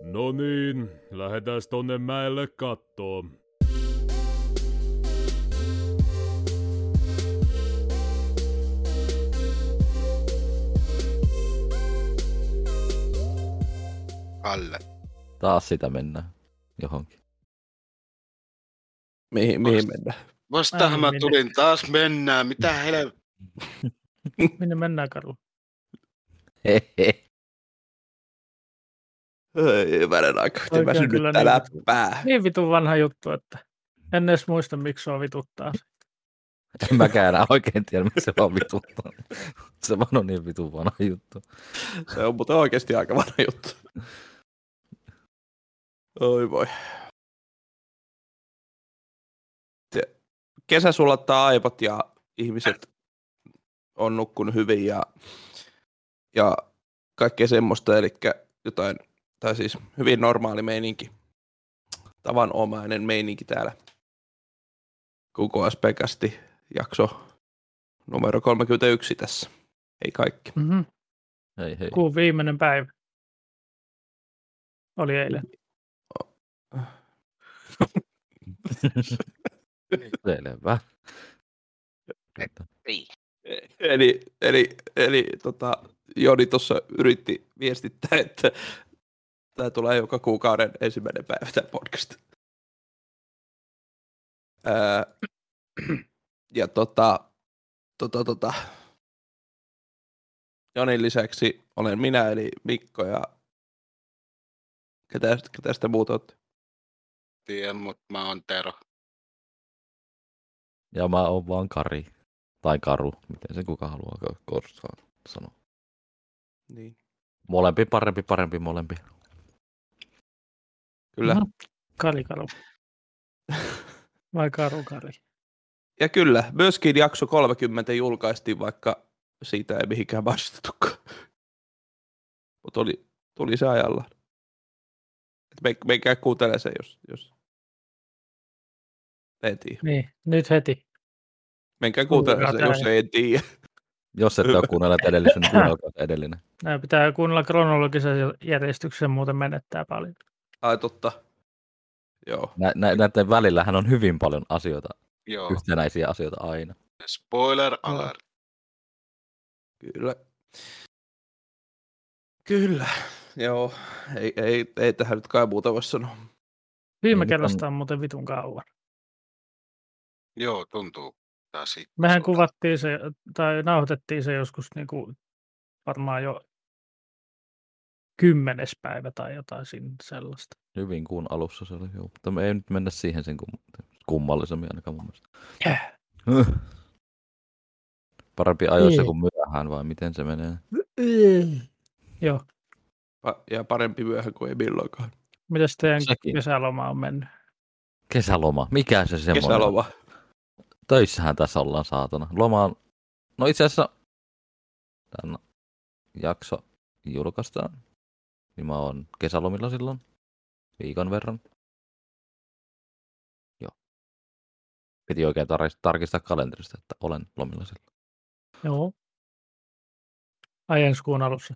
No niin, lähdetään tonne mäelle kattoon. Kalle. Taas sitä mennään johonkin. Mihin, mihin mennään? Vastahan Ai, mä minne? tulin taas mennään. Mitä hel... Minne mennään, Karlu? Hehe. Ei, Hyvänen aika, miten Oikein mä kyllä synnyt täällä niin. pää. Niin vitun vanha juttu, että en edes muista, miksi sua vituttaa. se. En mäkään enää oikein tiedä, missä se on vituttaa. Se vaan on niin vitun vanha juttu. Se on muuten oikeasti aika vanha juttu. Oi voi. Se- Kesä sulattaa aivot ja ihmiset on nukkunut hyvin ja, ja kaikkea semmoista, eli jotain, tai siis hyvin normaali meininki, tavanomainen meininki täällä. KKS Pekasti jakso numero 31 tässä. Ei kaikki. Mm-hmm. Hei hei. Kuun viimeinen päivä. Oli eilen. Selvä. Eli, eli, eli tota, Joni tuossa yritti viestittää, että tämä tulee joka kuukauden ensimmäinen päivä tämä podcast. Ää, ja tota, tota, tota, Jonin lisäksi olen minä, eli Mikko ja ketä, ketä sitä muuta olette? Tiedän, mutta mä oon Tero. Ja mä oon vaan Kari. Tai Karu, miten se kuka haluaa korsaa sanoa. Niin. Molempi parempi, parempi molempi. Kyllä. Mhm. Kari Karu. Vai Karu Kari? Ja kyllä, myöskin jakso 30 julkaistiin, vaikka siitä ei mihinkään vastattukaan. Mutta oli, tuli se ajalla. Et me, menkää kuuntele se, jos... jos... Ei tiedä. Niin, nyt heti. Menkää kuuntele se, Kuunnelkaa jos ei tiedä. Jos ette ole kuunnelleet edellisen, niin kuunnelkaa se edellinen. Nämä pitää kuunnella kronologisen järjestyksen, muuten menettää paljon. Ai totta. Joo. Nä, nä, näiden välillähän on hyvin paljon asioita, Joo. yhtenäisiä asioita aina. Spoiler alert. Kyllä. Kyllä. Joo. Ei, ei, ei tähän nyt kai muuta voi sanoa. Viime Niin, nyt kerrasta on muuten vitun kauan. Joo, tuntuu. Taas itse Mehän sulta. kuvattiin se, tai nauhoitettiin se joskus niin kuin, varmaan jo kymmenes päivä tai jotain siinä sellaista. Hyvin kuun alussa se oli, joo. Mutta me ei nyt mennä siihen sen kum- kummallisemmin ainakaan mun mielestä. Jää. Höh. Parempi ajoissa Niin. kuin myöhään, vai miten se menee? Joo. Pa- Ja parempi myöhään kuin ei milloinkaan. Mitäs teidän Sekin. kesäloma on mennyt? Kesäloma. Mikä se semmoinen? on? Kesäloma. Töissähän tässä ollaan saatana. Loma on... No itse asiassa tämän jakso julkaistaan. Niin mä oon kesälomilla silloin. Viikon verran. Joo. Piti oikein tar- tarkistaa kalenterista, että olen lomilla silloin. Joo. Ai ensi kuun alussa.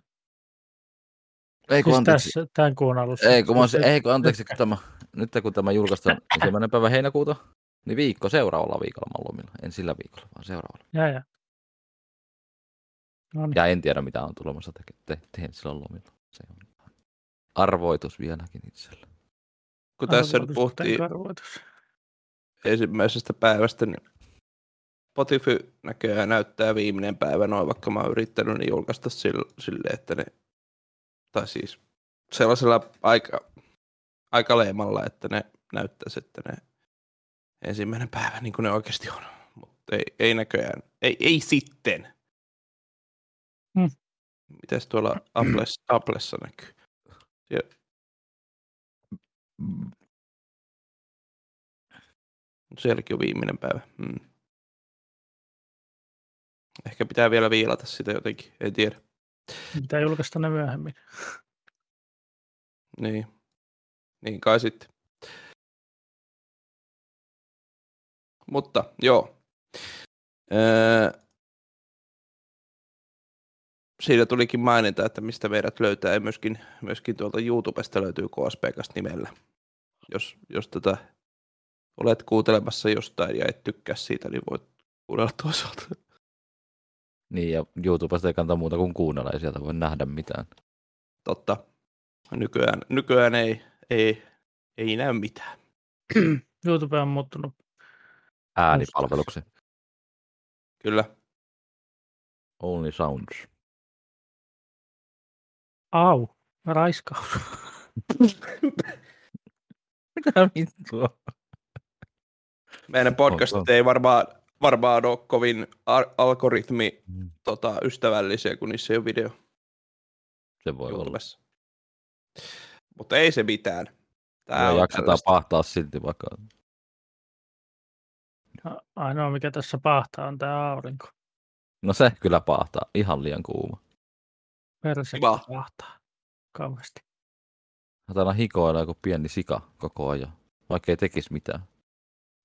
Ei kun Siis anteeksi. tässä, tämän kuun alussa. Ei kun, mä oon, Siis- ei kun anteeksi, kun tämä, nyt kun tämä julkaistaan ensimmäinen päivä heinäkuuta, niin viikko seuraavalla viikolla mä oon lomilla. En sillä viikolla, vaan seuraavalla. Jää, jää. Siis- No niin. Ja en tiedä, mitä on tulemassa teke- te- teen silloin lomilla. Se on arvoitus vieläkin itsellä. Kun tässä nyt Arvoitus, kuten puhuttiin karvoitus. ensimmäisestä päivästä, niin Spotify näköjään näyttää viimeinen päivä noin, vaikka mä oon yrittänyt niin julkaista sille, sille että ne, tai siis sellaisella aika, aikaleimalla, että ne näyttäisi, että ne ensimmäinen päivä niin kuin ne oikeasti on. Mutta ei, ei näköjään, ei, ei sitten. Hmm. Mitäs tuolla Applessa, Applessa näkyy? Sielläkin on viimeinen päivä. Mm. Ehkä pitää vielä viilata sitä jotenkin, ei tiedä. Pitää julkaista ne myöhemmin. Niin. Niin kai sitten. Mutta joo. Öö, siinä tulikin maininta, että mistä meidät löytää, ja myöskin, myöskin tuolta YouTubesta löytyy KSPKast nimellä. Jos, jos tätä olet kuuntelemassa jostain ja et tykkää siitä, niin voit kuunnella toisaalta. Niin, ja YouTubesta ei kannata muuta kuin kuunnella, ei sieltä voi nähdä mitään. Totta, nykyään, nykyään ei, ei, ei näy mitään. YouTube on muuttunut. Äänipalveluksi. Kyllä. Only sounds. Au, raiskaus. Mitä vittua? Meidän Onko? podcastit ei varmaan, varmaan ole kovin al- algoritmi Mm. tota, ystävällisiä, kun niissä ei ole video Se voi olla. YouTubessa. Mutta ei se mitään. Tää on jaksetaan tällaista. pahtaa silti vaikka. No, Ainoa mikä tässä pahtaa on tämä aurinko. No se kyllä pahtaa. Ihan liian kuuma. Perse Kiva. pahtaa. Kauheasti. Täällä hikoilla joku pieni sika koko ajan. Vaikka ei tekisi mitään.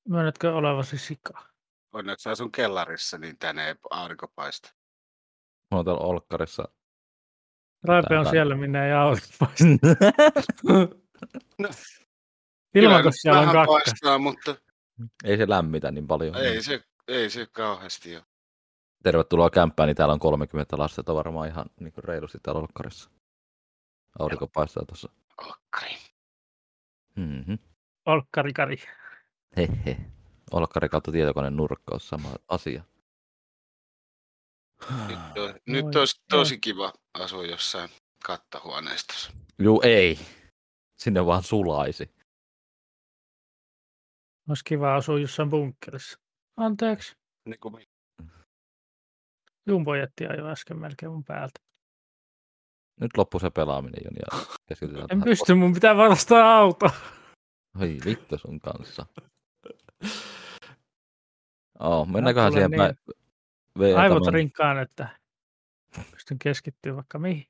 Myönnätkö olevasi sika? Onneksi asun kellarissa, niin tänne ei aurinko paista. Mulla on täällä olkkarissa. Raipe on Täällä. siellä, minne ei aurinko paista. Kyllä Ilman, nyt kun siellä on vähän kakka. paistaa, mutta ei se lämmitä niin paljon. ei se, ei se kauheasti ole. Tervetuloa kämppään, niin täällä on 30 lasta. että on varmaan ihan niin kuin reilusti täällä olkkarissa. Aurinko paistaa tuossa. Olkkari. Mm-hmm. Olkkarikari. Hehe. Olkkari kautta tietokoneen nurkka on sama asia. Nyt, on, nyt Voi olisi tosi kiva asua jossain kattahuoneistossa. Juu, ei. Sinne vaan sulaisi. Olisi kiva asua jossain bunkkerissa. Anteeksi, Niin kuin Jumbo jätti ajoi äsken melkein mun päältä. Nyt loppu se pelaaminen, Joni, ja keskitytään En tähän pysty, mun pitää varastaa auto. Oi vittu sun kanssa. Oh, mennäänköhän tulee siihen päin. Vei niin- Aivot tämän- rinkkaan, että pystyn keskittyä vaikka mihin.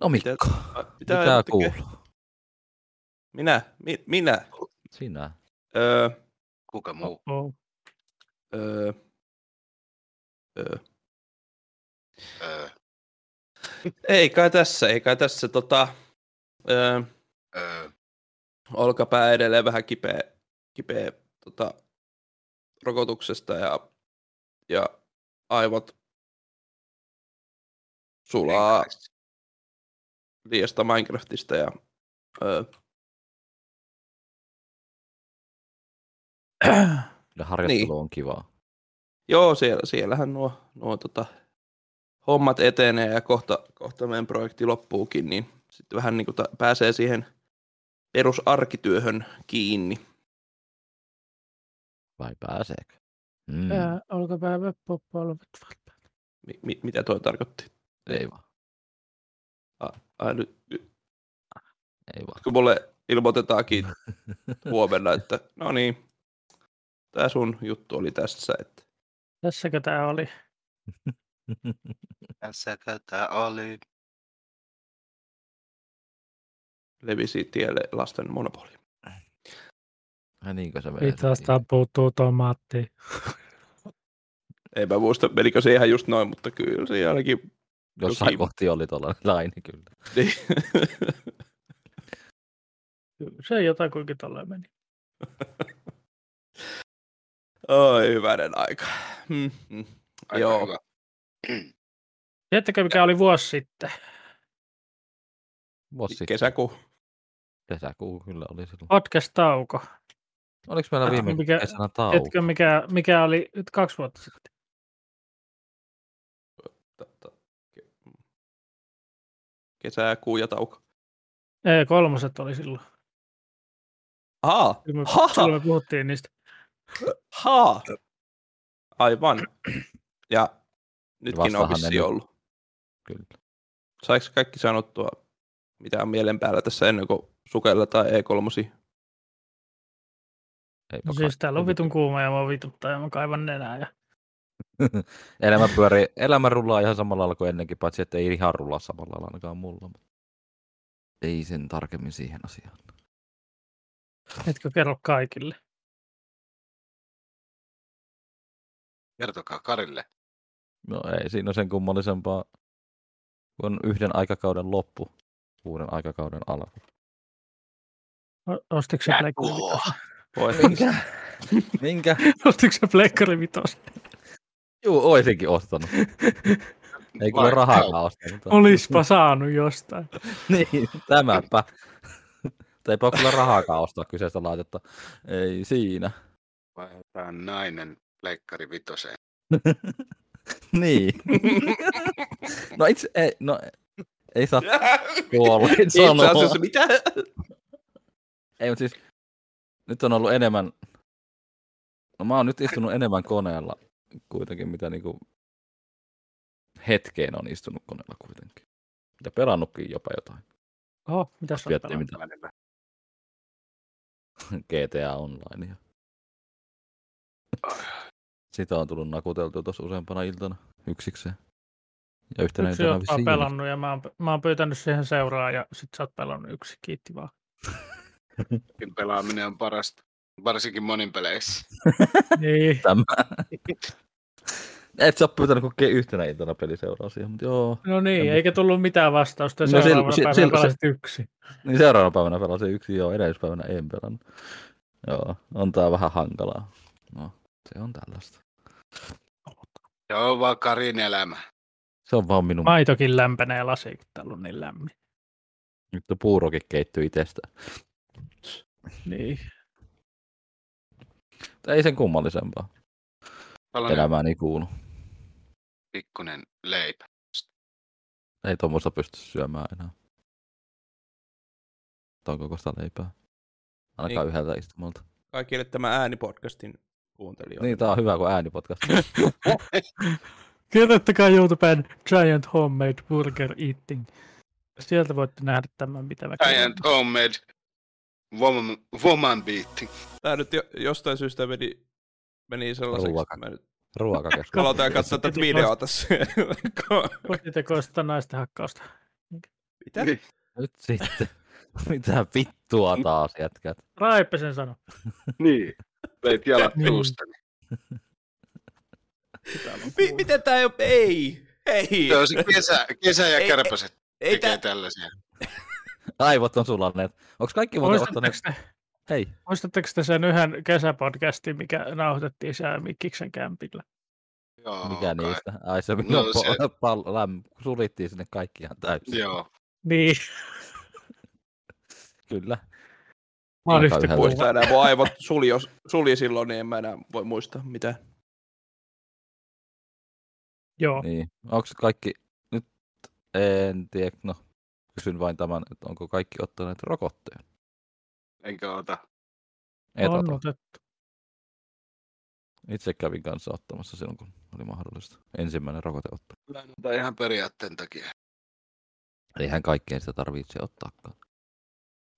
No Mikko, Mitä mitä ajattelee? kuuluu? Minä, mi, minä. Sinä. Öö, kuka muu? Oh, öö, öö. Öö, Ei kai tässä, ei kai tässä. Tota, öö, öö, olkapää edelleen vähän kipeä, kipeä tota, rokotuksesta ja, ja aivot sulaa liiasta Minecraftista ja öö, Ja harjoittelu Niin. on kivaa. Joo, siellä, siellähän nuo, nuo tota, hommat etenee ja kohta, kohta meidän projekti loppuukin, niin sitten vähän niin kuin ta- pääsee siihen perusarkityöhön kiinni. Vai pääseekö? Mm, mm. Olkapää, veppoppa, olkapää. Mi- mi- mitä toi tarkoitti? ei vaan, Ai, nyt, nyt, ei vaan. kun mulle ilmoitetaankin huomenna, että no niin, tämä sun juttu oli tässä, että Tässäkö tää oli? Tässäkö tää oli? levisi tielle lasten monopoli. Ai niinkö se menee? Itasta puuttuu tomaatti. Ei mä muista, menikö se ihan just noin, mutta kyllä se ainakin... Jossain jokin- kohti oli tuolla laini kyllä. Niin. Kyllä Se jotakuinkin tolleen meni. Oi, hyvänen aika. Mm, mm. Aika Joo. hyvä. Tiedättekö mikä oli vuosi sitten? Vuosi sitten. Kesäkuu. kesäkuu kyllä oli silloin. Podcast-tauko. Oliko meillä Ah, viime mikä- kesänä tauko? Tiedätkö mikä, mikä oli nyt kaksi vuotta sitten? Ta- ta- ke- Kesä, kuu ja tauko. Ei, kolmoset oli silloin. Aa, Silloin me, Haha. silloin me puhuttiin niistä. haa. Aivan. Ja nytkin Vastahan on ne vissiin nyt- ollut. Kyllä. Saiko kaikki sanottua, mitä on mielen päällä tässä ennen kuin sukella tai E E3? Ei No siis täällä on vitun kuuma ja mua vituttaa ja mä kaivan nenää. Ja... Elämä pyörii, elämä rullaa ihan samalla lailla kuin ennenkin, paitsi että ei ihan rullaa samalla lailla ainakaan mulla. Mutta... Ei sen tarkemmin siihen asiaan. Etkö kerro kaikille? Kertokaa Karille. No ei siinä sen kummallisempaa, kun on yhden aikakauden loppu, uuden aikakauden alku. O- Ostitko se Jää pleikkari tuhoa. vitosen? Voi Minkä? Ostitko se pleikkari vitosen? Juu, oisinkin ostanut. Ei kyllä Vai- rahaa ostanut. Olispa saanut jostain. niin, tämäpä. Eipä ole kyllä rahaakaan ostaa kyseistä laitetta. Ei siinä. Vaihdetaan nainen leikkari vitoseen. Niin. No itse, ei, no, ei saa kuolla. Itse asiassa mitä? Ei, mutta siis nyt on ollut enemmän, no mä oon nyt istunut enemmän koneella kuitenkin, mitä niinku hetkeen on istunut koneella kuitenkin. Ja pelannutkin jopa jotain. Oho, mitä sä oot Miettii, pelannut? mitä GTA Online. Sitä on tullut nakuteltua tuossa useampana iltana yksikseen. Ja yhtenä Yksi iltana joka on vissiin. pelannut ja mä oon, mä oon pyytänyt siihen seuraa ja sit sä oot pelannut yksi. Kiitti vaan. Yksin pelaaminen on parasta. Varsinkin monin peleissä. Niin. Tämä. Et sä oo pyytänyt kokea yhtenä iltana peliseuraa siihen, mutta joo. No niin, Tämmöistä. eikä tullut mitään vastausta. ja No sil- Seuraavana sil- päivänä sil- pelasit yksi. Niin seuraavana päivänä pelasin yksi, joo, edellispäivänä en pelannut. Joo, on tää vähän hankalaa. No, se on tällaista. Se on vaan Karin elämä. Se on vaan minun, Maitokin lämpenee lasi, kun täällä on niin lämmin. nyt puurokin keittyy itsestä. Niin. Ei sen kummallisempaa. Tällainen Elämääni kuulu. pikkunen leipä. Ei tuommoista pysty syömään enää. Tuon kokoista leipää. Ainakaan Niin. yhdeltä istumalta. Kaikille tämä äänipodcastin kuuntelijoille. Niin, tää on hyvä, kun äänipodcast. Kirjoittakaa YouTubeen Giant Homemade Burger Eating. Sieltä voitte nähdä tämän pitävä. Giant homemade woman, woman beating. Niin. Tää nyt jo, jostain syystä meni, meni sellaiseksi. Ruoka. että Mä nyt Ruokakeskus. aloitan katsoa tätä videoa tässä. Kotitekoista naisten hakkausta. Mitä? Niin. Niin, Nyt sitten. Mitä vittua taas jätkät? Raippisen sano. Niin. Veit jalat Niin. suusta. Mi- miten tää ei oo? Ei! Ei! Se on se kesä, kesä ja Ei, kärpäset Ei tekee tää... tällaisia. Aivot on sulaneet. Onks kaikki muuten Muistatteko ottaneet? te, Hei, muistatteko te sen yhden kesäpodcastin, mikä nauhoitettiin siellä Mikkiksen kämpillä? Joo, Mikä kai. niistä? Ai se, No no, se- se... Pal- läm- sulittiin sinne kaikki ihan täysin. Joo. Niin. Kyllä. Mä oon Aika yhtä yhdeltä. kuullut. Muista enää mun aivot suli, jos, suli silloin, niin en mä enää voi muistaa mitään. Joo. Niin. Onko kaikki, nyt en tiedä, no kysyn vain tämän, että onko kaikki ottaneet rokotteen? Enkä ota. Et on ota. otettu. Itse kävin kanssa ottamassa silloin, kun oli mahdollista. Ensimmäinen rokoteotto. Mä en ota ihan periaatteen takia. Eihän kaikkeen sitä tarvitse ottaakaan.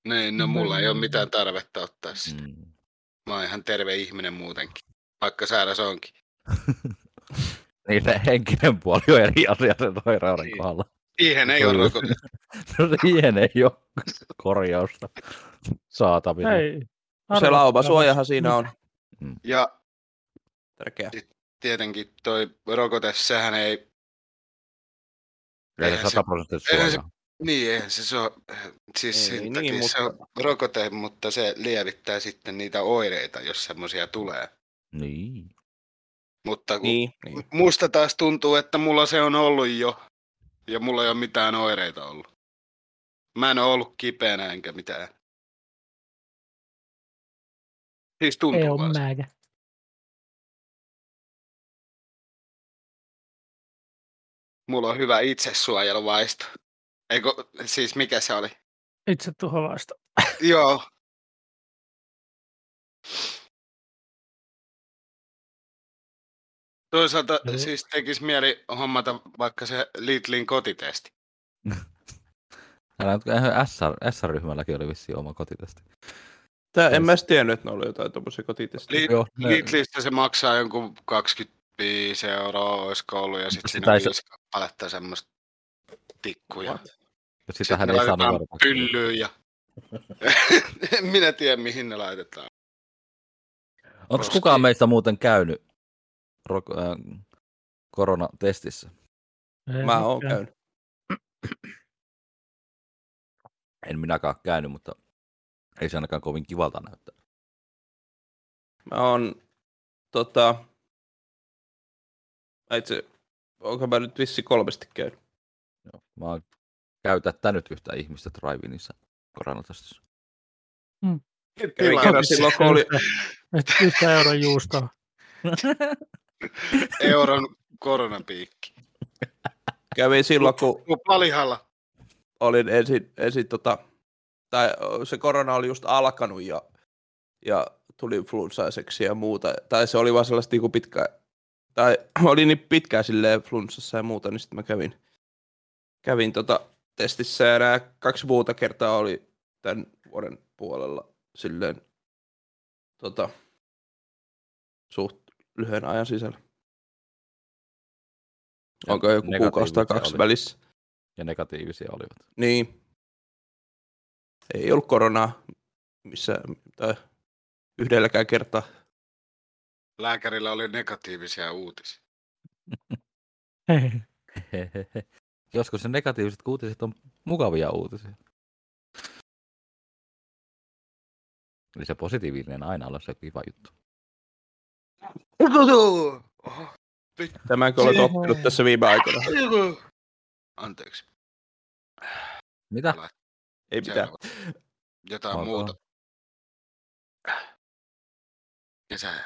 Niin, no mulla ei ole mitään tarvetta ottaa sitä. Mm. Mä oon ihan terve ihminen muutenkin. Vaikka sairas onkin. Niin se henkinen puoli on eri asia sen toirauden Niin. kohdalla. Siihen ei Joo, ole joo. rokote. Siihen ei ole korjausta saatavilla. Hei. No Se arvatkaa laumasuojahan vasta- siinä on Ja tärkeä. tietenkin toi rokote, sehän ei, Eihän eihän se se- 100 prosenttisesti eihän se- suojaa. niin eihän se, se on, siis ei, Ei sen niin, niin, takia mutta... se mutta- on rokote, mutta se lievittää sitten niitä oireita, jos semmoisia tulee. Niin. Mutta kun Niin, niin. musta taas tuntuu, että mulla se on ollut jo, ja mulla ei ole mitään oireita ollut. Mä en ole ollut kipeänä enkä mitään. Siis Ei tuntuu oo vaan. määkä. Mulla on hyvä itsesuojeluvaisto. Eikö, siis mikä se oli? Itse tuhovaista. Joo. Toisaalta Joo. siis tekisi mieli hommata vaikka se Lidlin kotitesti. Älä, nyt- eihän SR, SR-ryhmälläkin oli vissiin oma kotitesti. Tää en mä edes tiennyt, että ne oli jotain tommosia kotitestejä. Li- Joo, ne- Lidlistä se maksaa jonkun 25 euroa, olisiko ollut, ja sitten Sitä siinä on ei se- viisi kappaletta semmoista tikkuja. What? Ja Sitten sitähän ne ei saa laitetaan nuorta. pyllyyn ja... en minä tiedä, mihin ne laitetaan. Onko roskiin. kukaan meistä muuten käynyt rok- äh, koronatestissä. Ei Mä oon mitään. käynyt. En minäkään käynyt, mutta ei se ainakaan kovin kivalta näyttää. Mä oon, tota, mä itse, onko mä nyt vissi kolmesti käynyt? Joo. Mä oon käytättänyt yhtä ihmistä drive-inissa koronatestissä. Kävin Tilaa. kerran silloin, kun oli, Nyt yhtä euron juustoa. Euron koronapiikki. kävin silloin, kun Kun palihalla. olin ensin, ensin tota, tai se korona oli just alkanut ja, ja tuli flunssaiseksi ja muuta. Tai se oli vaan sellaista niinku pitkää, tai oli niin pitkää silleen flunssassa ja muuta, niin sitten mä kävin, kävin tota testissä ja nämä kaksi muuta kertaa oli tämän vuoden puolella silleen tota, suht lyhyen ajan sisällä. Ja Onko joku kuukausi tai negatiivisia kaksi oli. välissä? Ja negatiivisia olivat. Niin. Ei ollut koronaa missä, tai yhdelläkään kertaa. Lääkärillä oli negatiivisia uutisia. Hei. Hehehe. Joskus ne negatiiviset uutiset on mukavia uutisia. Eli se positiivinen aina olla se kiva juttu. Tämänkö olet Siihen. oppinut tässä viime aikoina? Anteeksi. Mitä? Ei mitään. Seuraava. Jotain Olkaa. muuta. Kesä.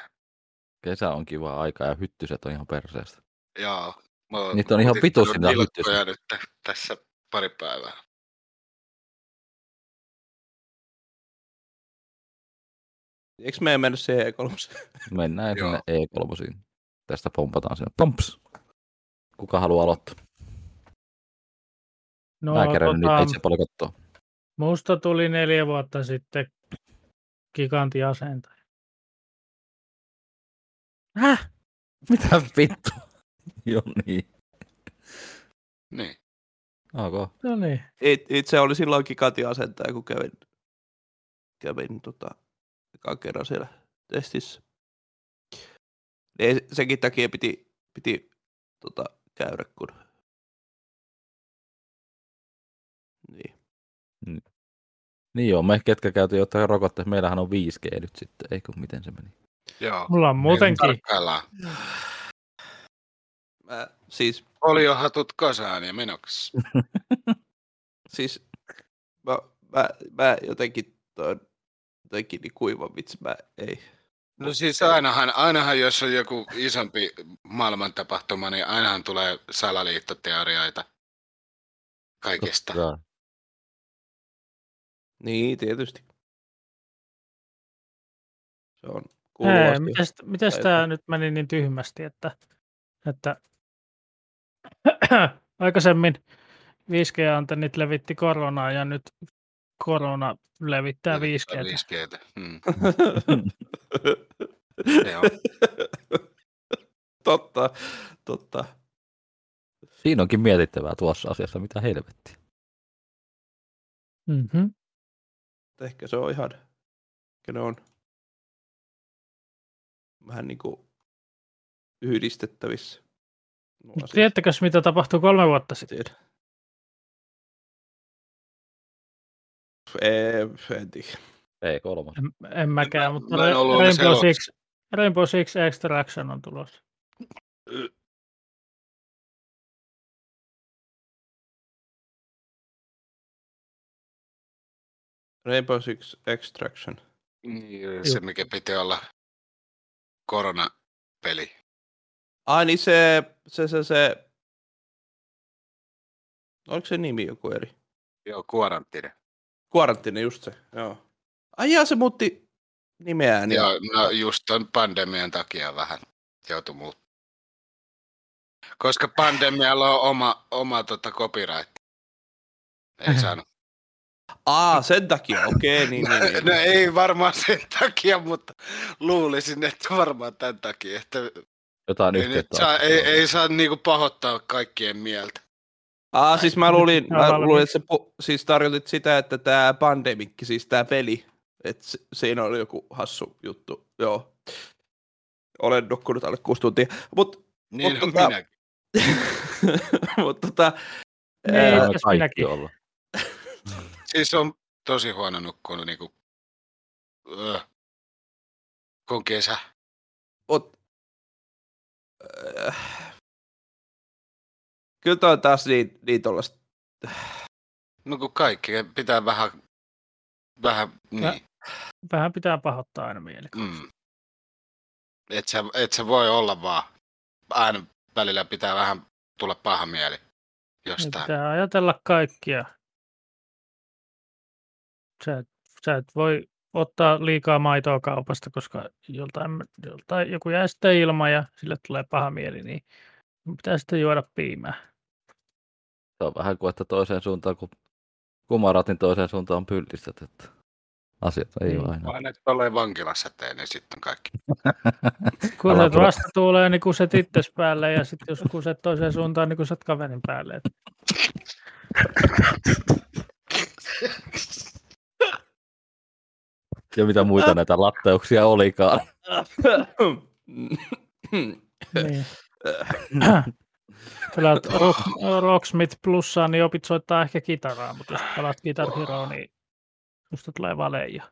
Kesä on kiva aika ja hyttyset on ihan perseestä. Joo. Mä Niitä on ihan vitu otin sitä pilkkoja hyttystä. nyt tä- tässä pari päivää. Eikö me mennä E siihen E3? Mennään Joo. sinne E3. Tästä pompataan sinne. Pomps! Kuka haluaa aloittaa? No, No, Mä kerran tota, nyt itse paljon katsoa. Musta tuli neljä vuotta sitten gigantiasentaja. Häh? Mitä vittu? Joo niin. Niin. Okay. No niin. It, itse oli silloin gigantiasentaja, kun kävin, kävin tota, ekan kerran siellä testissä. Niin senkin takia piti, piti tota, käydä, kun... Niin. Niin joo, me ketkä käytiin jotain rokotteet, meillähän on 5G nyt sitten. Eikö miten se meni? Joo. Mulla on muutenkin. Tarkkaillaan. Mä, siis Poliohatut kasaan ja menoksi. siis mä, mä, mä jotenkin toi jotenkin niin kuiva vitsi, mä ei. No siis ainahan, ainahan, jos on joku isompi maailmantapahtuma, niin ainahan tulee salaliittoteorioita kaikesta. Totta. Niin, tietysti. Se on Hei, kuuluvasti. mites, mites Tai- tämä nyt meni niin tyhmästi, että, että aikaisemmin 5G-antennit levitti koronaa ja nyt korona levittää 5G. 5G. Mm. Se on. totta, totta. Siinä onkin mietittävää tuossa asiassa, mitä helvettiä. Mm-hmm. Ehkä se on ihan, ehkä ne on vähän niin kuin yhdistettävissä. nuo siis. asiat. Tiedättekös, mitä tapahtui kolme vuotta sitten? Tiedä. Ei, en tiedä. Ei kolmas. En, en mäkään, mutta mä en ollut Ra- edes Rainbow elossa. Six, Rainbow Six Extraction on tulossa. Rainbow Six Extraction. Niin, Se, mikä piti olla koronapeli. Ai niin se, se, se, se... Oliko se nimi joku eri? Joo, kuoranttinen. Quarantine, just se, joo. Ai jaa, se muutti nimeään. Joo, Ja... no just ton pandemian takia vähän joutui muut. Koska pandemialla on oma, oma tota copyright. Ei saanut. Aa, sen takia, okei, okay, niin, niin, niin. No ei varmaan sen takia, mutta luulisin, että varmaan tämän takia, että Jotain ei, nyt yhteyttä. saa, on. ei, ei saa niinku pahoittaa kaikkien mieltä. Aa, siis mä luulin, Tää on mä valmis. luulin että se pu... siis tarkoitit sitä, että tämä pandemikki, siis tämä peli, että se, siinä oli joku hassu juttu, joo. Olen nukkunut alle kuusi tuntia, mutta Niin Mutta on tota- minäkin. Mutta tota, Niin, ää, jos Täällä kaikki minäkin. olla. Siis on tosi huono nukkua niinku, öö, kun kesä. Mut, äh, kyllä toi on taas niin, niin tollasta. No kun kaikki pitää vähän, vähän niin. Vähän pitää pahoittaa aina mieli. Mm. Et, se, et se voi olla vaan. Aina välillä pitää vähän tulla paha mieli Niin jostain. Pitää ajatella kaikkia. Sä et, sä et voi ottaa liikaa maitoa kaupasta, koska joltain, joltain joku jää sitten ilman ja sille tulee paha mieli, niin pitää sitten juoda piimää. Se on vähän kuin, että toiseen suuntaan, kun kumarat, niin toiseen suuntaan on pyllistät. Että asiat ei Niin. ole aina. Vaan että olen vankilassa tein, niin sitten kaikki. Kun Älä se tule. vasta tulee, niin kun se itses päälle ja sitten jos kun se toiseen suuntaan, niin kun se kaverin päälle. Et Ja mitä muita näitä latteuksia olikaan. Niin. Pelaat Rock- Rocksmith plussaa, niin opit soittaa ehkä kitaraa, mutta jos pelaat Guitar Hero, niin musta tulee valeja.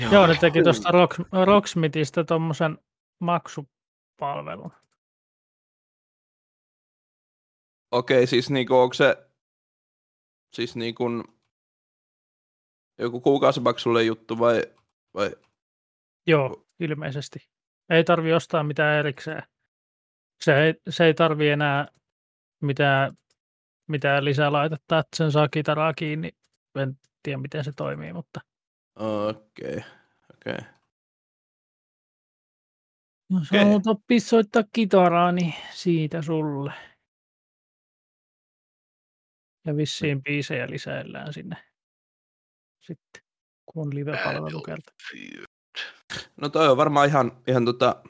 Joo, Joo ne teki tuosta Rock, Rocksmithistä tuommoisen maksupalvelun. Okei, siis niinku onko se, siis niinku joku kuukausimaksulle juttu vai, vai Joo, ilmeisesti. Ei tarvi ostaa mitään erikseen. Se ei, se ei tarvi enää mitään, mitään lisälaitetta, että sen saa kitaraa kiinni. En tiedä, miten se toimii, mutta okei, okei. Okei. Jos okay. haluat oppia soittaa kitaraa, niin siitä sulle. Ja vissiin biisejä lisäillään sinne sitten, kun on live-palvelu kerta. No toi on varmaan ihan, ihan, tota,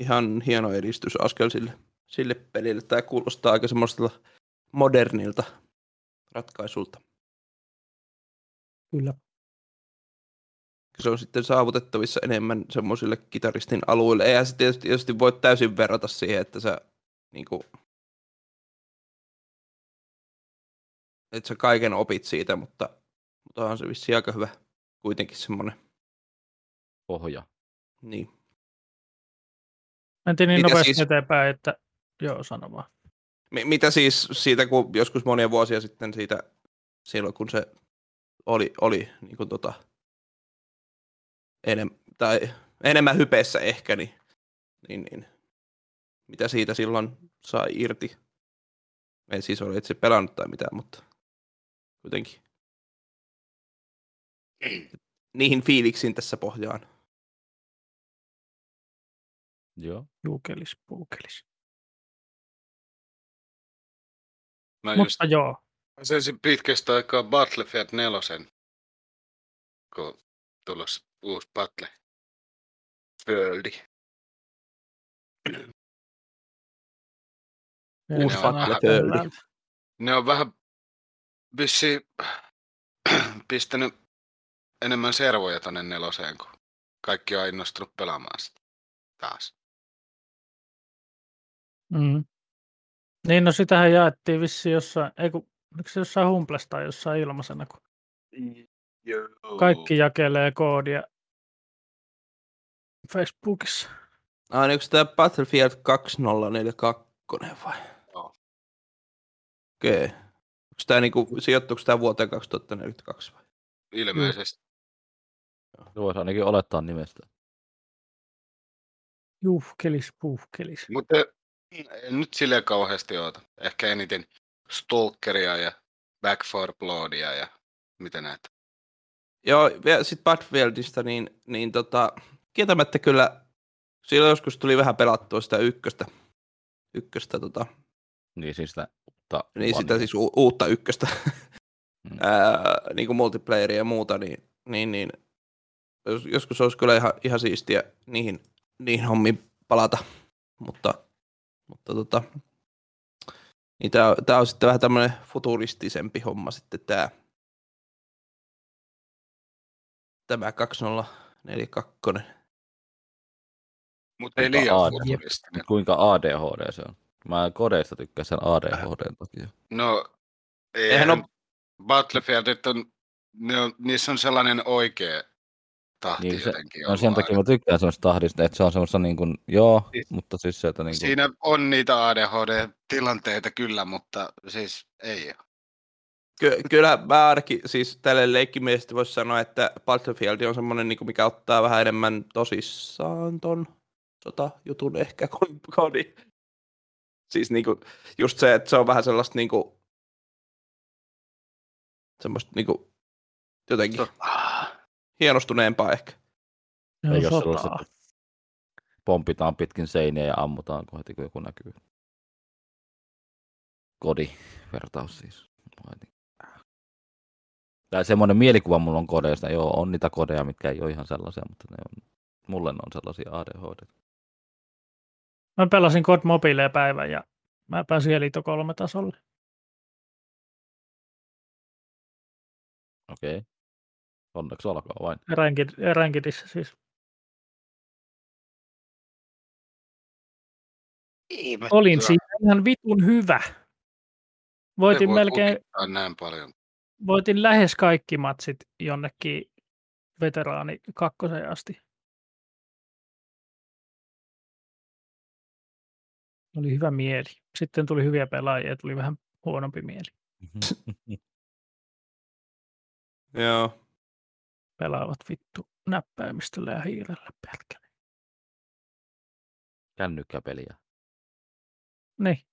ihan hieno edistysaskel sille, sille pelille. Tämä kuulostaa aika semmoiselta modernilta ratkaisulta. Kyllä. Se on sitten saavutettavissa enemmän semmoisille kitaristin alueille. Eihän se tietysti, tietysti voi täysin verrata siihen, että sä, niinku, että sä kaiken opit siitä, mutta, mutta onhan se vissiin aika hyvä kuitenkin semmoinen. Pohja. Niin. Mentiin niin Mitä nopeasti siis- siis... eteenpäin, että joo, sano vaan. Mi- mitä siis siitä, kun joskus monia vuosia sitten siitä, silloin kun se oli, oli niin kuin tota, enem, tai enemmän hypeessä ehkä, niin, niin, niin, mitä siitä silloin sai irti? En siis ole itse pelannut tai mitään, mutta kuitenkin. Niihin fiiliksiin tässä pohjaan. Joo. Juukelis, puukelis. Mä No just Mutta joo, Asensin pitkästä aikaa Battlefield 4, kun on tulossa uusi Battle Worldi. ei Uusi sanaa Battle kyllä. World. Ne on vähän vissiin pistänyt enemmän servoja tonne neloseen, kun kaikki on innostunut pelaamaan sitä taas. Mm. Niin, no sitähän jaettiin vissiin jossain, ei kun, oliko se jossain Humblessa tai jossain ilmaisena, kun kaikki jakelee koodia Facebookissa. Aina onko tämä niin Battlefield 2042 vai? Joo. Okei. Okay. Onko tämä niinku, sijoittuuko tämä vuoteen 2042 vai? Ilmeisesti. Se voisi ainakin olettaa nimestä. Juhkelis, puhkelis. Mm. Mutta en nyt silleen kauheasti oota. Ehkä eniten Stalkeria ja Back for Bloodia ja mitä näitä Joo, ja sitten Battlefieldista, niin, niin tota, kieltämättä kyllä, silloin joskus tuli vähän pelattua sitä ykköstä, ykköstä tota, Niin siis sitä. Mutta Niin sitä siis u- uutta ykköstä, Mm. mm. niin kuin multiplayeria ja muuta, niin, niin, niin jos- joskus olisi kyllä ihan, ihan siistiä niihin, niihin hommiin palata, mutta, mutta tota, niin tämä, on sitten vähän tämmöinen futuristisempi homma sitten tämä, tämä 2042. Mutta ei Mutta liian aina. futuristinen. niin, Kuinka ADHD se on? Mä kodeista tykkään sen ADHD takia. No, Eihän eihän on... Battlefieldit on, ne on, niissä on sellainen oikea tahti Niin niin se- se, jotenkin. No ollut sen takia aina. mä tykkään semmoista tahdista, että se on semmoista niin kuin, joo, Siis- mutta siis sieltä niin kuin, Siinä on niitä ADHD-tilanteita kyllä, mutta siis ei ole. Ky- kyllä mä ainakin siis tälle leikkimielisesti voisi sanoa, että Battlefield on semmoinen, niin mikä ottaa vähän enemmän tosissaan ton sotajutun ehkä kuin kodi. Siis niin kuin, just se, että se on vähän sellaista niin kuin, semmoista niin kuin, jotenkin hienostuneempaa ehkä. Ne on ei ole sellaista, sotaa. että pompitaan pitkin seiniä ja ammutaan, kun heti kun joku näkyy. Kodi, vertaus siis. Vai niin. Tai semmoinen mielikuva mulla on kodeista. Joo, on niitä kodeja, mitkä ei ole ihan sellaisia, mutta ne on, mulle ne on sellaisia ADHD. Mä pelasin COD Mobilea päivän ja mä pääsin Elito 3 tasolle. Okei. Okay. Onneksi olkoon vain. Rankid, rankidissa siis. Olin siinä ihan vitun hyvä. Voitin melkein, On näin paljon. voitin lähes kaikki matsit jonnekin veteraani kakkoseen asti. Oli hyvä mieli. Sitten tuli hyviä pelaajia ja tuli vähän huonompi mieli Joo. pelaavat vittu näppäimistöllä ja hiirellä perkele. Kännykkäpeliä. Niin.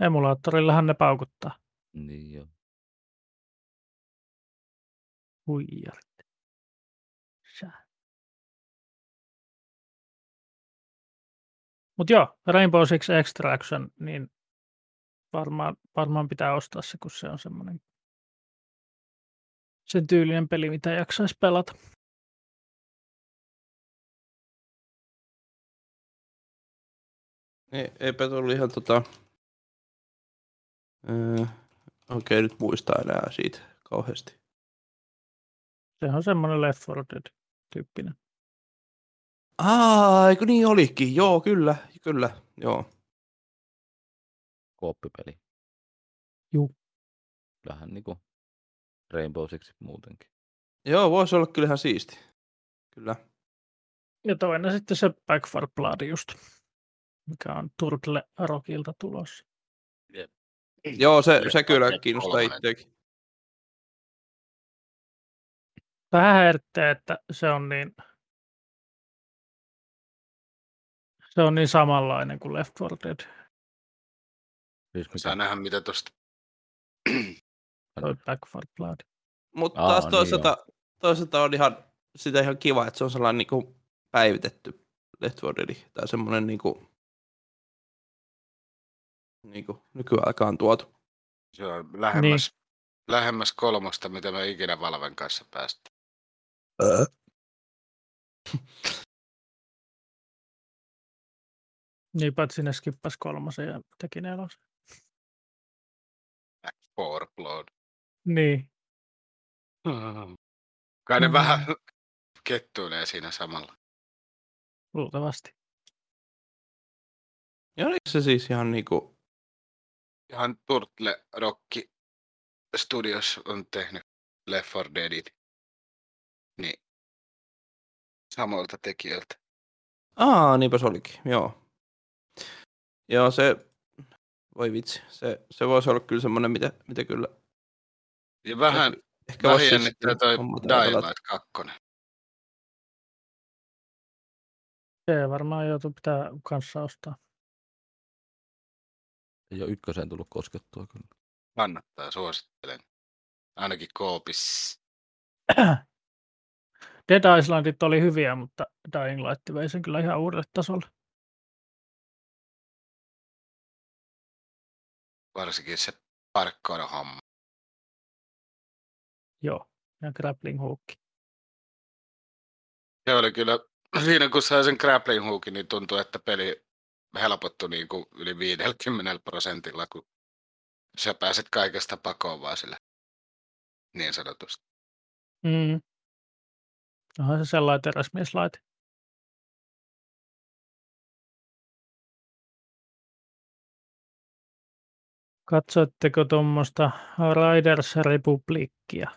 Emulaattorillahan ne paukuttaa. Niin joo. Huijarit. Sä. Mut joo, Rainbow Six Extraction, niin varmaan, varmaan pitää ostaa se, kun se on semmoinen sen tyylinen peli, mitä jaksaisi pelata. Ei, E-, eipä tullut ihan tota... Öö, Okei, nyt muistaa enää siitä kauheasti. Se on semmoinen Left 4 Dead tyyppinen. Aa, eikö niin olikin? Joo, kyllä, kyllä, joo. Kooppipeli. Juu. Kyllähän niinku Rainbow Six muutenkin. Joo, voisi olla kyllähän siisti. Kyllä. Ja toinen sitten se Back 4 Blood just, mikä on Turtle Rockilta tulossa. Joo, se, Kyllä, se kyllä kolmannen. kiinnostaa itseäkin. vähän herttää, että se on niin se on niin samanlainen kuin Left 4 Dead Siis mikä- Saa nähdä, mitä tuosta... tai Back 4 Blood. Mutta Aa, taas niin toisaalta, toisaalta on ihan, sitä ihan kiva, että se on sellainen niin kuin päivitetty Left 4 Dead, tai semmoinen niin kuin, niin kuin nykyaikaan tuotu. Se on lähemmäs, niin. lähemmäs kolmosta, mitä me ikinä Valven kanssa päästä. Niinpä, että Niin sinne skippas kolmosen ja teki nelosen. Back for blood. Niin. Kai ne Mm. vähän kettuilee siinä samalla. Luultavasti. Ja oliko se siis ihan niin kuin, Ihan Turtle Rock Studios on tehnyt Left 4 Deadit. Niin. Samoilta tekijöiltä. Aa, niinpä se olikin, joo. Joo, se, voi vitsi, se, se voisi olla kyllä semmoinen, mitä, mitä kyllä. Ja vähän Ehkä Vähän vois siis- jännittää toi homma täällä Dying pelata. Light 2. Se varmaan joutuu pitää kanssa ostaa. Ei ole ykköseen tullut koskettua kyllä. Kannattaa, suosittelen. Ainakin koopissa. Dead Islandit oli hyviä, mutta Dying Light vei sen kyllä ihan uudelle tasolle. Varsinkin se parkkoon homma. Joo, ja grappling hookki. Se oli kyllä, siinä kun sai sen grappling hookin, niin tuntui, että peli helpottui niin kuin yli 50 prosentilla, kun sä pääset kaikesta pakoon vaan sillä. Niin sanotusti. Mm. Onhan se sellainen teräsmieslaite. Katsoitteko tuommoista Riders Republicia?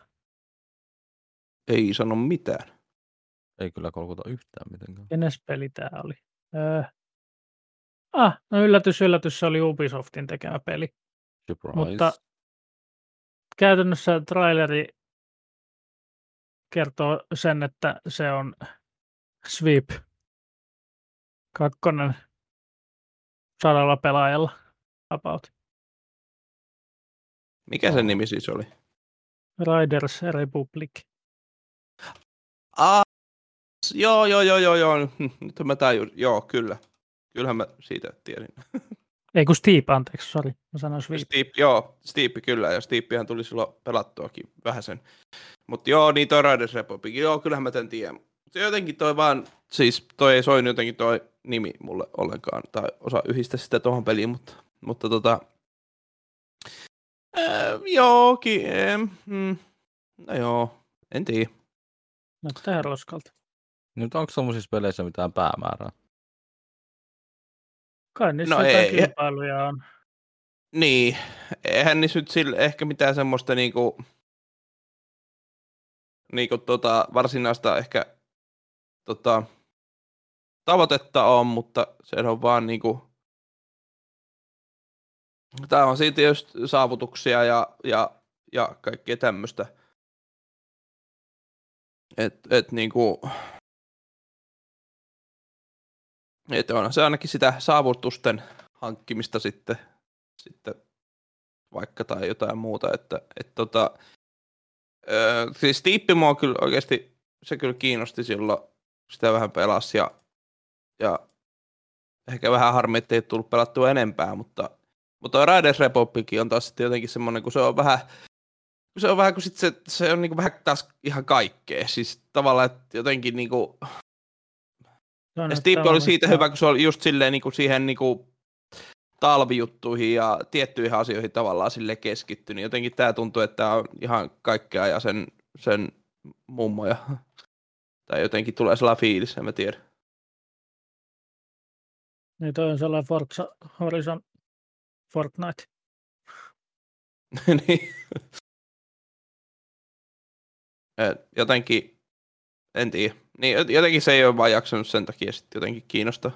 Ei sano mitään. Ei kyllä kolkuta yhtään mitenkään. Kenes peli tämä oli? Öö. Ah, no yllätys, yllätys, se oli Ubisoftin tekemä peli. Surprise. Mutta käytännössä traileri kertoo sen, että se on Sweep kakkonen sadalla pelaajalla about. Mikä sen nimi siis oli? Riders Republic. Ah, s- joo, joo, joo, joo, joo. Hm, Nyt mä tajun. Joo, kyllä. Kyllähän mä siitä tiedin. Ei kun Steep, anteeksi, sori. Mä sanoin Sweep. Steep, joo, Steep kyllä, ja Steepihän tuli silloin pelattuakin vähän sen. Mutta joo, niin toi Riders Republic, joo, kyllähän mä tämän tiedän. Se jotenkin toi vaan, siis toi ei soinut jotenkin toi nimi mulle ollenkaan, tai osaa yhdistää sitä tuohon peliin, mutta, mutta tota... Äh, joo, ki, äh, mm, no joo, en tiedä. Näyttää roskalta. Nyt onko tuommoisissa peleissä mitään päämäärää? Kai niissä No no jotain ei. kilpailuja on. Niin, eihän niissä nyt sille, ehkä mitään semmoista niinku, niinku tota, varsinaista ehkä tota, tavoitetta on, mutta se on vaan niinku, tää on siitä just saavutuksia ja, ja, ja kaikkea tämmöistä. Et, et niinku, et onhan se ainakin sitä saavutusten hankkimista sitten sitten vaikka tai jotain muuta, että et tota, öö, siis Tiippi mua kyllä oikeasti, se kyllä kiinnosti silloin, sitä vähän pelasi ja, ja ehkä vähän harmi, että ei tullut pelattua enempää, mutta, mutta toi Riders Republic on taas sitten jotenkin semmoinen, kun se on vähän, kun se on vähän, kun sit se, se on niinku vähän taas ihan kaikkea, siis tavallaan, että jotenkin niinku, Se on ja nyt Steep oli tämmöistä- siitä hyvä, kun se oli just silleen niin kuin siihen niin kuin talvijuttuihin ja tiettyihin asioihin tavallaan sille keskittynyt. Jotenkin tämä tuntuu, että tämä on ihan kaikkea ja sen, sen mummoja. Tai jotenkin tulee sellainen fiilis, en mä tiedä. Niin toi on sellainen Forza Horizon Fortnite. niin. Et jotenkin, en tiedä. Niin, jot- jotenkin se ei ole vaan jaksanut sen takia sitten jotenkin kiinnostaa.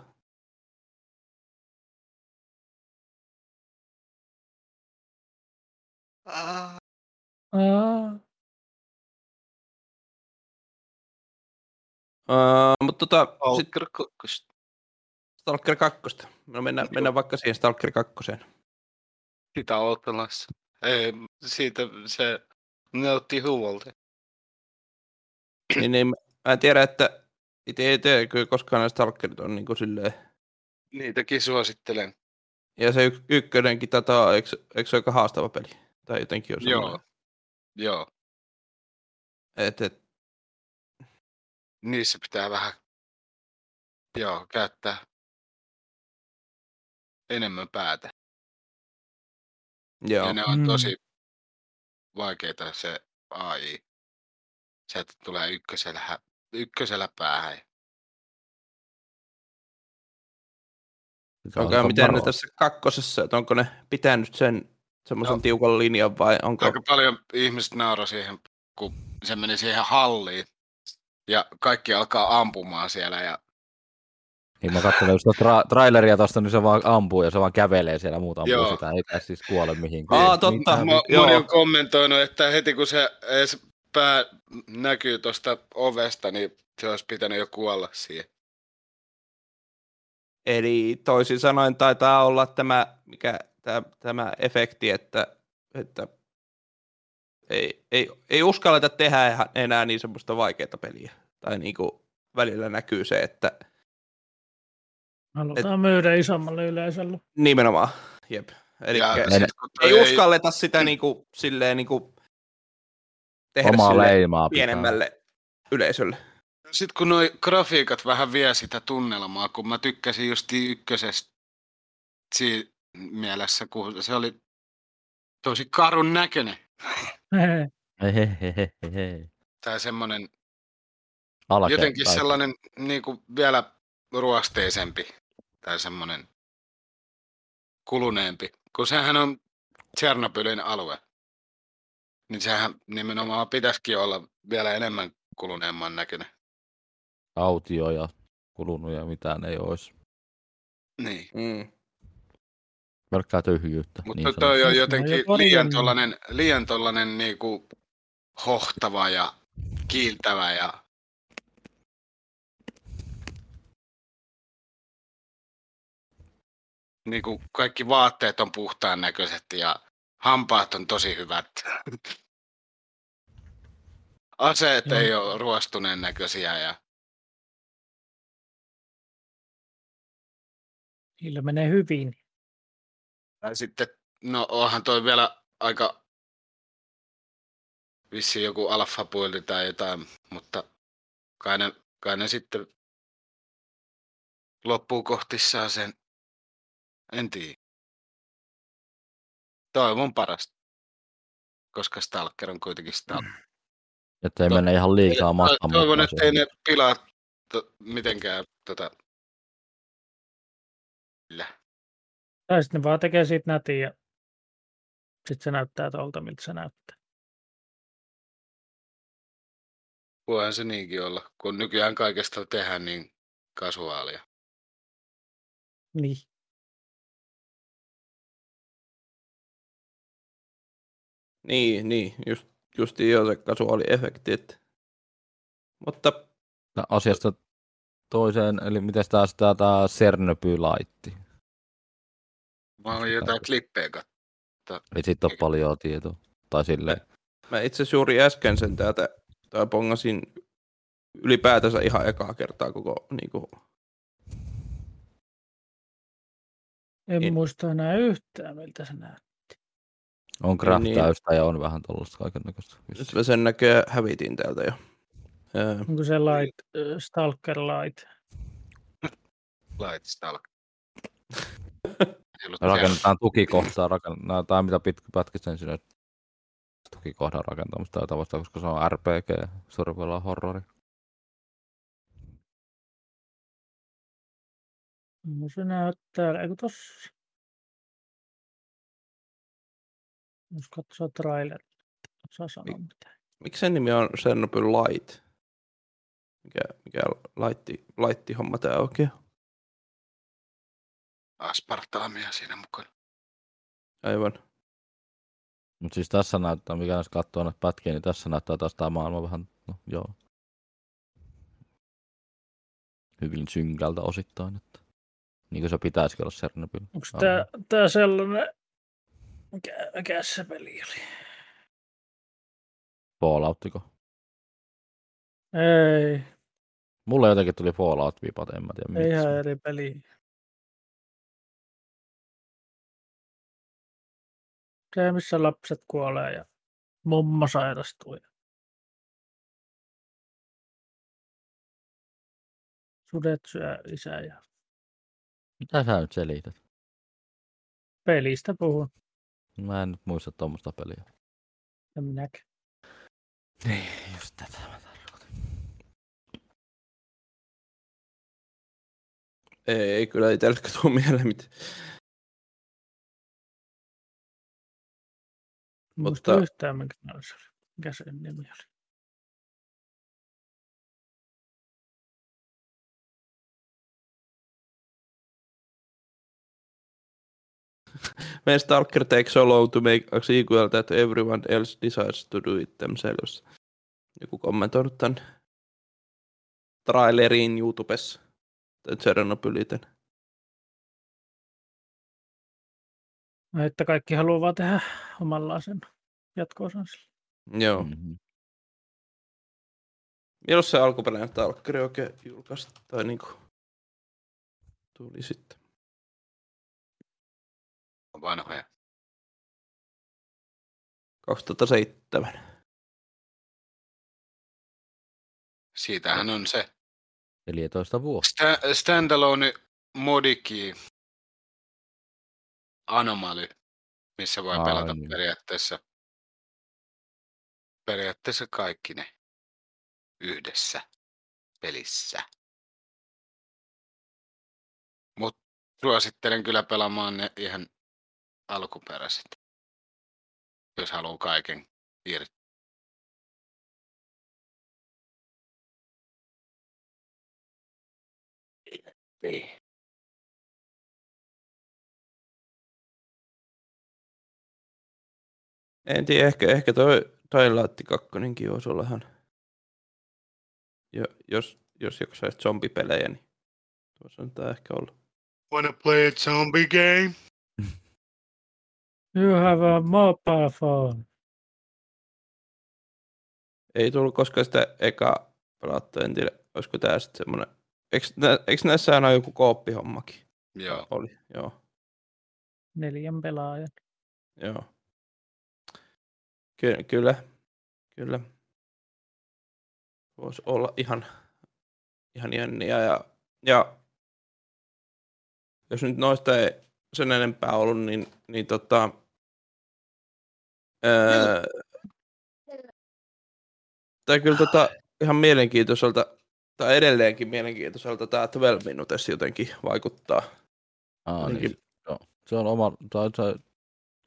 Aa, Uh, mutta tota, oh. sit Sitten kakkosta. Stalker 2. No mennään, mennään vaikka siihen Stalker 2. Sitä oottelas. Ei, siitä Ehm, se näytti hyvältä. niin, niin mä en tiedä, että itse ei tiedä, kyllä koskaan näistä stalkerit on niin kuin silleen. Niitäkin suosittelen. Ja se y- ykkönenkin tätä, eikö, eikö se ole aika haastava peli? Tai jotenkin on Joo. Joo. Et, et, Niissä pitää vähän joo, käyttää enemmän päätä. Joo. joo. Ja ne on Mm. tosi vaikeita se AI. Se, että tulee ykkösellä, ykkösellä päähän. Pitää Onko osata miten ne varoa. tässä kakkosessa, että onko ne pitänyt sen semmoisen Joo. tiukan linjan vai onko... Aika paljon ihmiset nauroi siihen, kun se meni siihen halliin. Ja kaikki alkaa ampumaan siellä ja Niin mä katselen just tuosta tra- traileria tosta, niin se vaan ampuu ja se vaan kävelee siellä muuta ampuu Joo. sitä, eikä siis kuole mihinkään. Aa, Ei totta. mitään. Mä, Joo. Ah, moni on kommentoinut, että heti kun se edes pää näkyy tuosta ovesta, niin se olisi pitänyt jo kuolla siihen. Eli toisin sanoen taitaa olla tämä, mikä, tämä, tämä efekti, että, että ei, ei, ei uskalleta tehdä ihan enää niin semmoista vaikeaa peliä. Tai niin kuin välillä näkyy se, että halutaan myydä isommalle yleisölle. Nimenomaan, jep. Eli ja ei, sit, kun toi ei uskalleta sitä niinku, silleen niinku tehdä Omaa silleen leimaa pitää. pienemmälle yleisölle. Sitten kun noi grafiikat vähän vie sitä tunnelmaa, kun mä tykkäsin just niin ykkösestä siinä mielessä, kun se oli tosi karun näköinen. Hehe. Hehehehehe. Tai semmoinen, Alakeen jotenkin päin. sellainen niin kuin vielä ruosteisempi tai semmoinen kuluneempi. Kun sehän on Tsernobylin alue, niin sehän nimenomaan pitäisikin olla vielä enemmän kuluneemman näköinen. Autio ja kulunut ja mitään ei olisi. Niin. Mm. Pelkkää tyhjyyttä. Mutta niin niin toi sanotusti. on Siis jotenkin meillä on liian paljon- tollanen, liian tollanen niinku hohtava ja kiiltävä ja niinku kaikki vaatteet on puhtaan näköiset ja hampaat on tosi hyvät. Aseet Joo. ei ole ruostuneen näköisiä ja Niillä menee hyvin. Tai sitten, no onhan toi vielä aika vissiin joku alfapuoli tai jotain, mutta kai ne, kai ne sitten loppuu kohti saa sen, en tiedä. Toivon parasta, koska Stalker on kuitenkin Stalker. Että ei to- mene ihan liikaa matkan Toivon, matkaan että ei ne pilaa to, mitenkään tota... Kyllä. Tai sitten ne vaan tekee siitä nätin ja sitten se näyttää tuolta, miltä se näyttää. Voihan se niinkin olla, kun nykyään kaikesta tehdään niin kasuaalia. Niin. Niin, niin. Just, justiin jo se kasuaaliefekti. Että... Mutta siihen. Asiasta toiseen, eli miten tämä sitä tämä Sernöpy laitti. Mä oon jotain klippejä katsoa. Ei siitä ole paljon tietoa. Tai silleen. Mä itse asiassa juuri äsken sen täältä, tai pongasin ylipäätänsä ihan ekaa kertaa koko niin kuin, En Niin. muista enää yhtään, miltä se näyttää. On craftäystä ja on vähän tuollaista kaiken näköistä. sen näköjään hävitin täältä jo. Öö, Onko se light, ö, stalker light? Light Stalk. Ei ollut mitään. Rakennetaan tukikohtaa, rakennetaan mitä pitkä pätkissä ensin nyt tukikohdan rakentamista tai tavasta, koska se on RPG, survival horrori. No se näyttää, eikö tossa? Jos katsoo trailer, osaa sanoa mitään. miksi sen nimi on Chernobyl Light? Mikä, mikä laitti, laitti homma tää oikein? Aspartaamia siinä mukana. Aivan. Mutta siis tässä näyttää, mikä jos katsoo näitä pätkiä, niin tässä näyttää taas tämä maailma vähän, no joo. Hyvin synkältä osittain, että niin kuin se pitäisikin olla Chernobyl. Onko Aivan. tää, tää sellainen, mikä, mikä se peli oli? Falloutiko? Ei, Mulle jotenkin tuli Fallout-vipat, en mä tiedä ei miksi. ihan eri peli. Se, missä lapset kuolee ja mummo sairastuu. ja Sudet syö isää ja Mitä sä nyt selität? pelistä puhun. Mä en nyt muista tuommoista peliä. En minäkään. Niin, just tätä mä tarkoitin. Ei, ei kyllä ei tällä tuu mieleen mitään. En Muista Mutta- yhtään, minkä nimi se oli. Mikä sen nimi oli. When Stalker takes so long to make a sequel that everyone else decides to do it themselves. Joku kommentoinut tämän trailerin YouTubessa. Tai Tsernobyliten. No, että kaikki haluaa vaan tehdä omanlaisen jatko-osan sille. Joo. Mm. Mm-hmm. Milloin se alkuperäinen Stalkeri oikein julkaistiin? Tai niinku tuli sitten. Vanhoja. 2007. Siitähän on se. 14 vuotta. Sta- standalone modiki anomaly, missä voi Ai pelata niin. periaatteessa, periaatteessa kaikki ne yhdessä pelissä. Mutta suosittelen kyllä pelaamaan ne ihan alkuperäiset. jos haluaa kaiken irti. En tiedä, ehkä, ehkä toi Twilight 2 voisi olla ihan... Jo, jos, jos joku saisi zombipelejä, niin tuossa on tää ehkä ollut. Wanna play a zombie game? You have a mobile phone. Ei tullut koskaan sitä ekaa pelattua, en tiedä, olisiko tää sitten semmonen... Eikö, nä, eikö näissä aina joku kooppihommakin? Joo. Oli, joo. Neljän pelaajan. Joo. Ky- kyllä, kyllä. Voisi olla ihan, ihan jänniä. Ja, ja jos nyt noista ei sen enempää ollut, niin, niin tota, öö, tai kyllä tota, ihan mielenkiintoiselta, tai edelleenkin mielenkiintoiselta tämä 12 minuutessa jotenkin vaikuttaa. Aa, Jotenkin- niin. se- Joo. Se on oma, tai se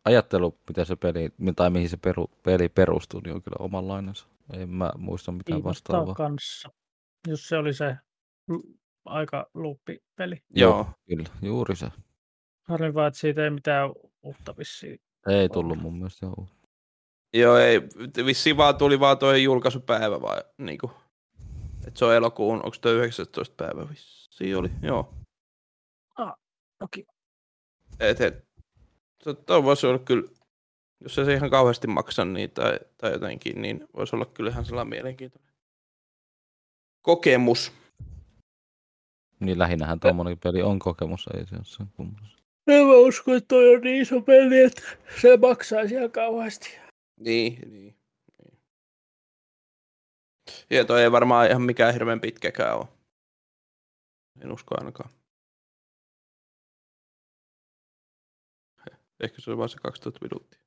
ajattelu, mitä se peli, tai mihin se peru, peli perustuu, niin on kyllä omanlainensa. En mä muista mitään Kiinnostaa vastaavaa. kanssa, jos se oli se lu- aika luuppipeli. Joo. Kyllä, juuri se. Harmi vaan, että siitä ei mitään uutta vissiin. Ei tullut mun mielestä. Joo. Joo, ei, vissiin vaan tuli vaan toi julkaisupäivä vai niinku. Et se on elokuun, onko toi 19 päivä vissiin oli, joo. No kiva. Et, et, to, toi voisi olla kyllä, jos ei se ihan kauheasti maksa niin, tai, tai jotenkin, niin voisi olla kyllä ihan sellainen mielenkiintoinen kokemus. Niin lähinnähän tuommoinen peli on kokemus, ei se ole sen kummallista. En mä usko, että toi on niin iso peli, että se maksaisi ihan kauheasti. Niin, niin. niin. Ja toi ei varmaan ihan mikään hirveän pitkäkään ole. En usko ainakaan. Eh, Ehkä se on vaan se 12 minuuttia.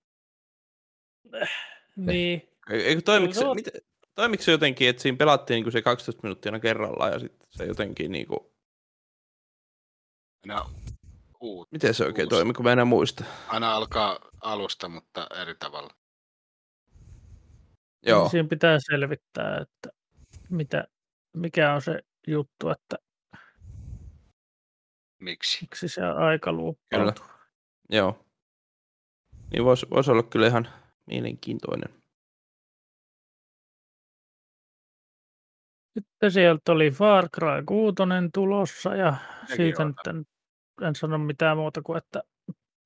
Niin. Ei- Eikö toimiko se se, on- mitä, toimiko se jotenkin, että siinä pelattiin niinku se 12 minuuttia aina kerrallaan ja sitten se jotenkin niinku, Aina, uut, miten se oikein Kuulosti. toimi, kun mä enää muista. aina alkaa alusta, mutta eri tavalla. Joo, niin Siinä pitää selvittää, että mitä, mikä on se juttu, että Miksi? miksi se aika Kyllä. luuppautuu. joo. Niin voisi vois olla kyllä ihan mielenkiintoinen. Sitten sieltä oli Far Cry 6 tulossa ja Sekin siitä on nyt en, en sano mitään muuta kuin, että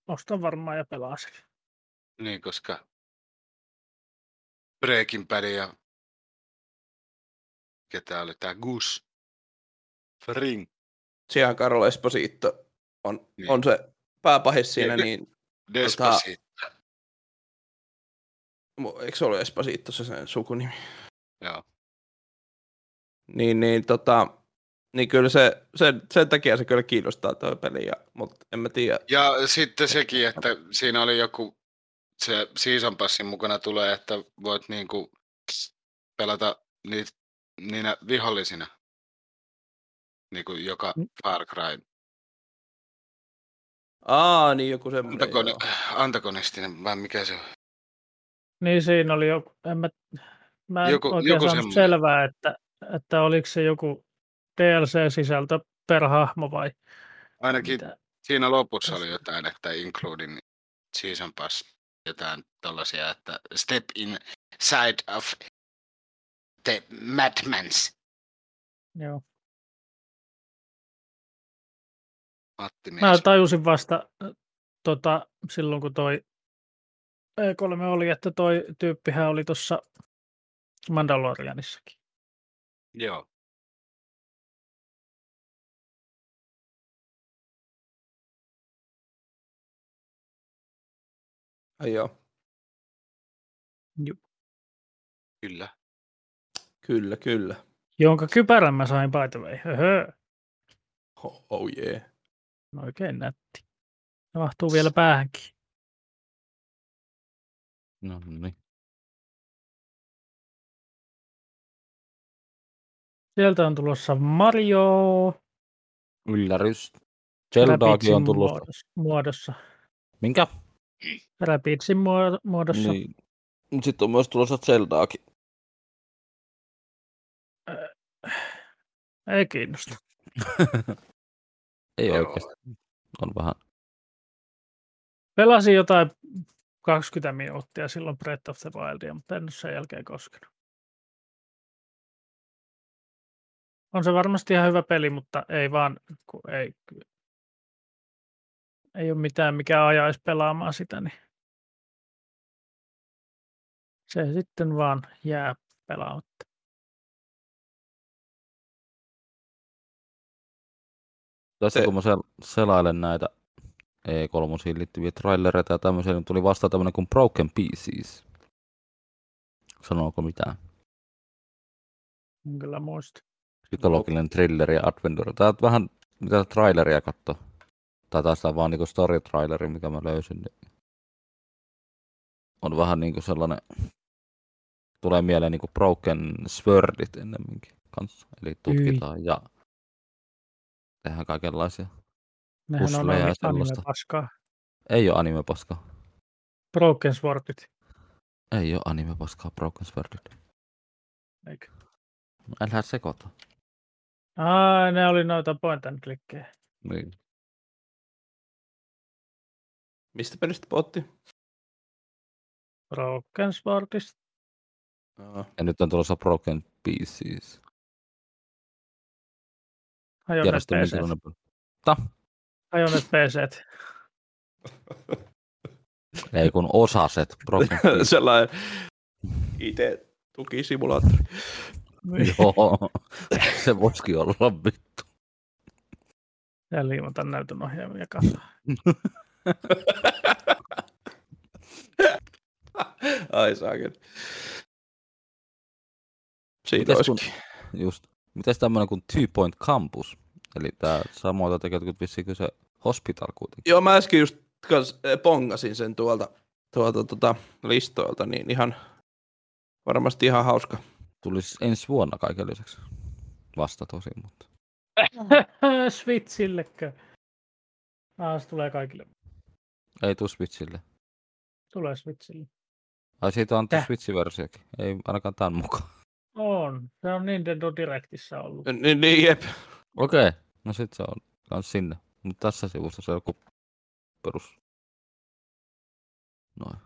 ostan varmaan ja pelaan sen. Niin, koska Breaking Bad ja ketä oli tämä Gus Fring. Gian Carlo Esposito on, Niin. on se pääpahis siinä, Niin. niin Despacito. Tota- mu- eikö se ollut Esposito se sen sukunimi? Joo. Niin, niin, tota, niin kyllä se, sen, sen takia se kyllä kiinnostaa toi peli, ja, mutta en mä tiedä. Ja sitten sekin, että siinä oli joku, se season passin mukana tulee, että voit niinku pelata niitä, niinä vihollisina. Niinku joka Mm. Far Cry Aa, niin joku No semmoinen. antagoni, joo. antagonistinen, vai mikä se on? Niin siinä oli joku, en mä, mä en Joku- joku, oikein joku joku semmoinen. saanut selvää, että, että oliko se joku DLC-sisältö per hahmo vai Ainakin mitä. Siinä lopussa oli jotain, että including season pass, jotain tällaisia, että step inside of the madmans. Joo. Matti Mies. Mä tajusin vasta äh, tota, silloin, kun toi E3 oli, että toi tyyppihän oli tuossa Mandalorianissakin. Joo. Ai joo, Kyllä. kyllä, kyllä. Jonka kypärän mä sain by the way. Höhö. Oh, oh yeah. No oikein nätti. Se mahtuu vielä päähänkin. No niin. Sieltä on tulossa Mario Yllärys. Zeldaakin Rabbitsin on tullut. muodossa- muodossa. Minkä? Rapidsin muo- muodossa. Niin. Niin. Sitten on myös tulossa Zeldaakin. Ei kiinnosta. Ei Joo. oikeasti. On vähän. Pelasin jotain 20 minuuttia silloin Breath of the Wildia, mutta en ole sen jälkeen koskenut. On se varmasti ihan hyvä peli, mutta ei vaan, kun ei, ei ole mitään, mikä ajaisi pelaamaan sitä, niin se sitten vaan jää pelaamatta. Tässä Se- kun mä sel- selailen näitä E3 liittyviä trailereita ja tämmöisiä, niin tuli vastaan tämmöinen kuin Broken Pieces. Sanooko mitään? En kyllä muista. psykologinen thriller ja adventure. Tää on vähän mitä traileria katto. Tai taas tää on vaan niinku story traileri, mikä mä löysin. Niin on vähän niinku sellainen, tulee mieleen niinku Broken Swordit ennemminkin kanssa. Eli tutkitaan ja tehdään kaikenlaisia. Nehän on Pusleja ja anime, anime sellaista. paskaa. Ei oo anime paskaa. Broken Swordit. Ei oo anime paskaa Broken Swordit. Eikö? No, Älä sekoita. Aa, ne oli noita point and clickkejä. Niin. Mistä pelistä potti? Broken Swordista. Ja nyt on tulossa Broken Pieces. Hajonneet Järjestelmä PC. sellainen. Hajonneet PC. Ei kun osaset Broken Pieces. Sellainen itse tukisimulaattori. Joo, se voisikin olla vittu. Ja liimata näytön ohjaamia kasaan. Ai saakin. Siitä Mites kun- olisikin. Just. Mitäs tämmönen kuin Two Point Campus? Eli tää samoita tekee jotkut vissiinkö se hospital kuitenkin. Joo, mä äsken just kans eh, pongasin sen tuolta, tuolta tota, listoilta, niin ihan varmasti ihan hauska. Tulisi ensi vuonna kaiken lisäksi. Vasta tosin, mutta. Switchillekö? Ah, se tulee kaikille. Ei tuu Switchille. Tulee Switchille. Ai siitä on Täh. Switch-versiokin. Ei ainakaan tämän mukaan. On. Se on Nintendo Directissä ollut. Niin, niin jep. Okei, okay. no sit se on kans sinne. Mut tässä sivussa se on joku perus. Noin.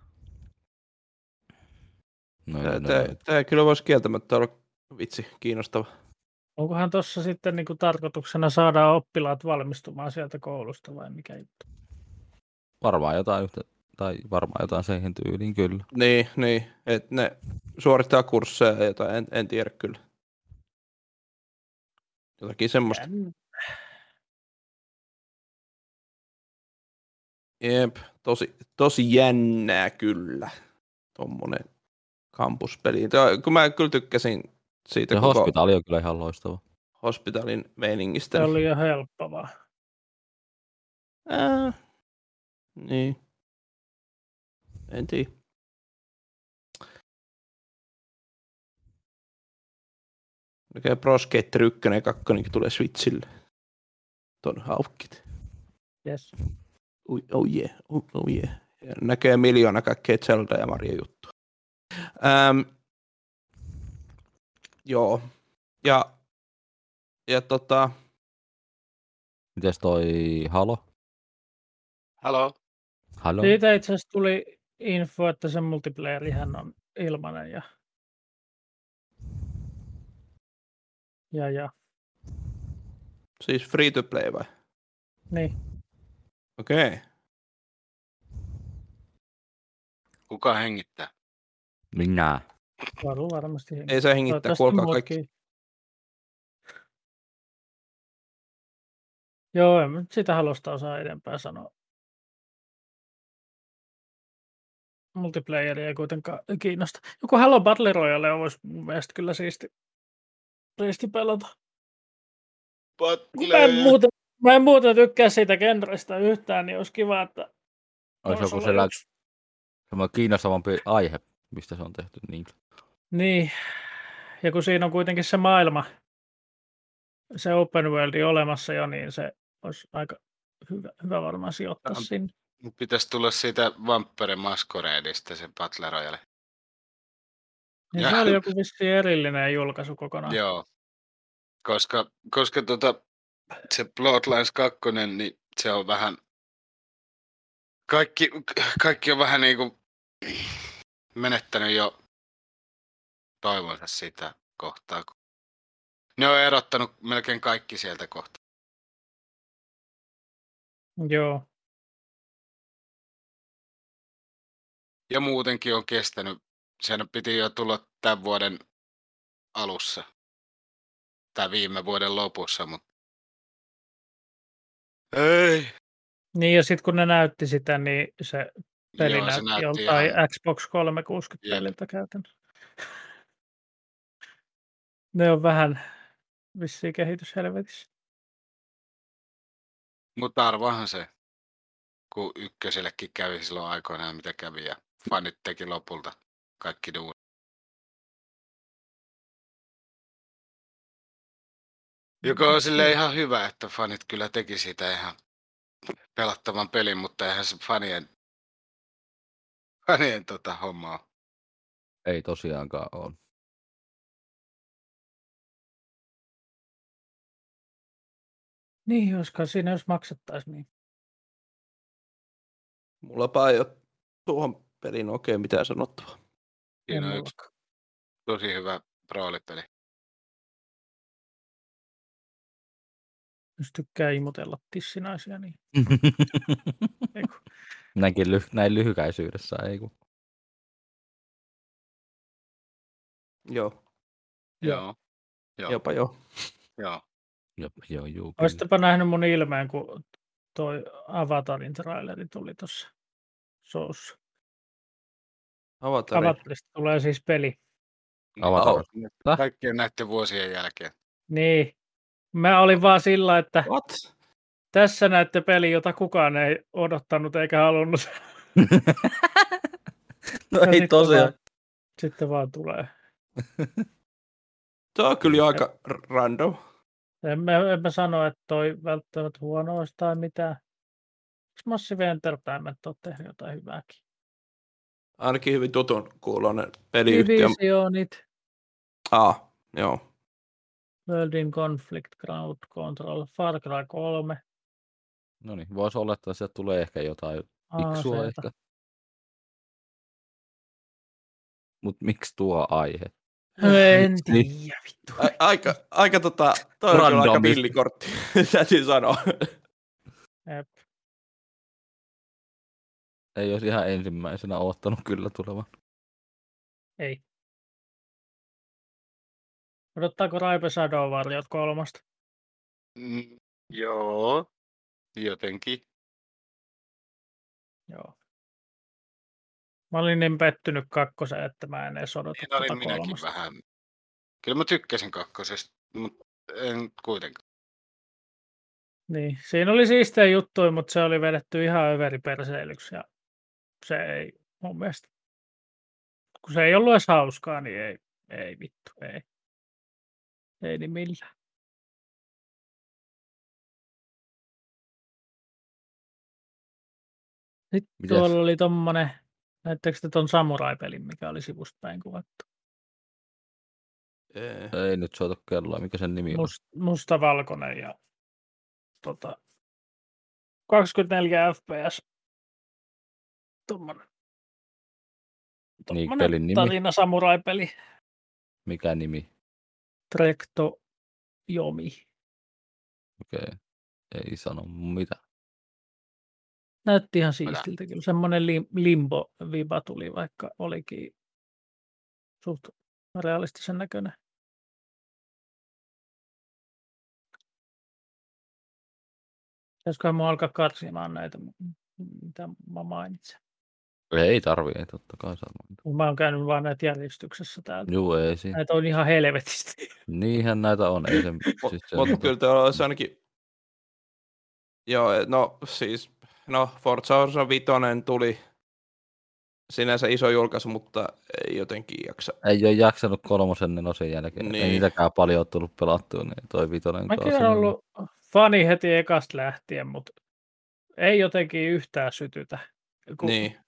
Noin, Tää, noin, tää, noin. tää kyllä voisi kieltämättä olla vitsi kiinnostava. Onkohan tuossa sitten niinku tarkoituksena saada oppilaat valmistumaan sieltä koulusta vai mikä juttu? Varmaan jotain yhtä, tai varmaan jotain siihen tyyliin kyllä. Niin, niin. Et ne suorittaa kursseja ja jotain, en, en tiedä kyllä. Jotakin semmoista. Jänn- Jep, tosi, tosi jännää kyllä. Tommonen kampuspeli. Tää, kun mä kyllä tykkäsin siitä Se hospitaali on kyllä ihan loistava. hospitalin meiningistä. niin Se Oli... oli jo helppo vaan. Äh, niin. En tiedä. Okei, Pro Skater 1 ja 2 tulee Switchille. Ton haukkit. Yes. Ui, oh yeah, oh, oh yeah. Ja näkee miljoona kaikkea Zelda ja Mario juttua. Ähm, joo. Ja, ja tota, Mites toi Halo? Halo? Halo? Siitä itse asiassa tuli info, että se multiplayerihän on ilmainen ja, ja, ja. siis free to play vai? Niin. Okei. Okay. Kuka hengittää? Minä. Varu varmasti hengittää. Ei se hengittää, Toivottavasti kuolkaa muutkin. kaikki. Joo, en mä nyt sitä halusta osaa enempää sanoa. Multiplayeria ei kuitenkaan kiinnosta. Joku Halo Battle Royale olisi mun mielestä kyllä siisti, siisti pelata. Kun Mä en, muuten, mä en muuten tykkää siitä genrestä yhtään, niin olisi kiva, että Olisi voisi joku olla sellainen yksi. semmoinen kiinnostavampi aihe, mistä se on tehty niin. Niin, ja kun siinä on kuitenkin se maailma, se open worldi olemassa jo, niin se olisi aika hyvä, hyvä varmaan sijoittaa Tähän- sinne. Pitäisi tulla siitä Vampire Masqueradeista sen Battle Royale. Niin se oli joku vissiin erillinen julkaisu kokonaan. Joo. Koska, koska tota, se Bloodlines 2, niin se on vähän... Kaikki, kaikki on vähän niinku menettänyt jo toivonsa sitä kohtaa. kun- Ne on erottanut melkein kaikki sieltä kohtaa. Joo. Ja muutenkin on kestänyt. Sen piti jo tulla tämän vuoden alussa. Tai viime vuoden lopussa, mutta... Ei! Niin ja sitten kun ne näytti sitä, niin se peli Joo, se näytti näytti joltain ihan- ihan... Xbox 360 Jep. peliltä käytännössä. ne on vähän vissiin kehityshelvetissä. Mutta arvahan se, kun ykkösellekin kävi silloin aikoinaan, mitä kävi, ja fanit teki lopulta kaikki duun. Joka on Mm. sille ihan hyvä, että fanit kyllä teki siitä ihan pelattavan pelin, mutta eihän se fanien, fanien tota hommaa. Ei tosiaankaan ole. Niin, joskaan siinä jos maksettaisiin niin. Mullapa ei ole tuohon peliin oikein mitään sanottavaa. ei Siinä on yksi mullakaan. tosi hyvä roolipeli. Jos tykkää imutella tissinaisia, niin ei kun- Näinkin ly- näin lyhykäisyydessä, ei kun. Joo, Joo. Joo. Joo. jopa joo. Joo. Jop, joo, juu, kyllä. Olisittepa nähnyt mun ilmeen, kun toi Avatarin traileri tuli tuossa soussa. Avatar. Avatarista tulee siis peli. Avatar. Ah. Tää? Kaikkien näiden vuosien jälkeen. Niin. Mä olin vaan sillä, että What? tässä näette peli, jota kukaan ei odottanut eikä halunnut. no Ja ei sitten tosiaan. niinku Vaan, sitten vaan tulee. Tämä on kyllä aika r- random. En mä, en mä sano, että toi välttämättä huono olisi tai mitään. Eikö Massive Entertainment ole tehnyt jotain hyvääkin? Ainakin hyvin tutun kuulonen peliyhtiö. Divisionit, Ah, joo. World in Conflict, Ground Control, Far Cry 3, No niin, voisi olla, että sieltä tulee ehkä jotain fiksua AC. ehkä. Mut miksi tuo aihe? No En Niin. tiedä, vittu. A- aika, aika tota, toi on kyllä aika Randomisti. villikortti, täytyy sanoa. Jep. Ei olisi ihan ensimmäisenä oottanut kyllä tulevan. Ei. Odottaako Raipe Shadow Warrior kolmosta? Mm, joo, jotenkin. Joo. Mä olin niin pettynyt kakkoseen, että mä en edes odota Niin tota olin minäkin kolmosta. vähän. Kyllä mä tykkäsin kakkosesta, mutta en kuitenkaan. Niin. Siinä oli siistejä juttuja, mutta se oli vedetty ihan överiperseilyksi ja se ei mun mielestä, kun se ei ollut edes hauskaa, niin ei, ei vittu, ei. Ei niin millään. Sitten Mitäs? tuolla oli tommonen, näettekö te ton samurai-pelin, mikä oli sivusta päin kuvattu? Ee, Ei nyt soita kelloa, mikä sen nimi on. Must, mustavalkoinen ja tota, 24 fps. Tuommoinen. Niin, pelin nimi. tarina samuraipeli. Mikä nimi? Trekto Jomi. Okei. Okay. Ei sano mitä. Näytti ihan Älä. siistiltä kyllä. Semmoinen lim, limbo viba tuli, vaikka olikin suht realistisen näköinen. Pitäisiköhän mua alkaa karsimaan näitä, m- mitä mä mainitsin. Ei tarvii, ei totta kai saa mainita. Kun Mä oon käynyt vaan näitä järjestyksessä täällä. Juu, ei siinä. Näitä on ihan helvetisti. Niihän näitä on. Ei sen, mut- siis sen Mutta kyllä täällä olisi ainakin... Joo, e, no siis... No, Forza Horizon 5 tuli sinänsä iso julkaisu, mutta ei jotenkin jaksa. Ei ole jaksanut kolmosen nenosen jälkeen. Niin. Ei Niin. niitäkään paljon ole tullut pelattua, niin toi vitonen Mäkin taas olen ollut fani heti ekasta lähtien, mutta ei jotenkin yhtään sytytä. Kun, Niin.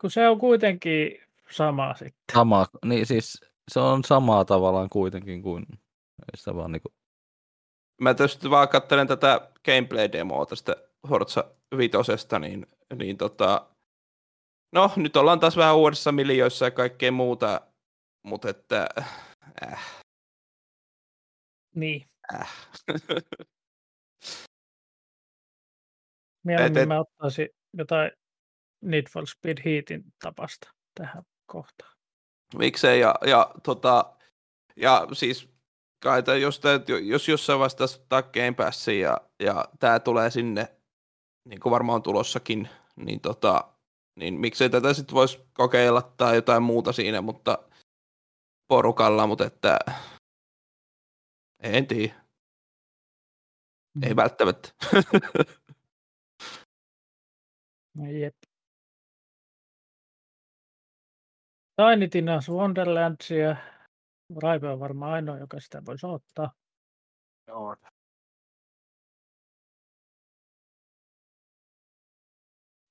kun se on kuitenkin sama sitten. Sama, niin siis se on samaa tavallaan kuitenkin kuin ei sitä vaan niinku, Mä tästä vaan katselen tätä gameplay-demoa tästä Forza vitosesta, niin, niin tota, no nyt ollaan taas vähän uudessa miljoissa ja kaikkea muuta, mutta että äh, Niin. äh. Mieluummin et- mä ottaisin jotain Need for Speed Heatin tapasta tähän kohtaan. Miksei, ja, ja, tota, ja siis kai tää jos, tää, jos jossain vaiheessa tässä ottaa Game Passin ja, ja tämä tulee sinne, niin kuin varmaan on tulossakin, niin, tota, niin miksei tätä sitten voisi kokeilla tai jotain muuta siinä, mutta porukalla, mutta että en tiedä, Mm. ei välttämättä. No Jep. Tiny Tina's Wonderlandsia. Raipe on varmaan ainoa, joka sitä voisi ottaa. Joo.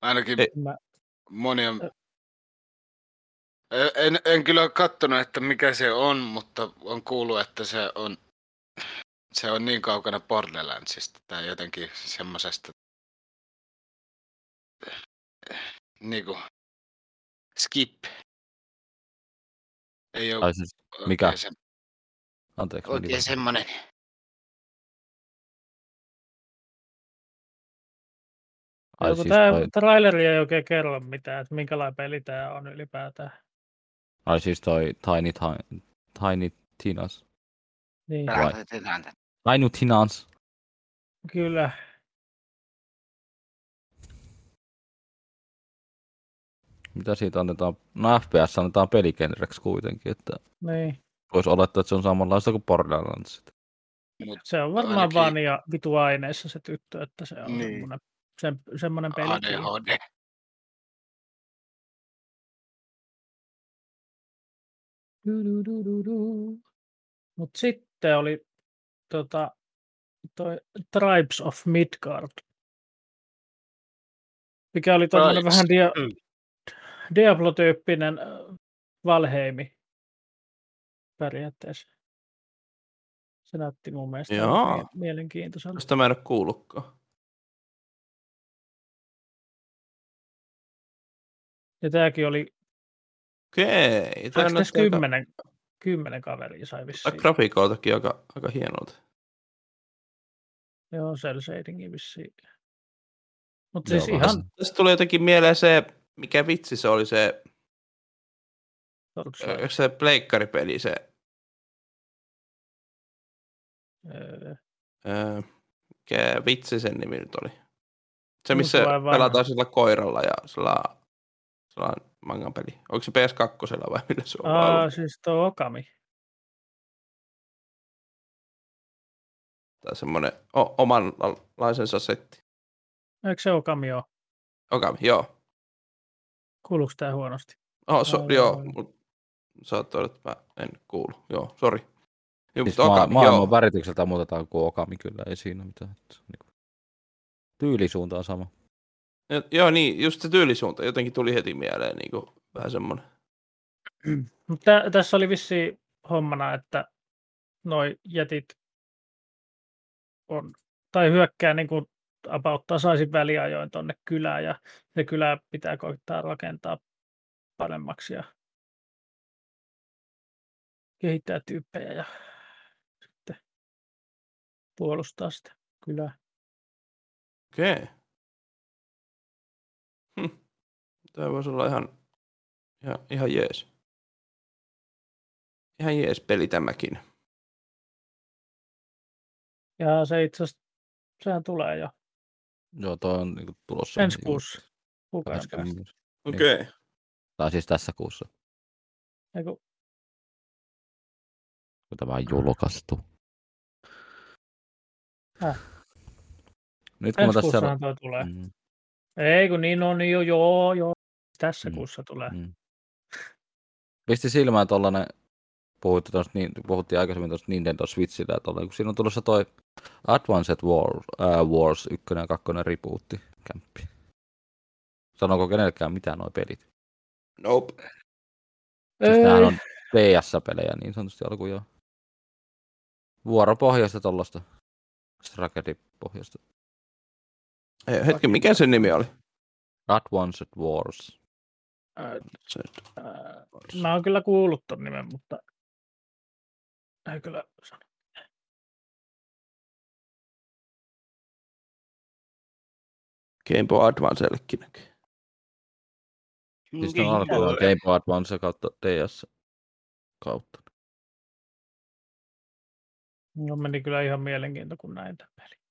Ainakin Ei. Mä, moni on... Ö. En- En, en kyllä ole kattonut, että mikä se on, mutta on kuullut, että se on, se on niin kaukana Borderlandsista tai jotenkin semmoisesta niinku skip. Ei ole tai siis, mikä? oikein se- anteeksi. mä Oikein kiitän. semmonen. Ai joku siis, tää toi, traileri ei oikein kerro mitään, että minkälainen peli tämä on ylipäätään. ai siis toi Tiny, Ti- Tiny Tinas. Niin, Vai. Tehdään tätä. Tiny Tinas. kyllä. Mitä siitä annetaan? No FPS annetaan pelikenreksi kuitenkin, että Niin. voisi olettaa, että se on samanlaista kuin Borderlands. Se on varmaan Ainakin- vaan ja vitu aineissa se tyttö, että se on Niin. niin. se, semmoinen peli. ADHD. Mutta sitten oli tota, toi Tribes of Midgard, mikä oli tuommoinen Tribes. vähän dia- Mm. Diablo-tyyppinen äh, Valheimi periaatteessa. Se näytti mun mielestä aika Joo. mie- mielenkiintoiselta. Tästä mä en ole kuullutkaan. Ja tämäkin oli, Okei. tää oliko tässä näyttää aika- kymmenen, kymmenen kaveria sai vissiin. tää Grafiikoltakin aika, aika hienolta. Joo, cel shadingi vissiin. Mutta Joo, siis vähän ihan Tästä tuli jotenkin mieleen se, mikä vitsi se oli se, Dark Souls. ö, se pleikkaripeli, se, Öö, ö, mikä vitsi sen nimi nyt oli. Se, Mulla missä tulee vanha. pelataan sillä koiralla ja sillä, sillä mangan peli. Onko se PS2 vai millä se on Aa, ollut? siis tuo Okami. Tai semmoinen o- omanlaisensa setti. Eikö se Okami ole? Okei, joo. Kuuluuko tämä huonosti? Oh, so, Aivan. joo, mut saattoi olla, että mä en kuulu. Joo, sori. Joo, Siis mutta maa, Okami, joo. maailman väritykseltä muutetaan kuin Okami, kyllä ei siinä mitään. että se on niinku- Tyylisuunta on sama. Ja- Joo, niin, just se tyylisuunta jotenkin tuli heti mieleen, niin kuin, vähän semmoinen. Mutta tässä oli vissi hommana, että noi jätit on, tai hyökkää niin kuin about tasaisin väliajoin tonne kylään ja se kylä pitää koittaa rakentaa paremmaksi ja kehittää tyyppejä ja sitten puolustaa sitä kylää. Okei. Hm. Tämä voisi olla ihan, ihan, ihan jees. Ihan jees peli tämäkin. Ja se itse asiassa, sehän tulee jo Joo, toi on niinku tulossa. ensi niinku kuussa kuukauden pääskymmenen. päästä. Okei. Okay. Tai siis tässä kuussa, Eiku, kun tämä on julkaistu. Häh? Nyt kun mä ensi tässä... kuussahan toi tulee. Mm, Ei kun niin on, niin jo, joo, joo. Tässä Mm. kuussa tulee. mm. Pisti silmään tollanen, puhuttiin, tosta, niin, puhuttiin aikaisemmin tuosta Nintendo Switchillä, että kun siinä on tulossa toi Advanced War, äh, Wars 1 ja 2 rebootti kämppi. Sanoko kenellekään mitään nuo pelit? Nope. Siis nämähän on PS-pelejä niin sanotusti alkuun jo. Vuoropohjasta tollasta. Strategipohjasta. He, hetki, mikä sen nimi oli? Advanced Wars. Se- Ää, Mä oon kyllä kuullut ton nimen, mutta ei kyllä sano. Game Boy Advancellekin näkyy. Siis ne on alkuun Game Boy Advance kautta DS kautta. Mulla meni kyllä ihan mielenkiinto, kun näin tämän pelin.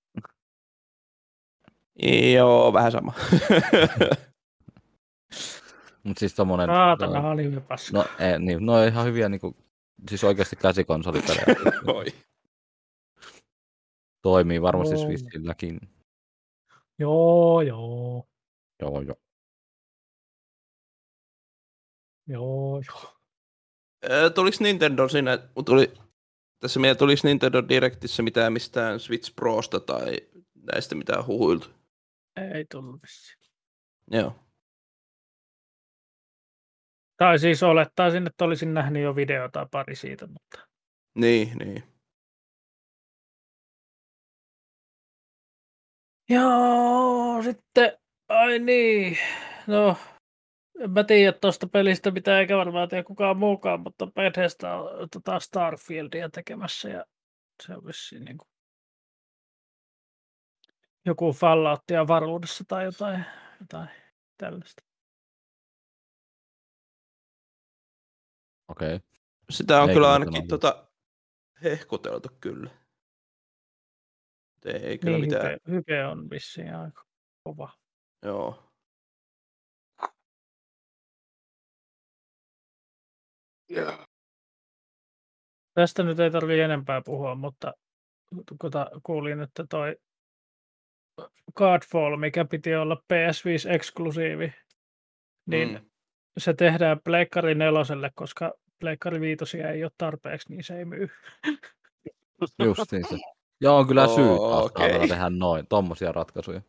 Joo, vähän sama. Mut siis tommonen... Saatana, no, oli hyvä paska. no, ei, niin, no ihan hyviä niinku... Siis oikeasti käsikonsolipelejä. Oi. Toimii varmasti Joo. Switchilläkin. Joo, joo, Joo, joo. joo, joo. Ö, Tuliko Nintendo siinä, mut tuli, tässä meillä tulisi Nintendo Directissä mitään mistään Switch Prosta tai näistä mitään huhuiltu? Ei tullut vissiin. Joo. Tai siis olettaisin, että olisin nähnyt jo videota pari siitä, mutta Niin, niin. Joo, sitten, ai niin, no, en mä tiedä tuosta pelistä mitä eikä varmaan tiedä kukaan muukaan, mutta Bethesda on tota Starfieldia tekemässä ja se on vissiin niin kuin joku Falloutia varuudessa tai jotain, jotain tällaista. Okei. Okay. Sitä on Ei kyllä kyllä ainakin sanonut. tota, hehkuteltu kyllä. Ei kyllä Niin, niin, mitään. hype, hype, on vissiin aika kova. Joo. Joo. Tästä nyt ei tarvitse enempää puhua, mutta kuta, kuulin, että toi Godfall, mikä piti olla PS5-eksklusiivi, niin mm. Mm. se tehdään Pleikkari neloselle, koska Pleikkari viitosia ei ole tarpeeksi, niin se ei myy. Justiin se. Joo, on kyllä syy Oo, taas okei. okay. tehdä noin, tommosia ratkaisuja.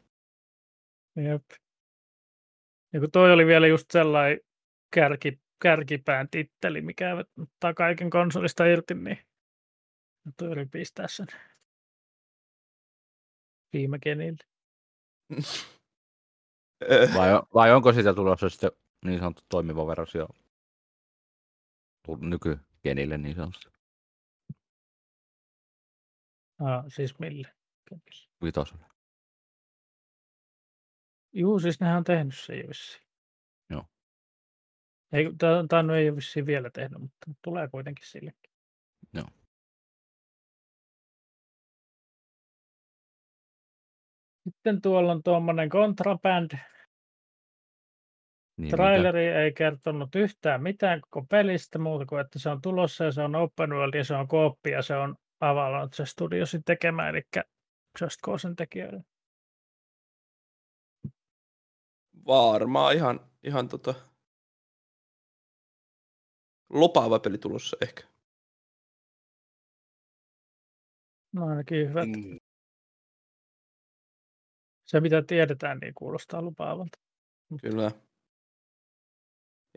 Jep. Ja kun toi oli vielä just sellainen kärki, kärkipään titteli, mikä ottaa kaiken konsolista irti, niin nyt toi oli pistää sen viime genille. Ö, Vai, on- vai onko siitä tulossa sitten niin sanottu toimiva versio Tu- nykygenille niin sanotusti? Ah, siis mille? Genille. Vitoselle. Juu, siis nehän on tehnyt se jo vissiin. Joo. Ei, tämä no ei ole vissiin vielä tehnyt, mutta tulee kuitenkin sillekin. Joo. Sitten tuolla on tuommoinen Contraband. Niin, mikä? Traileri ei kertonut yhtään mitään koko pelistä muuta kuin, että se on tulossa ja se on open world ja se on kooppi ja se on Avalanche Studiosin tekemä, eli Just Causein tekijöiden. Varmaan ihan, ihan tota... lupaava peli tulossa ehkä. No ainakin hyvät Mm. se mitä tiedetään, niin kuulostaa lupaavalta. Kyllä.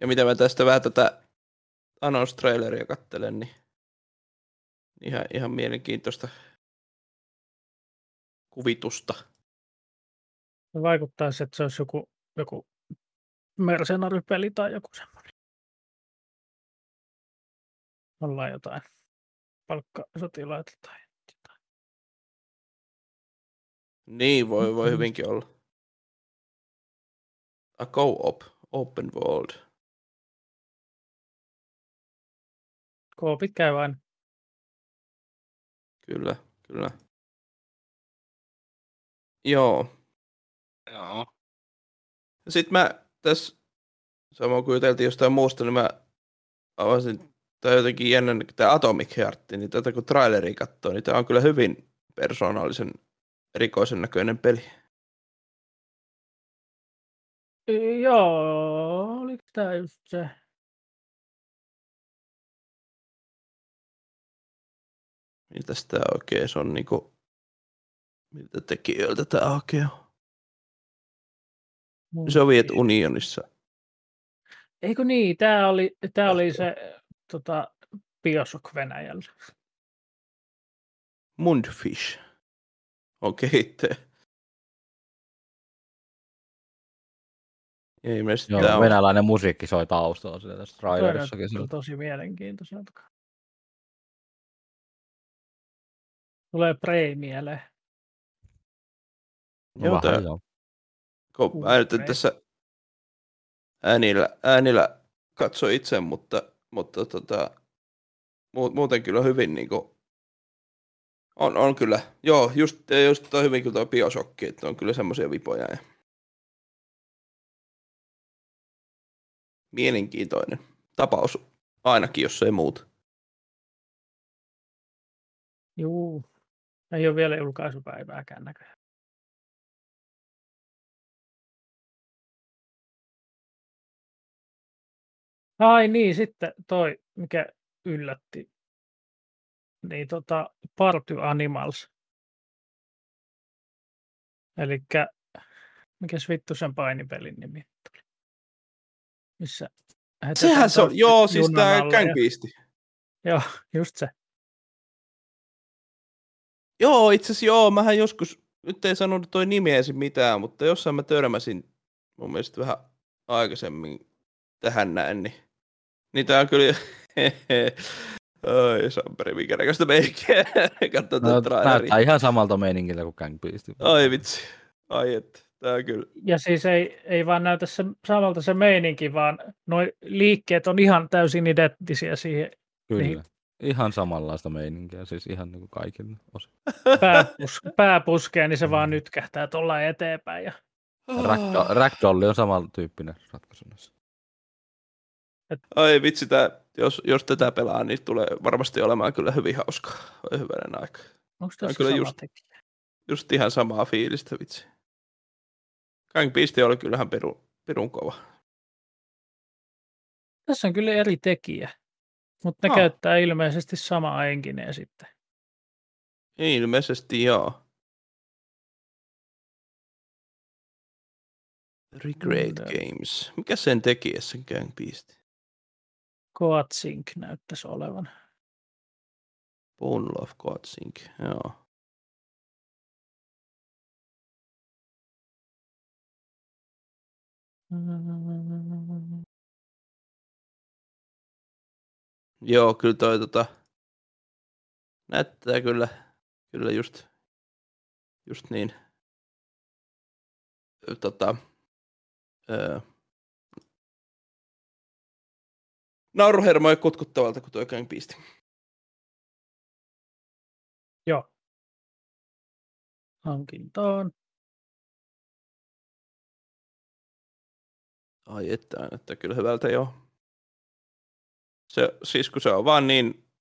Ja mitä mä tästä vähän tätä Anons-traileria kattelen, niin ihan, ihan mielenkiintoista kuvitusta. Se vaikuttaisi, että se olisi joku, joku mercenarypeli tai joku semmoinen. Ollaan jotain palkkasotilaita tai jotain. Niin, voi, voi Mhm. hyvinkin olla. A co-op, open world. Koopit käy aina. Kyllä, kyllä. Joo. Joo. Sitten mä tässä, samoin kuin juteltiin jostain muusta, niin mä avasin, tai jotenkin jännä, tämä Atomic Heart, niin tätä kun traileri katsoo, niin tämä on kyllä hyvin persoonallisen erikoisen näköinen peli. Y- Joo, oliko tämä just se? Mitä sitä oikein se on niinku Miltä tekijöiltä tämä hakee? Soviet unionissa. Eikö niin, tämä oli, tää oli se tota, Bioshock Venäjällä. Mundfish. Okei, okay, Ei me Joo, sitä on. venäläinen musiikki soi taustalla siellä tässä Toi trailerissakin. näyttää sillä- tosi mielenkiintoiselta. Tulee Prey mieleen. No Joo, vähän tää- joo. Kun mä nyt en Uhrei. tässä äänillä, äänillä katso itse, mutta, mutta tota, mu- muuten kyllä hyvin niin kuin, on, on kyllä. Joo, just, just toi hyvin kyllä toi biosokki, että on kyllä semmoisia vipoja. Ja... Mielenkiintoinen tapaus, ainakin jos ei muuta. Juu. Ei ole vielä julkaisupäivääkään näköjään. Ai niin, sitten toi, mikä yllätti. Niin tota, Party Animals. Eli mikäs vittu sen painipelin nimi tuli? Missä? heitetään Sehän se on, tortti joo, siis junan tämä alle ja- känkiisti. Joo, just se. Joo, itse asiassa joo, mähän joskus, nyt ei sanonut toi nimi ensin mitään, mutta jossain mä törmäsin mun mielestä vähän aikaisemmin tähän näin, niin, niin tää on kyllä, Ai Samperi, minkä näköistä meikiä. Katso No, no, näyttää ihan samalta meiningiltä kuin Gang Beast. Ai vitsi. Ai et. Tää on kyllä. Ja siis ei, ei vaan näytä se, samalta se meininki, vaan nuo liikkeet on ihan täysin identtisiä siihen Kyllä. niin. Ihan samanlaista meininkiä, siis ihan niin kuin kaikille osin. pääpus, pääpuskeen, niin se vaan nytkähtää tuolla eteenpäin. Ja, Oh. Ragdo- Ragdolli on samantyyppinen ratkaisu näissä. Ai vitsi, tää, jos, jos tätä pelaa, niin tulee varmasti olemaan kyllä hyvin hauskaa. Oi hyvänen aika. onko Tää on tässä kyllä sama just- tekijä? Just ihan samaa fiilistä, vitsi. Gang Beast oli kyllähän pirun, pirun kova. Tässä on kyllä eri tekijä, mutta ne Ah. käyttää ilmeisesti samaa engineä sitten. Ilmeisesti joo. Regret Mm, Games. Mikä sen teki, sen Gang Beast? Coatsink näyttäisi olevan. Bone Love God Sync, joo. Joo, kyllä toi tota, näyttää kyllä, kyllä just, just niin, ö, tota, öö, nauruhermoja kutkuttavalta, kun toi Gang Beast. Joo. Hankintaan. Ai että, näyttää kyllä hyvältä joo. Se, siis kun se on vaan niin,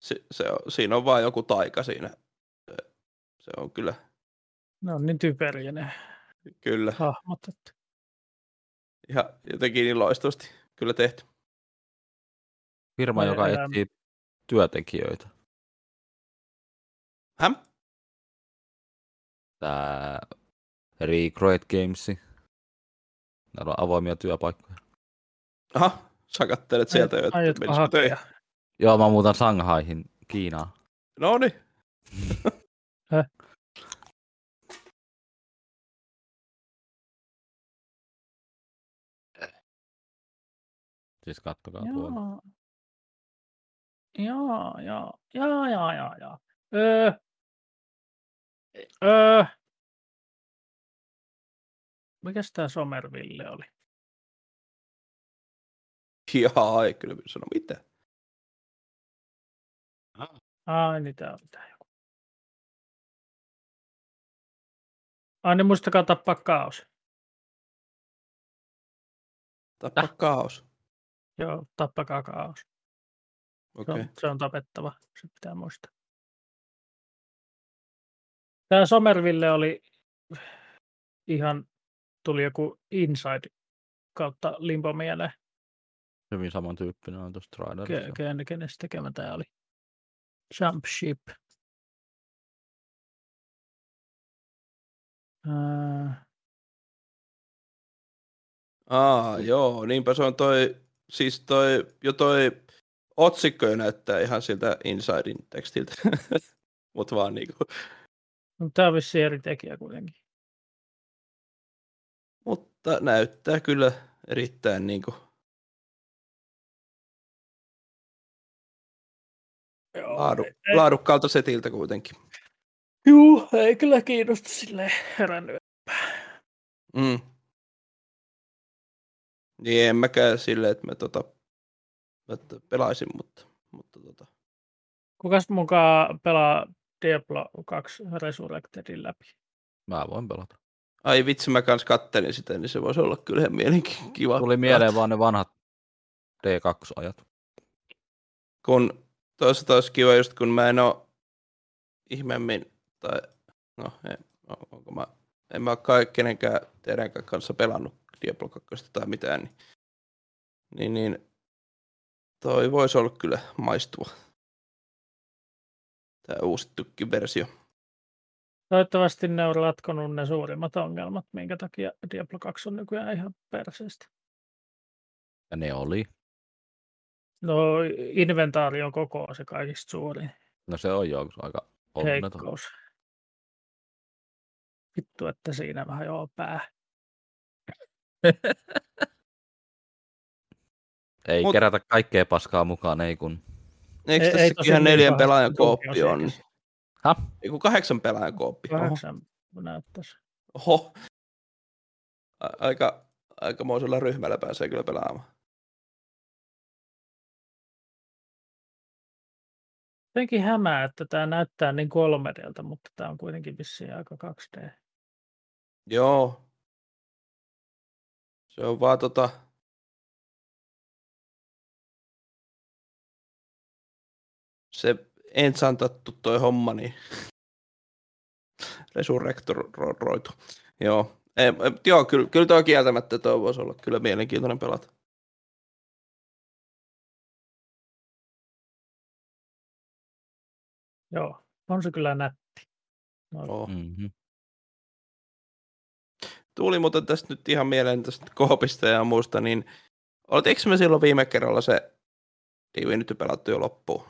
se, se on, siinä on vaan joku taika siinä. Se, se on kyllä, Ne on niin typeriä ne kyllä, hahmot. että- ihan jotenkin niin loistavasti kyllä tehty. Firma, Ai, joka älä- etsii työntekijöitä. Häm? Tää Recruit Games. Täällä on avoimia työpaikkoja. Aha, sä kattelet sieltä jo, että Aiotko menisikö töihin. hakea? Joo, mä muutan Shanghaihin, Kiinaan. No niin, Siis kattokaa tuolla. Joo. Joo, joo, joo, joo, joo, joo. Öö, öö, mikäs tää Somerville oli? jaa, ei kyllä sano mitään. Ai, niin tää oli tää joku. Ai, niin muistakaa tappaa kaos. Tappa kaos. Joo, tappakaa kaos. Se Okei. on, se on tapettava, se pitää muistaa. Tämä Somerville oli ihan, tuli joku Inside kautta Limbo mieleen, Hyvin samantyyppinen on tuossa trailerissa. ke, ke, kenestä tekemä tämä oli. Jump Ship. Ää, Aa, joo, niinpä se on toi, siis toi, jo toi otsikko jo näyttää ihan siltä Insidein tekstiltä, mutta vaan niinku, no, tämä on vissiin eri tekijä kuitenkin. mutta näyttää kyllä erittäin niinku, laadu, ei- laadukkaalta setiltä kuitenkin. Juu, ei kyllä kiinnosta silleen herännyt. Mm. Niin en mäkään silleen, että mä tota, että pelaisin, mutta, mutta tota. Kukas mukaan pelaa Diablo 2 Resurrectedin läpi? Mä voin pelata. Ai vitsi, mä kans kattelin sitä, niin se voisi olla kyllä ihan mielenkiin kiva. Tuli mieleen vaan ne vanhat D2-ajat. kun toisaalta olisi kiva just kun mä en oo ihmeemmin, tai no en, o- onko mä, en mä oo kai kenenkään teidänkään kanssa pelannut Diablo 2 tai mitään, niin, niin, niin toi voisi olla kyllä maistuva. Tää uusittukin versio. Toivottavasti ne on ratkonut ne suurimmat ongelmat, minkä takia Diablo 2 on nykyään ihan perseestä. Ja ne oli. No inventaarion koko on se kaikista suurin No se on jo aika onneton. heikkous. Vittu, että siinä vähän joo pää. Ei Mut- Mut... kerätä kaikkea paskaa mukaan, ei kun. Eikö Ei- ei, ei tässä tosi ihan niin neljän pahasti pelaajan kuin Donkey kooppi on? Kongissa. niin- Häh? Ei kun kahdeksan pelaajan kooppi. Oho. Kahdeksan näyttäisi. Oho. A- Aika, aikamoisella ryhmällä pääsee kyllä pelaamaan. Jotenkin hämää, että tämä näyttää niin 3Dltä, mutta tämä on kuitenkin vissiin aika 2D. Joo. Se on vaan tota... Se ensantattu toi homma, niin resurrektoroitu. Joo. Ei, ei, joo, kyllä, kyllä toi kieltämättä toi voisi olla kyllä mielenkiintoinen pelata. Joo, on se kyllä nätti. Joo. Mm-hmm. Tuli muuten tästä nyt ihan mieleen tästä koopista ja muusta, niin oltiinko me silloin viime kerralla se Divinity pelattu jo loppuun?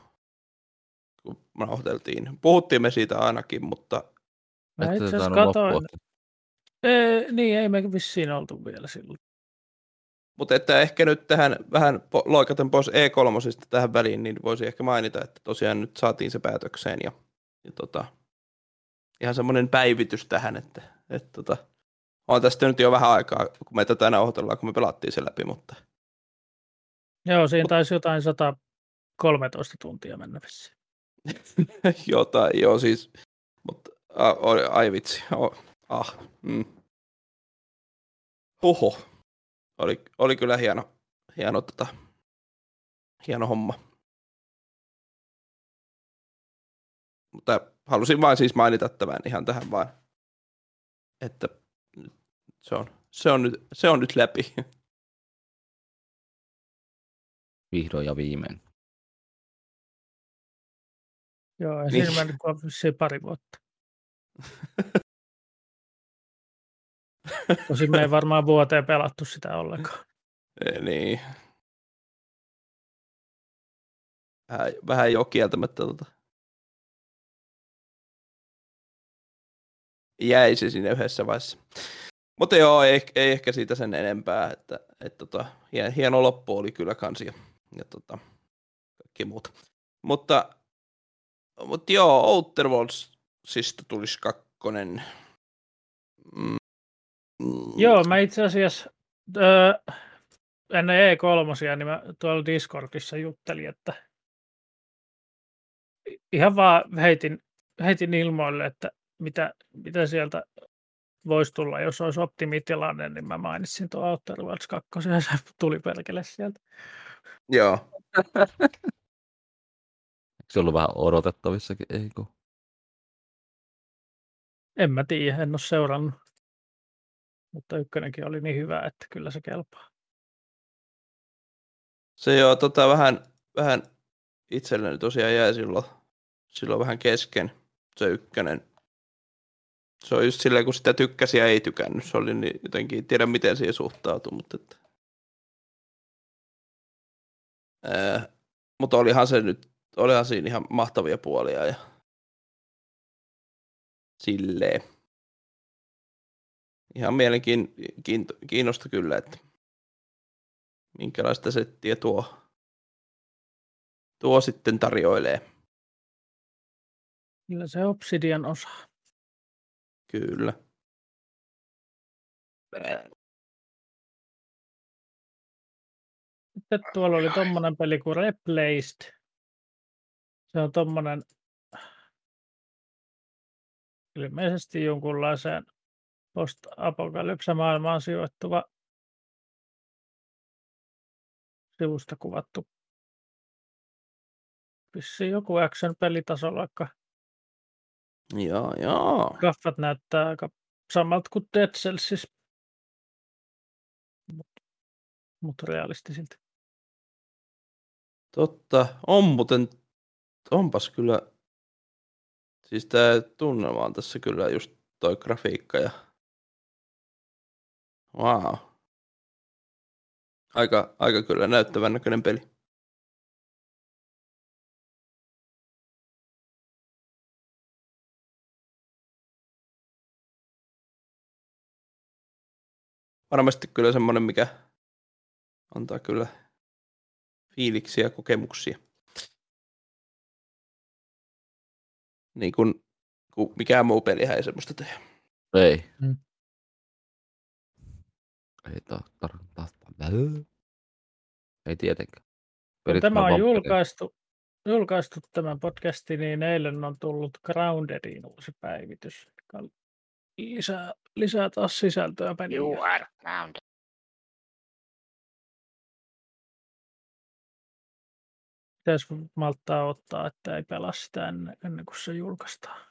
Kun me nauhoiteltiin. Puhuttiin me siitä ainakin, mutta Mä itse asiassa katoin. Ee, niin, ei me vissiin oltu vielä silloin. Mutta että ehkä nyt tähän vähän po- loikaten pois E3 tähän väliin, niin voisi ehkä mainita, että tosiaan nyt saatiin se päätökseen ja, ja tota, ihan semmoinen päivitys tähän, että, että tota, on tästä nyt jo vähän aikaa, kun me tätä nauhoitellaan, kun me pelattiin se läpi, mutta Joo, siinä taisi jotain 113 tuntia mennä vissiin. jotain, joo siis, mutta a, o- ai vitsi, o- ah, mm. Huhu. Oli, oli kyllä hieno, hieno, tota, hieno homma. Mutta halusin vain siis mainita tämän ihan tähän vaan, että nyt se on, se on, nyt, se on nyt läpi. Vihdoin ja viimein. Joo, ei Niin. siinä mennyt kuin vissiin pari vuotta. Tosin me ei varmaan vuoteen pelattu sitä ollenkaan. niin. Vähän, vähän jo kieltämättä tota. Jäi se sinne yhdessä vaiheessa. Mutta joo, ei, ei, ehkä siitä sen enempää, että et tota, hie- hieno loppu oli kyllä kansi ja, ja tota, kaikki muuta. Mutta, mutta joo, Outer Worldsista tulisi kakkonen. Mm. Mm. Joo, mä itse asiassa öö, ennen E3, niin mä tuolla Discordissa juttelin, että ihan vaan heitin, heitin ilmoille, että mitä, mitä sieltä voisi tulla, jos olisi optimitilanne, niin mä mainitsin tuo Outer Worlds 2 ja se tuli perkele sieltä. Joo. Eikö se ollut vähän odotettavissakin? Ei kun. En mä tiedä, en ole seurannut. Mutta ykkönenkin oli niin hyvä, että kyllä se kelpaa. Se joo, tota, vähän, vähän itselleni tosiaan jäi silloin, silloin vähän kesken se ykkönen. Se on just silleen, kun sitä tykkäsi ja ei tykännyt. Se oli niin jotenkin, en tiedä miten siihen suhtautui, mutta että... Ää, mutta olihan se nyt, olihan siinä ihan mahtavia puolia ja silleen. Ihan mielenkiinnosta kyllä, että minkälaista settiä tuo, tuo sitten tarjoilee. Kyllä se Obsidian osaa. Kyllä. Sitten tuolla oli tommonen peli kuin Replaced. Se on tommonen ilmeisesti jonkunlaiseen post-apokalypse-maailmaan sijoittuva sivusta kuvattu. Vissiin joku action-pelitasolla, vaikka Joo, joo. graffat näyttää aika samalta kuin Dead Cells, siis. mutta mut realistisilta. Totta. On muuten, onpas kyllä, siis tää tunnelma on tässä kyllä just toi grafiikka ja wow. Aika, aika kyllä näyttävän näköinen peli. Varmasti kyllä semmoinen, mikä antaa kyllä fiiliksiä ja kokemuksia. Niin kun, kun mikään muu pelihän ei semmoista tee. Ei. Mm. Ei ta- tar- ta- ta- Ei tietenkään. Kun Pelit No tämä vaan on vampyyreitä. julkaistu, julkaistu tämä podcasti, niin eilen on tullut Groundediin uusi päivitys. joka on Lisää, lisää taas sisältöä peliin. You are grounded. Pitäisi malttaa ottaa, että ei pelaa sitä ennen, ennen kuin se julkaistaan.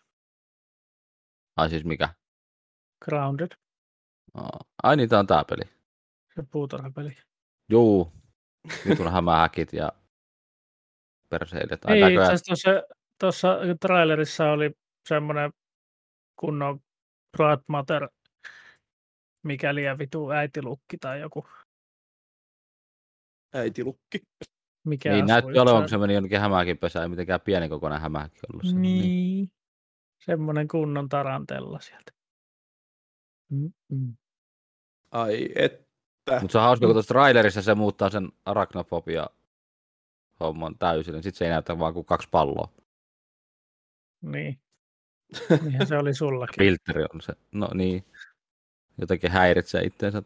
Ai siis mikä? Grounded, Aa, Ai niin, tää on tää peli. se puutarhapeli. Juu. Vitun hämähäkit ja perseilet. Ai Ei, Niin, itse näköjään. asiassa tuossa, tuossa trailerissa oli semmoinen kunnon Brad Mater, mikäli ja vitu äitilukki tai joku. Äiti lukki. Mikä Niin asuu näytti olevan, kun yksin. se meni jonnekin hämähäkin pesään. Ei mitenkään pieni kokoinen hämähäkki ollut. siellä. Niin. Semmoinen kunnon tarantella sieltä. Mm, Mm-mm. Ai et. Mutta se on hauska, kun tuossa trailerissa se muuttaa sen arachnofobia homman täysin. Sitten se ei näytä vaan kuin kaksi palloa. Niin. Niinhän se oli sullakin. Filteri on se. No niin. Jotenkin häiritsee itseensä,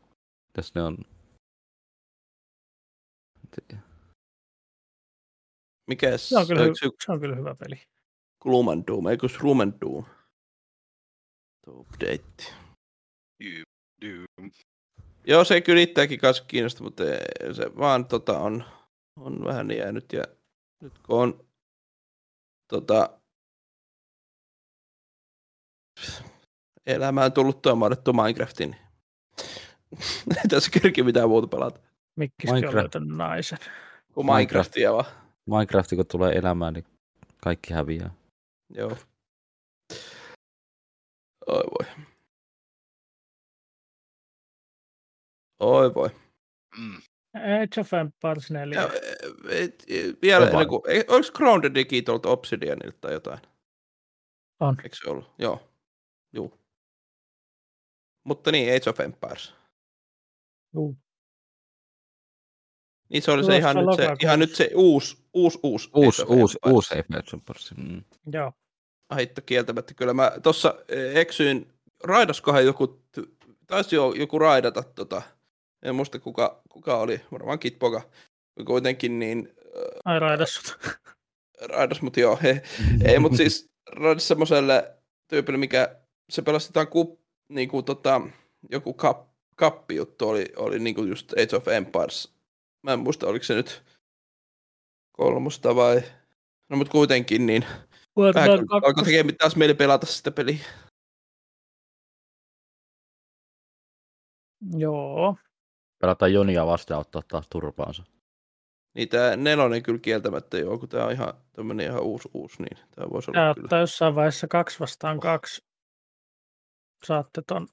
jos ne on... Mikäs? Se on kyllä, oliko hy- se se on kyllä hyvä peli. Gloom and Doom, eikö se Gloom and Doom? Tuo Update. Doom. Joo, se kyllä itseäkin kanssa kiinnostaa, mutta ei- se vaan tota, on, on vähän niin jäänyt. Ja nyt kun on tota, elämään tullut tuomaudettu Minecraftin, niin ei tässä kerki mitään muuta pelata Mikkiskin on Minecraft. löytänyt naisen. kuin Minecraft. Minecraftia vaan. Minecraft, kun tulee elämään, niin kaikki häviää. Joo. Oi voi. Oi voi. Mm. Age of Empires 4. Ja, et, et, eh, vielä Oi vai. ennen kuin, eh, oliko Groundedikin tuolta Obsidianilta tai jotain? On. Eikö se ollut? Joo. Juu. Mutta niin, Age of Empires. Juu. Niin se oli se Tulossa ihan, nyt se, lokakuussa. ihan nyt se uusi, uusi, uusi. Uusi, Age of uusi, Empires. uusi Eiffelsumpersi. Mm. Joo. Ai hitto, kieltämättä. Kyllä mä tossa eh, eksyin, raidaskohan joku, ty- taisi jo, joku raidata tota, en muista kuka, kuka oli, varmaan Kitpoka, kuitenkin niin äh, Ai raida sut. raidas, mutta joo, he, ei, mutta siis raidas semmoiselle tyypille, mikä se pelastetaan ku, niin kuin tota, joku kap, kappijuttu oli, oli niin kuin just Age of Empires. Mä en muista, oliko se nyt kolmosta vai, no mutta kuitenkin niin, Vähän Vuodelta kyllä. Alkoi tekemään taas mieli pelata sitä peliä. Joo. Pelataan Jonia vastaan ja ottaa taas turpaansa. Niin tää nelonen kyllä kieltämättä joo, kun tää on ihan tämmönen ihan uusi uusi, niin tää voisi olla Tää kyllä. ottaa jossain vaiheessa kaksi vastaan kaksi saatte ton,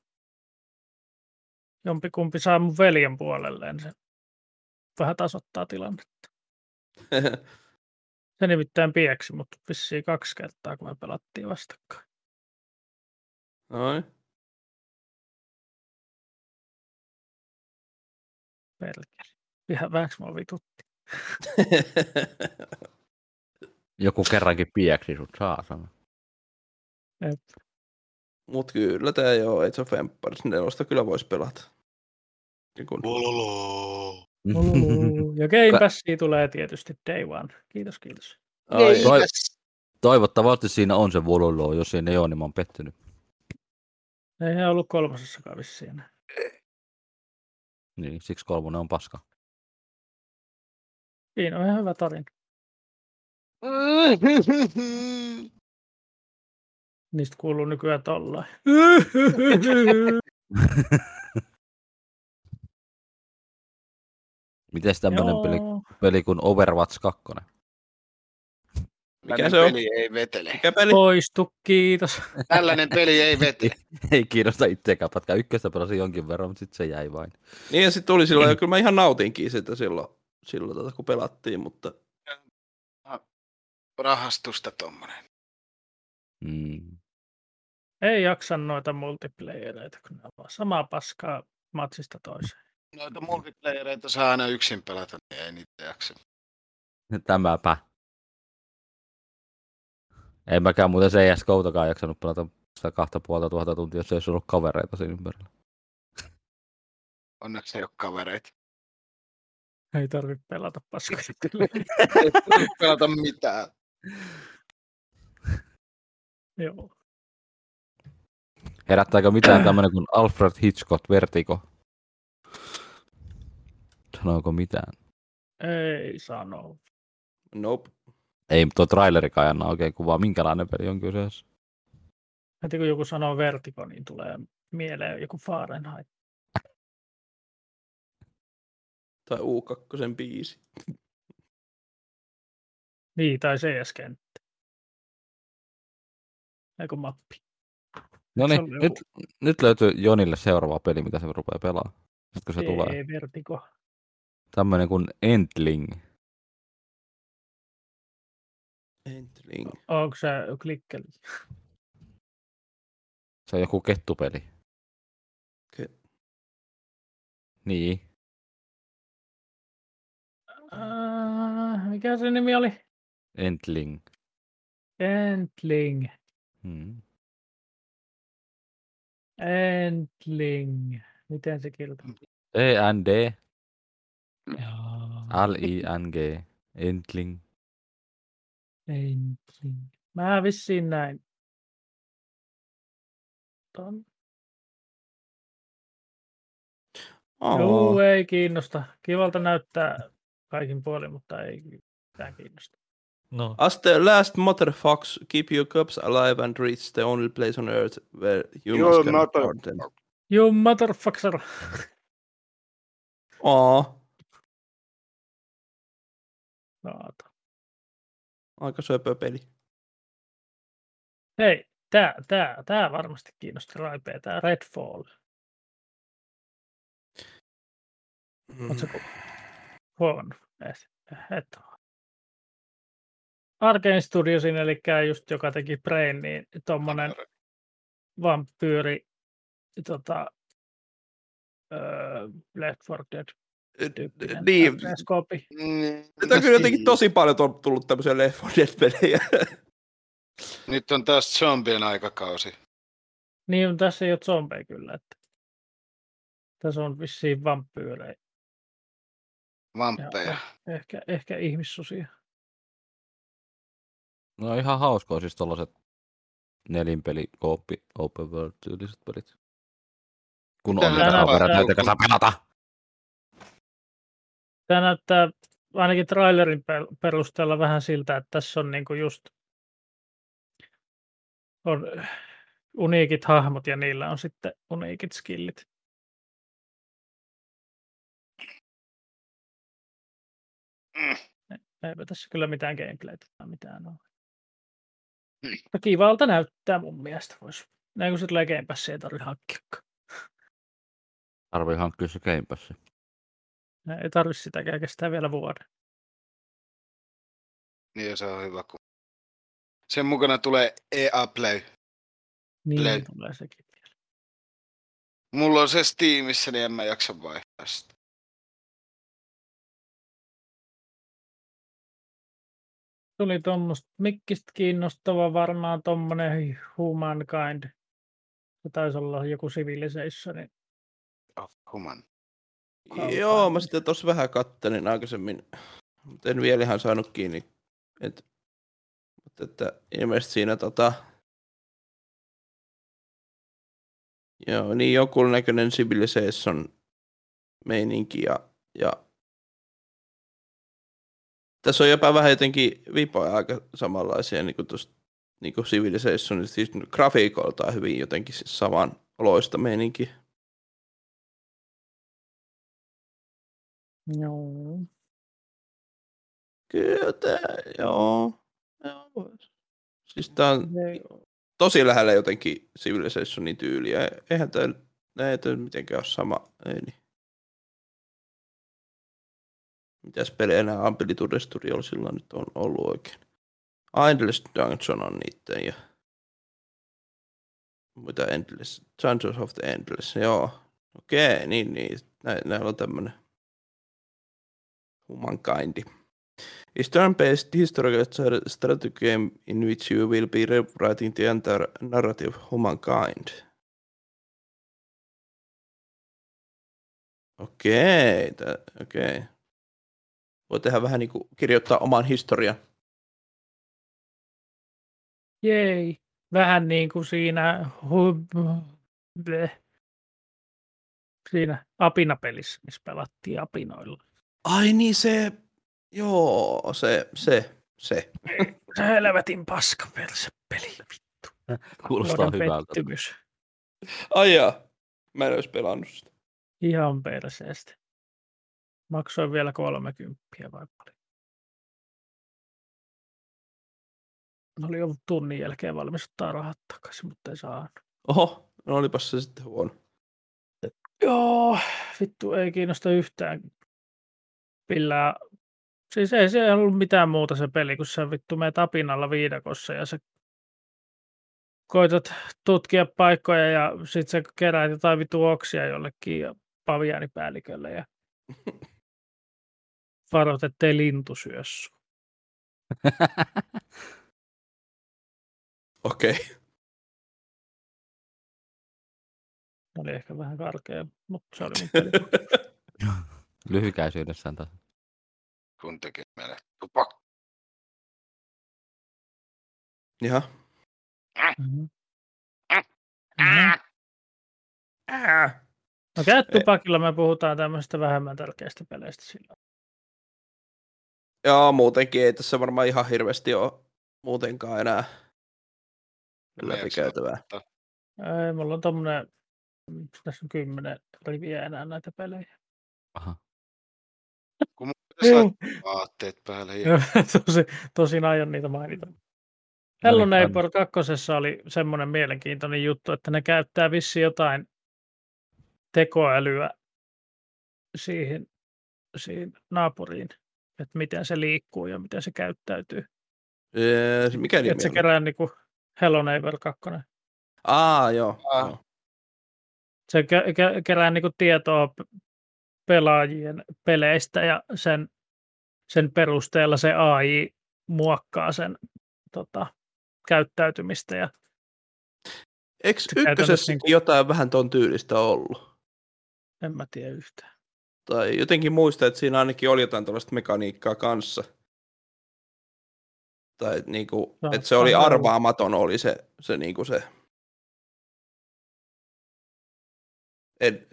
jompikumpi saa mun veljen puolelleen, se vähän tasoittaa tilannetta. Se nimittäin pieksi, mutta vissiin kaksi kertaa, kun me pelattiin vastakkain. Noin. Pelkäri. Ihan vähäksi mua vitutti. Joku kerrankin pieksi sut saa sanoa. Jep. Mut kyllä tää joo, Age of Empires 4 kyllä vois pelata. Niin kun, Ololo. Uluu. Ja Game Passia tulee tietysti day one. Kiitos, kiitos. ai, Toi- Toivottavasti siinä on se vololo, jos ei ne ole, niin mä oon pettynyt. Ei ne ollut kolmosessakaan vissiin enää. Niin, siksi kolmonen on paska. Siinä on ihan hyvä tarina. Niistä kuuluu nykyään tollain. Miten tämmönen peli, Joo. peli kuin Overwatch 2? Mikä Tällainen se on? peli ei vetele. Mikä peli? Poistu, kiitos. Tällainen peli ei vetele. ei kiinnosta itseäkään patka. Ykköstä pelasin jonkin verran, mutta sitten se jäi vain. Niin ja sit tuli silloin, ja kyllä mä ihan nautinkin sitä silloin, silloin tota, kun pelattiin, mutta Rahastusta tommonen. Mm. Ei jaksa noita multiplayereita, kun ne on vaan samaa paskaa matsista toiseen. Noita multiplayereita saa aina yksin pelata, niin ei niitä jaksa. Tämäpä. En mäkään muuten CSGOtakaan jaksanut pelata sitä kahta puolta tuhatta tuntia, jos ei olisi ollut kavereita siinä ympärillä. Onneksi ei ole kavereita. Ei tarvitse pelata paskaa. Ei tarvitse pelata mitään. Joo. Herättääkö mitään tämmönen kuin Alfred Hitchcock Vertigo? Sanooko mitään? Ei sano. nope. Ei tuo trailerikaan ei anna oikein kuvaa, minkälainen peli on kyseessä. Heti kun joku sanoo vertiko, niin tulee mieleen joku Fahrenheit. Tai U2 biisi. Niin, tai CS-kenttä. Eiku mappi. No Se niin, on joku- nyt, nyt löytyy Jonille seuraava peli, mitä se rupeaa pelaamaan. Sitten kun se tulee. Ei, vertiko. Tämmönen kuin Entling. Entling. Onko se klikkeli? Se on joku kettupeli. Ke- Niin. Äh, mikä se nimi oli? Entling. Entling. Hmm. Entling. Miten se kirjoitetaan? E-N-D. Joo. L-I-N-G. Entling. Entling. Mä vissiin näin. Ton. Juu, Aa, ei kiinnosta. Kivalta näyttää kaikin puolin, mutta ei mitään kiinnosta. No. As the last motherfucks, keep your cups alive and reach the only place on earth where you You're must not a- guard them. You motherfucker. Aa, Naata. aika söpö peli. Hei, tää, tää, tää varmasti kiinnosti raipea, tää Redfall. Mm. Oot sä ku- huomannut? ees? Et oo. Arkane Studiosin, eli just joka teki Brain, niin tommonen vampyyri tota, öö, Left 4 Dead tyyppinen Niin, arkanoskoopi. Mm, nyt on kyllä jotenkin tosi paljon tuon- tullut tämmöisiä Left 4 Dead-pelejä. Nyt on taas zombien aikakausi. Niin, mutta tässä ei ole zombeja kyllä. Että. Tässä on vissiin vampyyrejä, Vamppeja. ehkä, ehkä ihmissusia. no ihan hauskoa siis tollaset nelinpeli, kooppi, open world tyyliset pelit. Kun on Mitähän niitä nämä kavereita, on? joita saa pelata. Tämä näyttää ainakin trailerin pe- perusteella vähän siltä, että tässä on niinku just on uniikit hahmot ja niillä on sitten uniikit skillit. Mm. Eipä tässä kyllä mitään gameplaytä tai mitään ole. Mm. Mutta kivalta näyttää mun mielestä. Voisi Näin kun se tulee Game Passiin, ei tarvitse hankkia. Tarvii hankkia se Game Pass. Nää Ei tarvitse sitäkään kestää vielä vuoden. Niin se on hyvä. Kun... Sen mukana tulee EA Play. Niin Play. tulee sekin vielä. Mulla on se Steamissa, niin en mä jaksa vaihtaa sitä. Tuli tuommoista mikkistä kiinnostava varmaan tuommoinen Humankind. Se taisi olla joku Civilizationin Oh, human. Kaukaa. Joo, mä sitä tuossa vähän kattelin aikaisemmin, mutta en vielä ihan saanut kiinni. Et, mutta että ilmeisesti siinä tota... Joo, niin joku näköinen Civilization meininki ja, ja... Tässä on jopa vähän jotenkin vipoja aika samanlaisia niin kuin tuosta niin kuin Civilization, siis grafiikoltaan hyvin jotenkin siis saman oloista meininki. niin Joo. Kyllä, tää, joo. joo. Siis tää on Ei. tosi lähellä jotenkin Civilizationin tyyliä. Eihän tää, ei tää mitenkään ole sama. Ei niin. Mitäs pelejä enää Amplitude Studiolla silloin nyt on ollut oikein? Endless Dungeon on niitten ja mitä Endless, Dungeons of the Endless, joo. Okei, niin, niin. Nä, näillä on tämmönen humankindi. Is turn-based historical stra- strategy game in which you will be rewriting the entire narrative of humankind. Okei, tä- okei. Voi tehdä vähän niin kuin kirjoittaa oman historian. Jei. Vähän niin kuin siinä, hu... bleh. siinä apinapelissä, missä pelattiin apinoilla. Ai niin se, joo, se, se, se. Se helvetin paska persepeli. Kuulostaa Vuoden hyvältä. pettymys. Ai jaa. Mä en olisi pelannut sitä. Ihan perseestä. Maksoin vielä 30 vai paljon. Oli ollut tunnin jälkeen valmis ottaa rahat takaisin, mutta ei saanut. Oho, no olipas se sitten huono. Joo, vittu ei kiinnosta yhtään. Pillä, siis ei se ollut mitään muuta se peli, kun sä vittu meet apinalla viidakossa ja sä koitat tutkia paikkoja ja sit sä keräät jotain vitu oksia jollekin ja paviaanipäällikölle ja varot, ettei lintu syö sua. Okei. Tää Oli ehkä vähän karkea, mutta se oli mun peli. Lyhykäisyydessään taas. Kun teki meille tupak. Jaha. Mhm. Äh, Mhm. Ää. No tupakilla me puhutaan tämmöisistä vähemmän tärkeistä peleistä silloin. Joo, muutenkin ei tässä varmaan ihan hirveästi ole muutenkaan enää läpikäytävää. Ei, mulla on tommonen, miks tässä on kymmenen riviä enää näitä pelejä. Aha. Niin. Saat vaatteet päälle. Ja... Tosi, tosin aion niitä mainita. No Hello niin, Neighbor 2 oli semmoinen mielenkiintoinen juttu, että ne käyttää vissi jotain tekoälyä siihen, siihen naapuriin, että miten se liikkuu ja miten se käyttäytyy. Öö, Mikä nimi Että se on? kerää niinku Hello Neighbor 2. Aa, joo. Aa. joo. se kä- kä- kerää niinku tietoa p- pelaajien peleistä ja sen, sen perusteella se AI muokkaa sen tota, käyttäytymistä. Ja, Eikö Se käytännössä ykkösessä niinku- jotain vähän ton tyylistä ollut? en mä tiedä yhtään. Tai jotenkin muista, että siinä ainakin oli jotain tällaista mekaniikkaa kanssa. Tai et niinku, Saattaa että se oli olla. arvaamaton, oli se, se niinku se. En,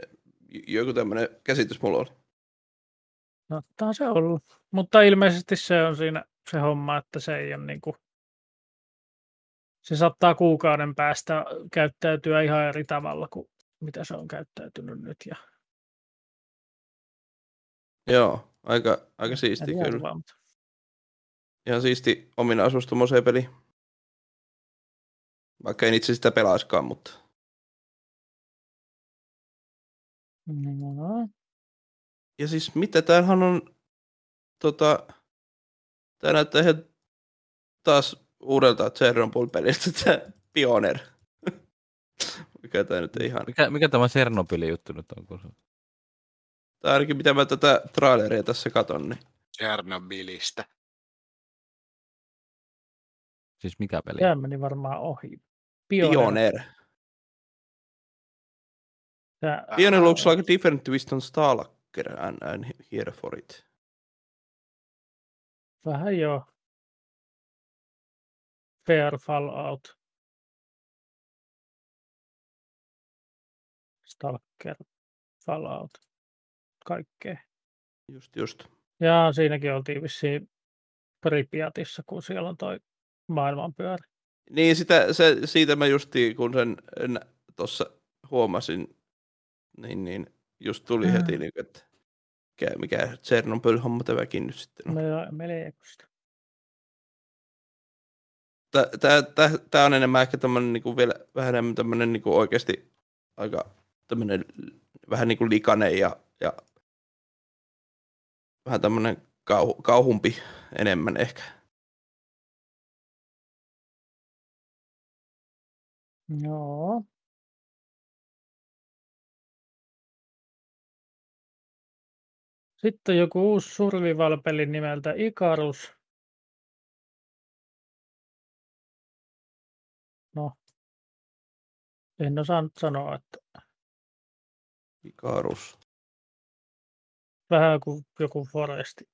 joku tämmöinen käsitys mulla oli. Saattaa No, se ollut. Mutta ilmeisesti se on siinä se homma, että se ei ole niinku, se saattaa kuukauden päästä käyttäytyä ihan eri tavalla kuin mitä se on käyttäytynyt nyt. Ja, Joo, aika, aika siisti ja kyllä. muualla, mutta Ihan siisti ominaisuus tuommoiseen peliin. Vaikka en itse sitä pelaiskaan, mutta No, Ja siis mitä, tämähän on, tota, tää näyttää ihan taas uudelta Chernobyl-peliltä tää Pioneer. Mikä tää nyt ei ihan, Mikä, mikä tämä Chernobylin juttu nyt on? Kun se... tää ainakin mitä mä tätä traileria tässä katon, niin Chernobylistä. Siis mikä peli? tämä meni varmaan ohi. Pioneer. Tää, Pioneer looks like a different twist on Stalker and I'm here for it. vähän joo. Fair Fallout. Stalker, Fallout, kaikkea. Just, just. Ja siinäkin oltiin vissiin Pripyatissa, kun siellä on toi maailmanpyörä. Niin, sitä, se, siitä mä justiin, kun sen tuossa huomasin, niin, niin just tuli Mm. heti, niin, että mikä, mikä Chernobyl-homma tämäkin nyt sitten on. Meillä on meliekosta. Tämä on enemmän ehkä tämmöinen niin vielä vähän enemmän tämmöinen niin oikeasti aika tämmöinen vähän niin kuin likainen ja, ja vähän tämmöinen kauhu, kauhumpi enemmän ehkä. Joo. Sitten joku uusi survival-peli nimeltä Icarus. No. En osaa nyt sanoa, että Ikarus. vähän kuin joku foresti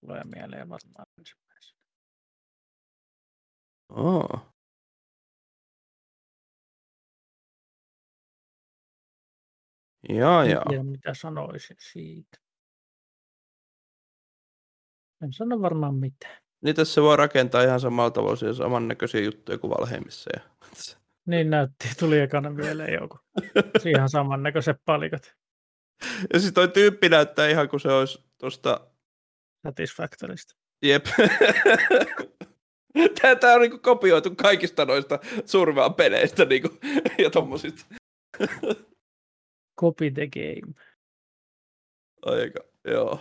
tulee mieleen varmaan ensimmäisenä. Oh. Jaa, En jaa. tiedä, mitä sanoisin siitä. En sano varmaan mitään. Niin tässä voi rakentaa ihan samalla tavalla siellä samannäköisiä juttuja kuin Valheimissa. Ja... Niin näytti, tuli ekana mieleen joku. Ihan samannäköiset palikat ja siis toi tyyppi näyttää ihan kuin se olisi tuosta Satisfactorista. Jep. Tää, tää on niinku kopioitu kaikista noista survaan peleistä niinku, ja tommosista. Copy the game. Aika, joo.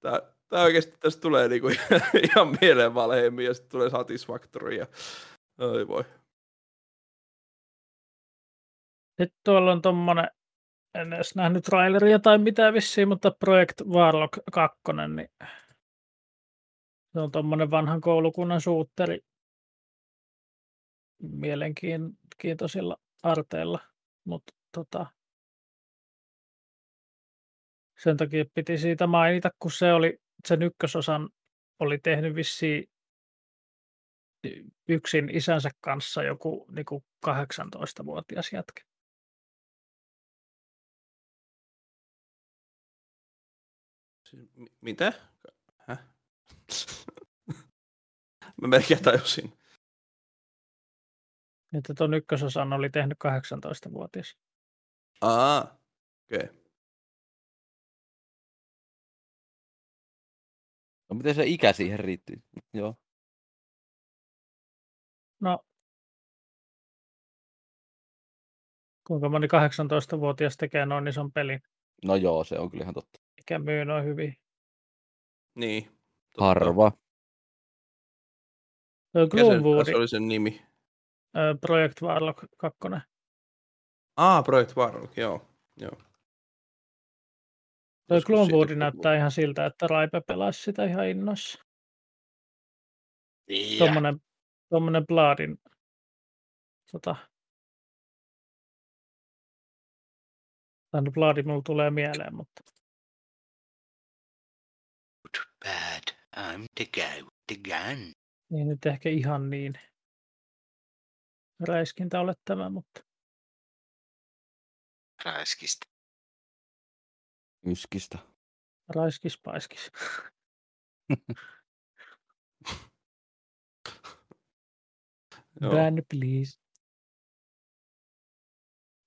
Tää, tää oikeesti tästä tulee niinku ihan mieleen valheemmin ja sitten tulee Satisfactory ja oi voi. Sitten tuolla on tommonen, en edes nähnyt traileria tai mitään vissiin, mutta Project Warlock 2, niin se on tommonen vanhan koulukunnan suutteri mielenkiintoisilla arteilla, mutta tota, sen takia piti siitä mainita, kun se oli, sen ykkösosan oli tehnyt vissiin y- yksin isänsä kanssa joku niin 18-vuotias jätkä. Siis mi- Mitä? Häh? Mä melkein tajusin. Että tuon ykkösosan oli tehnyt 18-vuotias. Aa, okei. Okay. No miten se ikä siihen riittyy? Joo. Kuinka moni 18-vuotias tekee noin ison pelin, No joo, se on kyllä ihan totta. mikä myy noin hyvin. Niin. Totta. Harva. Tuo Mikä se, no, Gloomwood, se oli sen nimi? ö, Project Warlock 2. Aa, Project Warlock, joo. joo. Tuo Joskus Gloomwood siitäkin näyttää ihan siltä, että Raipe pelasi sitä ihan innossa. Yeah. Tuommoinen, tuommoinen Bladin tota, Tämä Bladi mulla tulee mieleen, mutta Bad. I'm the guy with the gun. ei nyt ehkä ihan niin räiskintä ole tämä, mutta Räiskistä. Yskistä. raiskis paiskis. Joo. Ban, please.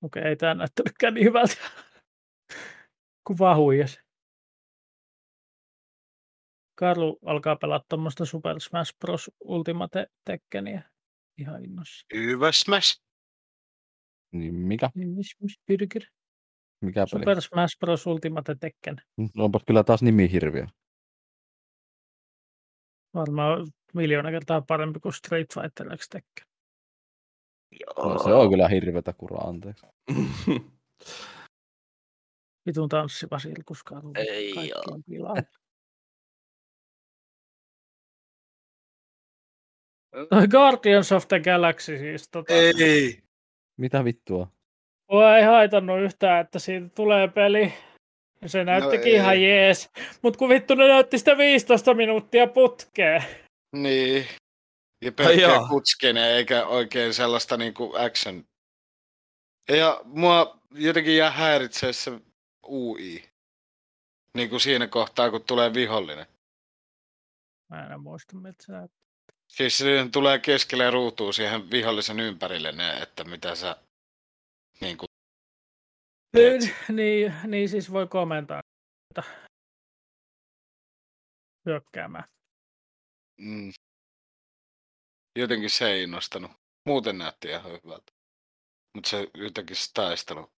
Okei, ei tämä näyttänytkään niin hyvältä. Kuva huijas. Karlu alkaa pelaa tuommoista Super Smash Bros. Ultimate Tekkeniä. ihan innossa. Hyvä smash. Niin mikä? Niin, mis- mis- Pyrkir. Mikä peli? Super Smash Bros. Ultimate Tekken. No Onpas kyllä taas nimi hirviö. Varmaan miljoona kertaa parempi kuin Street Fighter X Tekken. No, se on kyllä hirvetä kuraa, anteeksi. Vitun tanssiva silkuskalu. Ei Kaikkien pilaa. Toi Guardians of the Galaxy siis tota, Ei. Mitä vittua? Mua ei haitannut yhtään, että siitä tulee peli. Ja Se näyttikin ei. no ihan jees. Mut kun vittu ne näytti sitä 15 minuuttia putkeen. Niin. Ja pelkkää joo. kutskenee, eikä oikein sellaista niinku action. Ja mua jotenkin jää häiritsee se UI. Niin kuin siinä kohtaa, kun tulee vihollinen. Mä en enää muista, miltä se näytti. Siis siihen tulee keskelle ruutuun siihen vihollisen ympärille ne, että mitä sä niin kuin, teet. Niin, niin siis voi komentaa sitä hyökkäämään. Mm. Jotenkin se ei innostanut. Muuten näytti ihan hyvältä. Mutta se jotenkin se taistelu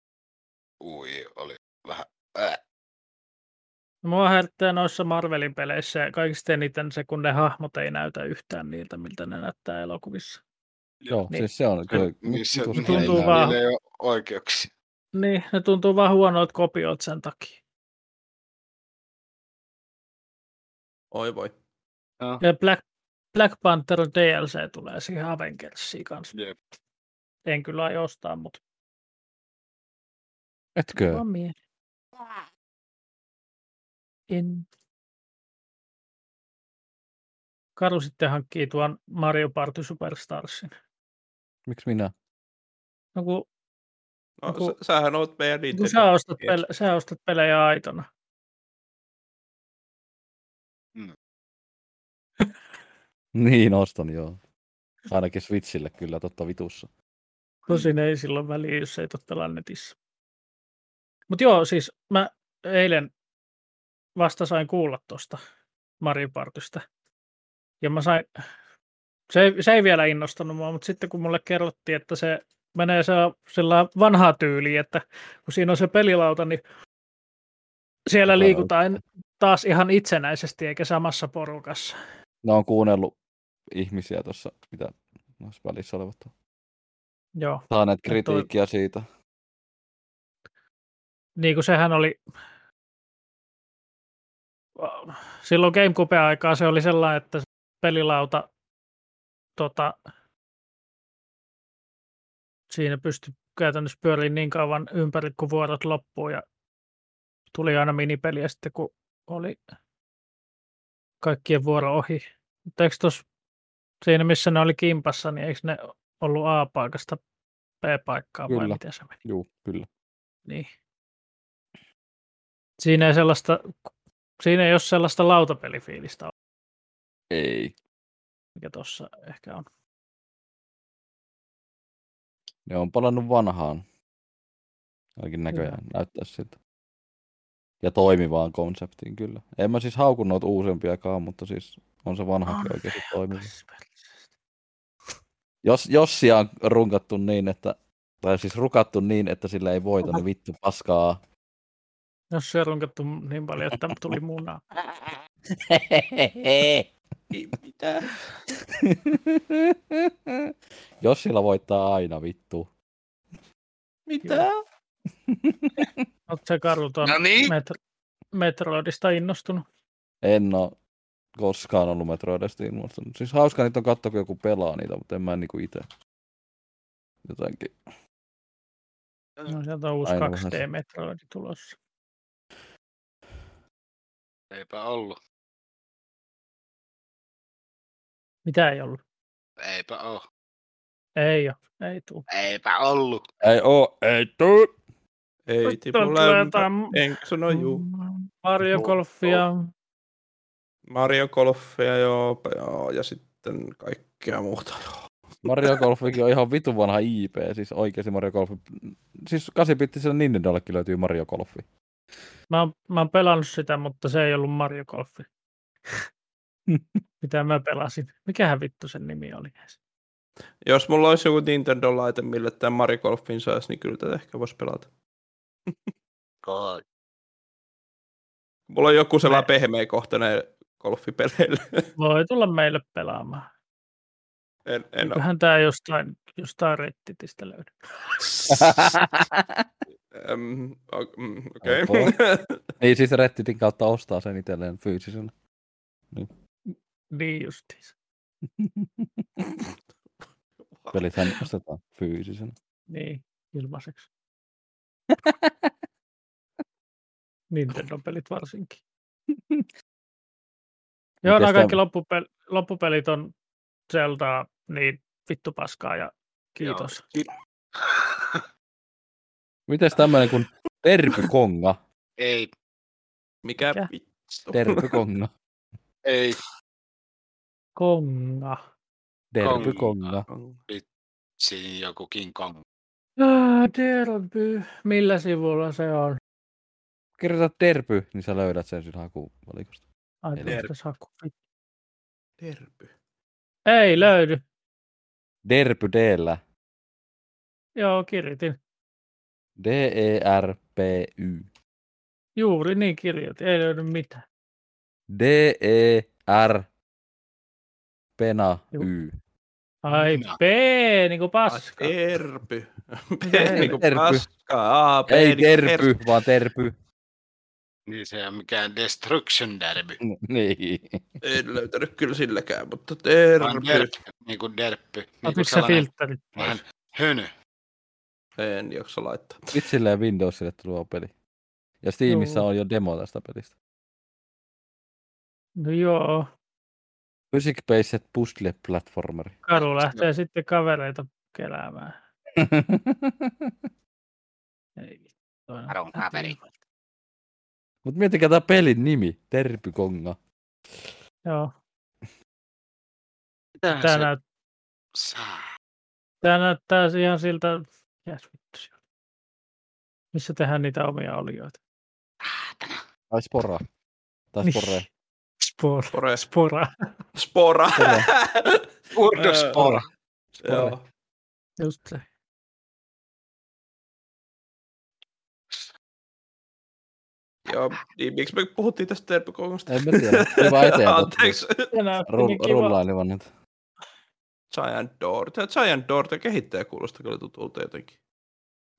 ui oli vähän... Äh. Mua häirttää noissa Marvelin peleissä kaikista eniten se, kun ne hahmot ei näytä yhtään niiltä, miltä ne näyttää elokuvissa. Joo, Niin. siis se on kyllä. Missä, vitus- missä tuntuu ei näy. vaan- niillä ei ole oikeuksia. Niin, ne tuntuu vaan huonoilta kopioilta sen takia. Oi voi. Ja Black, Black Panther DLC tulee siihen Avengersiin kanssa. Jep. En kyllä aio ostaa, mutta Etkö? on mieli. En. Karu sitten hankkii tuon Mario Party Superstarsin. Miksi minä? No kun, No, Kun- sä, sähän oot meidän kun Nintendo. sä, ostat mies. pele- sä ostat pelejä aitona. Niin, ostan joo. Ainakin Switchille kyllä, totta vitussa. Tosin No ei silloin väliä, jos ei totta netissä. Mutta joo, siis mä eilen vasta sain kuulla tuosta Maripartystä. Ja mä sain, se ei, se ei vielä innostanut mua, mutta sitten kun mulle kerrottiin, että se menee se, sillä vanhaa tyyliä, että kun siinä on se pelilauta, niin siellä Joka liikutaan taas ihan itsenäisesti eikä samassa porukassa. Ne on kuunnellut ihmisiä tuossa, mitä noissa välissä olevat on Joo. saaneet Ja toi- kritiikkiä siitä. niin kuin sehän oli, silloin GameCube-aikaa se oli sellainen, että se pelilauta, tota, siinä pystyi käytännössä pyöriin niin kauan ympäri, kun vuorot loppuu ja tuli aina minipeliä sitten, kun oli kaikkien vuoro ohi. Mutta eikö tos, siinä, missä ne oli kimpassa, niin eikö ne ollut A-paikasta B-paikkaa vai Kyllä. miten se meni? Juu, kyllä. Niin. Siinä ei sellaista, siinä ei ole sellaista lautapelifiilistä, ole, Ei. mikä tuossa ehkä on. Ne on palannut vanhaan. Ainakin näköjään näyttää siltä. Ja toimivaan konseptiin kyllä. En mä siis haukun noita uusimpiakaan, mutta siis on se vanhakin oikeasti toimiva. Jos, Jossia on runkattu niin, että, tai siis rukattu niin, että sillä ei voita, niin vittu paskaa. Jos se on runkattu niin paljon, että tuli munaa. Mitä? Jossilla voittaa aina vittu. Mitä? Oletko se karulta No niin, metro- Metroidista innostunut? En oo koskaan ollut Metroidista innostunut. Siis hauskaa niitä on katsoa, kun joku pelaa niitä, mutta en mä niinku itse. Jotenkin. No sieltä on uusi Aina vähän se- 2D-metroidi tulossa. eipä ollut. Mitä ei ollut? Eipä oo. Ei ole, ei tule. Eipä ollut. Ei oo, ei tuu. Ei tipu lämpö. Enkä sano Mm. juu. Mario Joo. Golfia. Mario Golfia joo, joo, ja sitten kaikkea muuta joo. Mario Golfikin on ihan vitun vanha IP, siis oikeesti Mario Golfi. Siis 8-bittisellä Nintendollekin löytyy Mario Golfi. Mä oon, mä oon pelannut sitä, mutta se ei ollut Mario Golfi. Mitä mä pelasin. Mikähän vittu sen nimi oli edes? Jos mulla olisi joku Nintendo-laite, millä tämän Marigolfin saisi, niin kyllä tätä ehkä voisi pelata. Kai. Mulla on joku sellainen pehmeä kohta näille golfipeleille. Voi tulla meille pelaamaan. en, en ole. Eiköhän tää jostain, jostain rettitistä löydy. Ähm, o- mm, Okei. Okei. Niin siis Redditin kautta ostaa sen itselleen fyysisellä. Niin justiinsa. Pelithän ostetaan fyysisenä. Niin, ilmaiseksi. Nintendo-pelit varsinkin. Joo, nämä Mites kaikki tämä- loppupel- loppupelit on Zeldaa niin vittu paskaa ja kiitos. Joo. Mites tämmönen kuin Terpykonga? Ei, Mikä Mikä? vittu? Terpykonga. ei. Konga. Terpykonga. Siinä joku King Kong. Ah, Derby. Millä sivulla se on? Kirjoita Terpy, niin sä löydät sen sinun hakuvalikosta. Ai, Eli- tuosta saku. Terpy. Ei löydy. Derpy D-llä. Joo, kirjoitin. E D-E-R-P-Y. Juuri niin kirjoitin. Ei löydy mitään. E D-E-R Pena Juu. Y. Ai, Minä. P, niin kuin paska. Ai, Terpy. P niinku Terpy. paskaa. A, P Ei niin niinku Terpy, vaan Terpy. Niin se on mikään Destruction Derby. Niin. En löytänyt kyllä silläkään, mutta Terpy. Derp, niin kuin derppy. Niin Otitko kuin sä sellainen filterit? vähän hönö. En jaksa laittaa. Vitsillä ja Windowsille tuo peli. Ja Steamissa Joo. on jo demo tästä pelistä. No joo. Physic Based Puzzle Platformeri. Karu lähtee sitten kavereita keräämään. Ei vittu. toi on- Karun kaveri. Mut miettikää tää pelin nimi, Terpykonga. Joo, Mitähän tää, se näyt, saa? tää näyttää ihan siltä, jäs vittu siellä. Missä tehdään niitä omia olioita? Tai Spora. Tai Niin. Spore. Spora. Spore. Spora. Spora. Spora. Urdospora. Spore. Joo. Just se. Joo. Niin, miksi me puhuttiin tästä Terpykongosta? En mä tiedä. Ei vaan eteenpäin. Anteeksi. Se näytti niin Rull, kiva. rullailivan nyt. Giant Door. Tämä Giant Door, tämä kehittäjä kuulostaa kyllä tutulta jotenkin.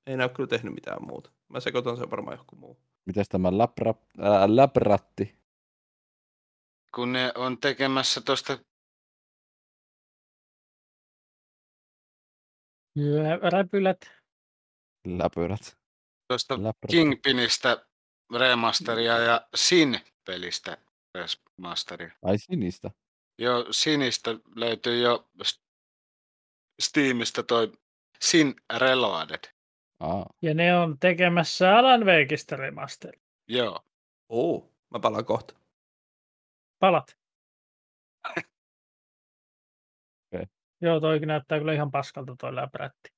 Ei näy kyllä tehnyt mitään muuta. Mä sekoitan sen varmaan johonkin muu. Mites tämä läprä, ää, läprätti? Kun ne on tekemässä tuosta Jää- Räpylät. Läpyrät. tosta Läprät. Kingpinistä remasteria ja Sin-pelistä remasteria. Ai sinistä. Joo, Sinistä löytyy jo S- Steamista toi Sin Reloaded. Aa. Ja ne on tekemässä Alan Wakeista remaster. Joo. Oo. Mä palaan kohta. Palat. Okei. Joo, toi näyttää kyllä ihan paskalta toi läprätti.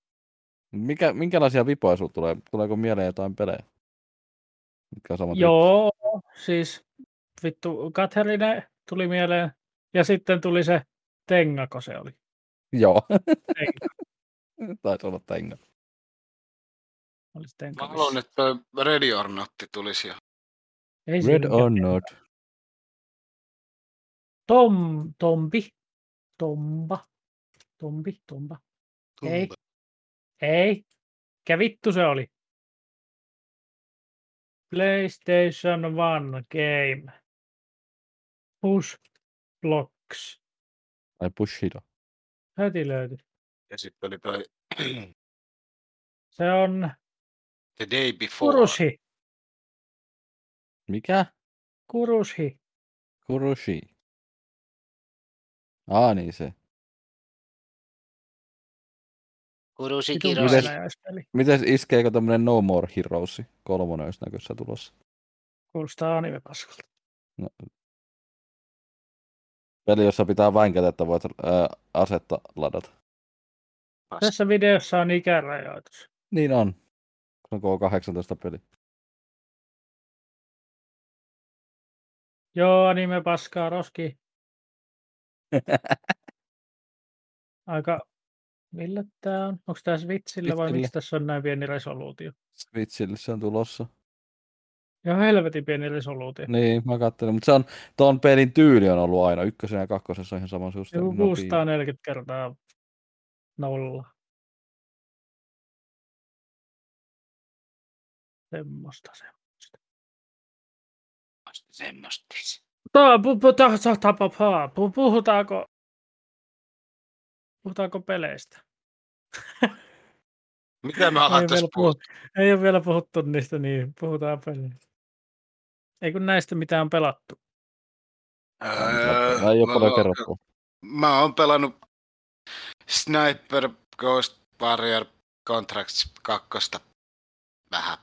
Mikä, minkälaisia vipoja sulla tulee? Tuleeko mieleen jotain pelejä? Mitkä on samat Joo, siis vittu Katherine tuli mieleen. Ja sitten tuli se Tengako se oli. Joo. Tenga. Taisi olla tengä. oli se Mä Tenga haluan, että toi Ready or Not tulisi jo. Ei Red siinä or mitään. not. Tom, tombi. Tomba. Tombi, tomba. Ei. Ei. Mikä vittu se oli? PlayStation 1 game. Push blocks. Tai Bushido. Heti löytyi. Ja sitten oli toi Se on The Day Before. kurushi. Mikä? Kurushi. Kurushi. Aa niin se. Kurusi Vitun Kiroilee. venäläispeli. Mites iskeekö tämmönen No More Heroes kolmonen, jos näkössä tulossa? Kuulostaa animepaskalta. Peli, jossa pitää vänkätä, että voit ää, asetta ladata. Tässä videossa on ikärajoitus. Niin on. Se on K18 peli. Joo, animepaskaa roski. Aika Millä tää on? Onko tää Switchillä vai Switchillä. miksi tässä on näin pieni resoluutio? Switchille se on tulossa. Ihan helvetin pieni resoluutio. Niin, mä katselin, mutta se on, ton pelin tyyli on ollut aina, ykkösen ja kakkosessa on ihan sama Joku systeemi. no niin. 640 kertaa nolla. Semmosta se. Semmosta. Tää, pu, pu, tää, tää, tää, pu, pu, puhutaanko, puhutaanko peleistä? Mitä me Ei ollaan tässä vielä puhuttu? Ei ole vielä puhuttu niistä, niin puhutaan peleistä. Ei kun näistä mitä on pelattu. No Öö, Ei ole mä paljon oon- kerrottu. Mä oon pelannut Sniper Ghost Warrior Contracts 2 vähän.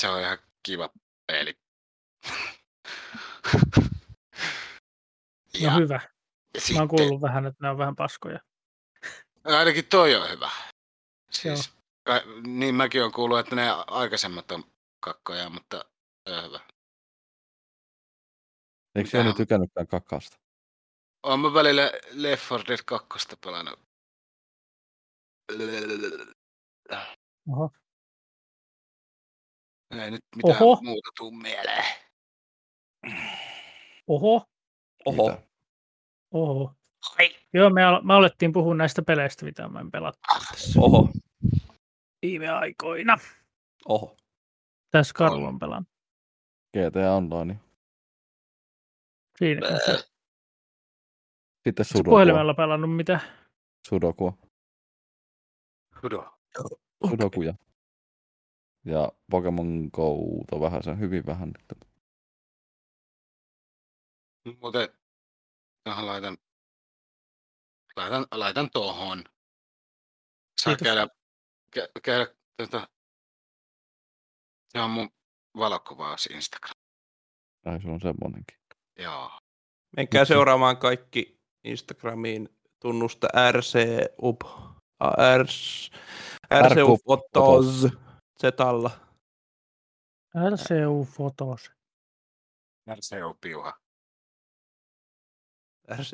Se on ihan kiva peli. No ja, ja. hyvä. ja Mä No oon sitten, kuullut vähän, että ne on vähän paskoja. ainakin toi on hyvä. Siis, ka, niin mäkin oon kuullut, että ne aikaisemmat on kakkoja, mutta se on hyvä. Eikö se ole nyt tykännytkään kakasta? Oon mä välillä Left 4 Dead 2 pelannut. Oho. Ei nyt mitään Oho. Oho. muuta tuu mieleen. Oho, Oho. oho. Joo, me, al- me alettiin puhua näistä peleistä, mitä mä en pelattu Oho. viime aikoina. Oho. Tässä Karlon pelan. GTA Online. niin Siinä se. Sitten Onks Sudokua. Siis Puhelimella pelannut mitä? Sudokua. Kudo. Sudokuja. Ja Pokemon Go on vähän sen, hyvin vähän. nyt. Muuten tähän laitan, laitan, laitan tuohon. Saa Kiitos. käydä, kä, käydä tota, se on mun valokuvaus Instagram. Tai se on semmoinenkin. Joo. Menkää Miksi? seuraamaan kaikki Instagramiin tunnusta RCUP. A- RS RCUP. RCUP Otos. Zetalla. LCU Photos. Se on piuha.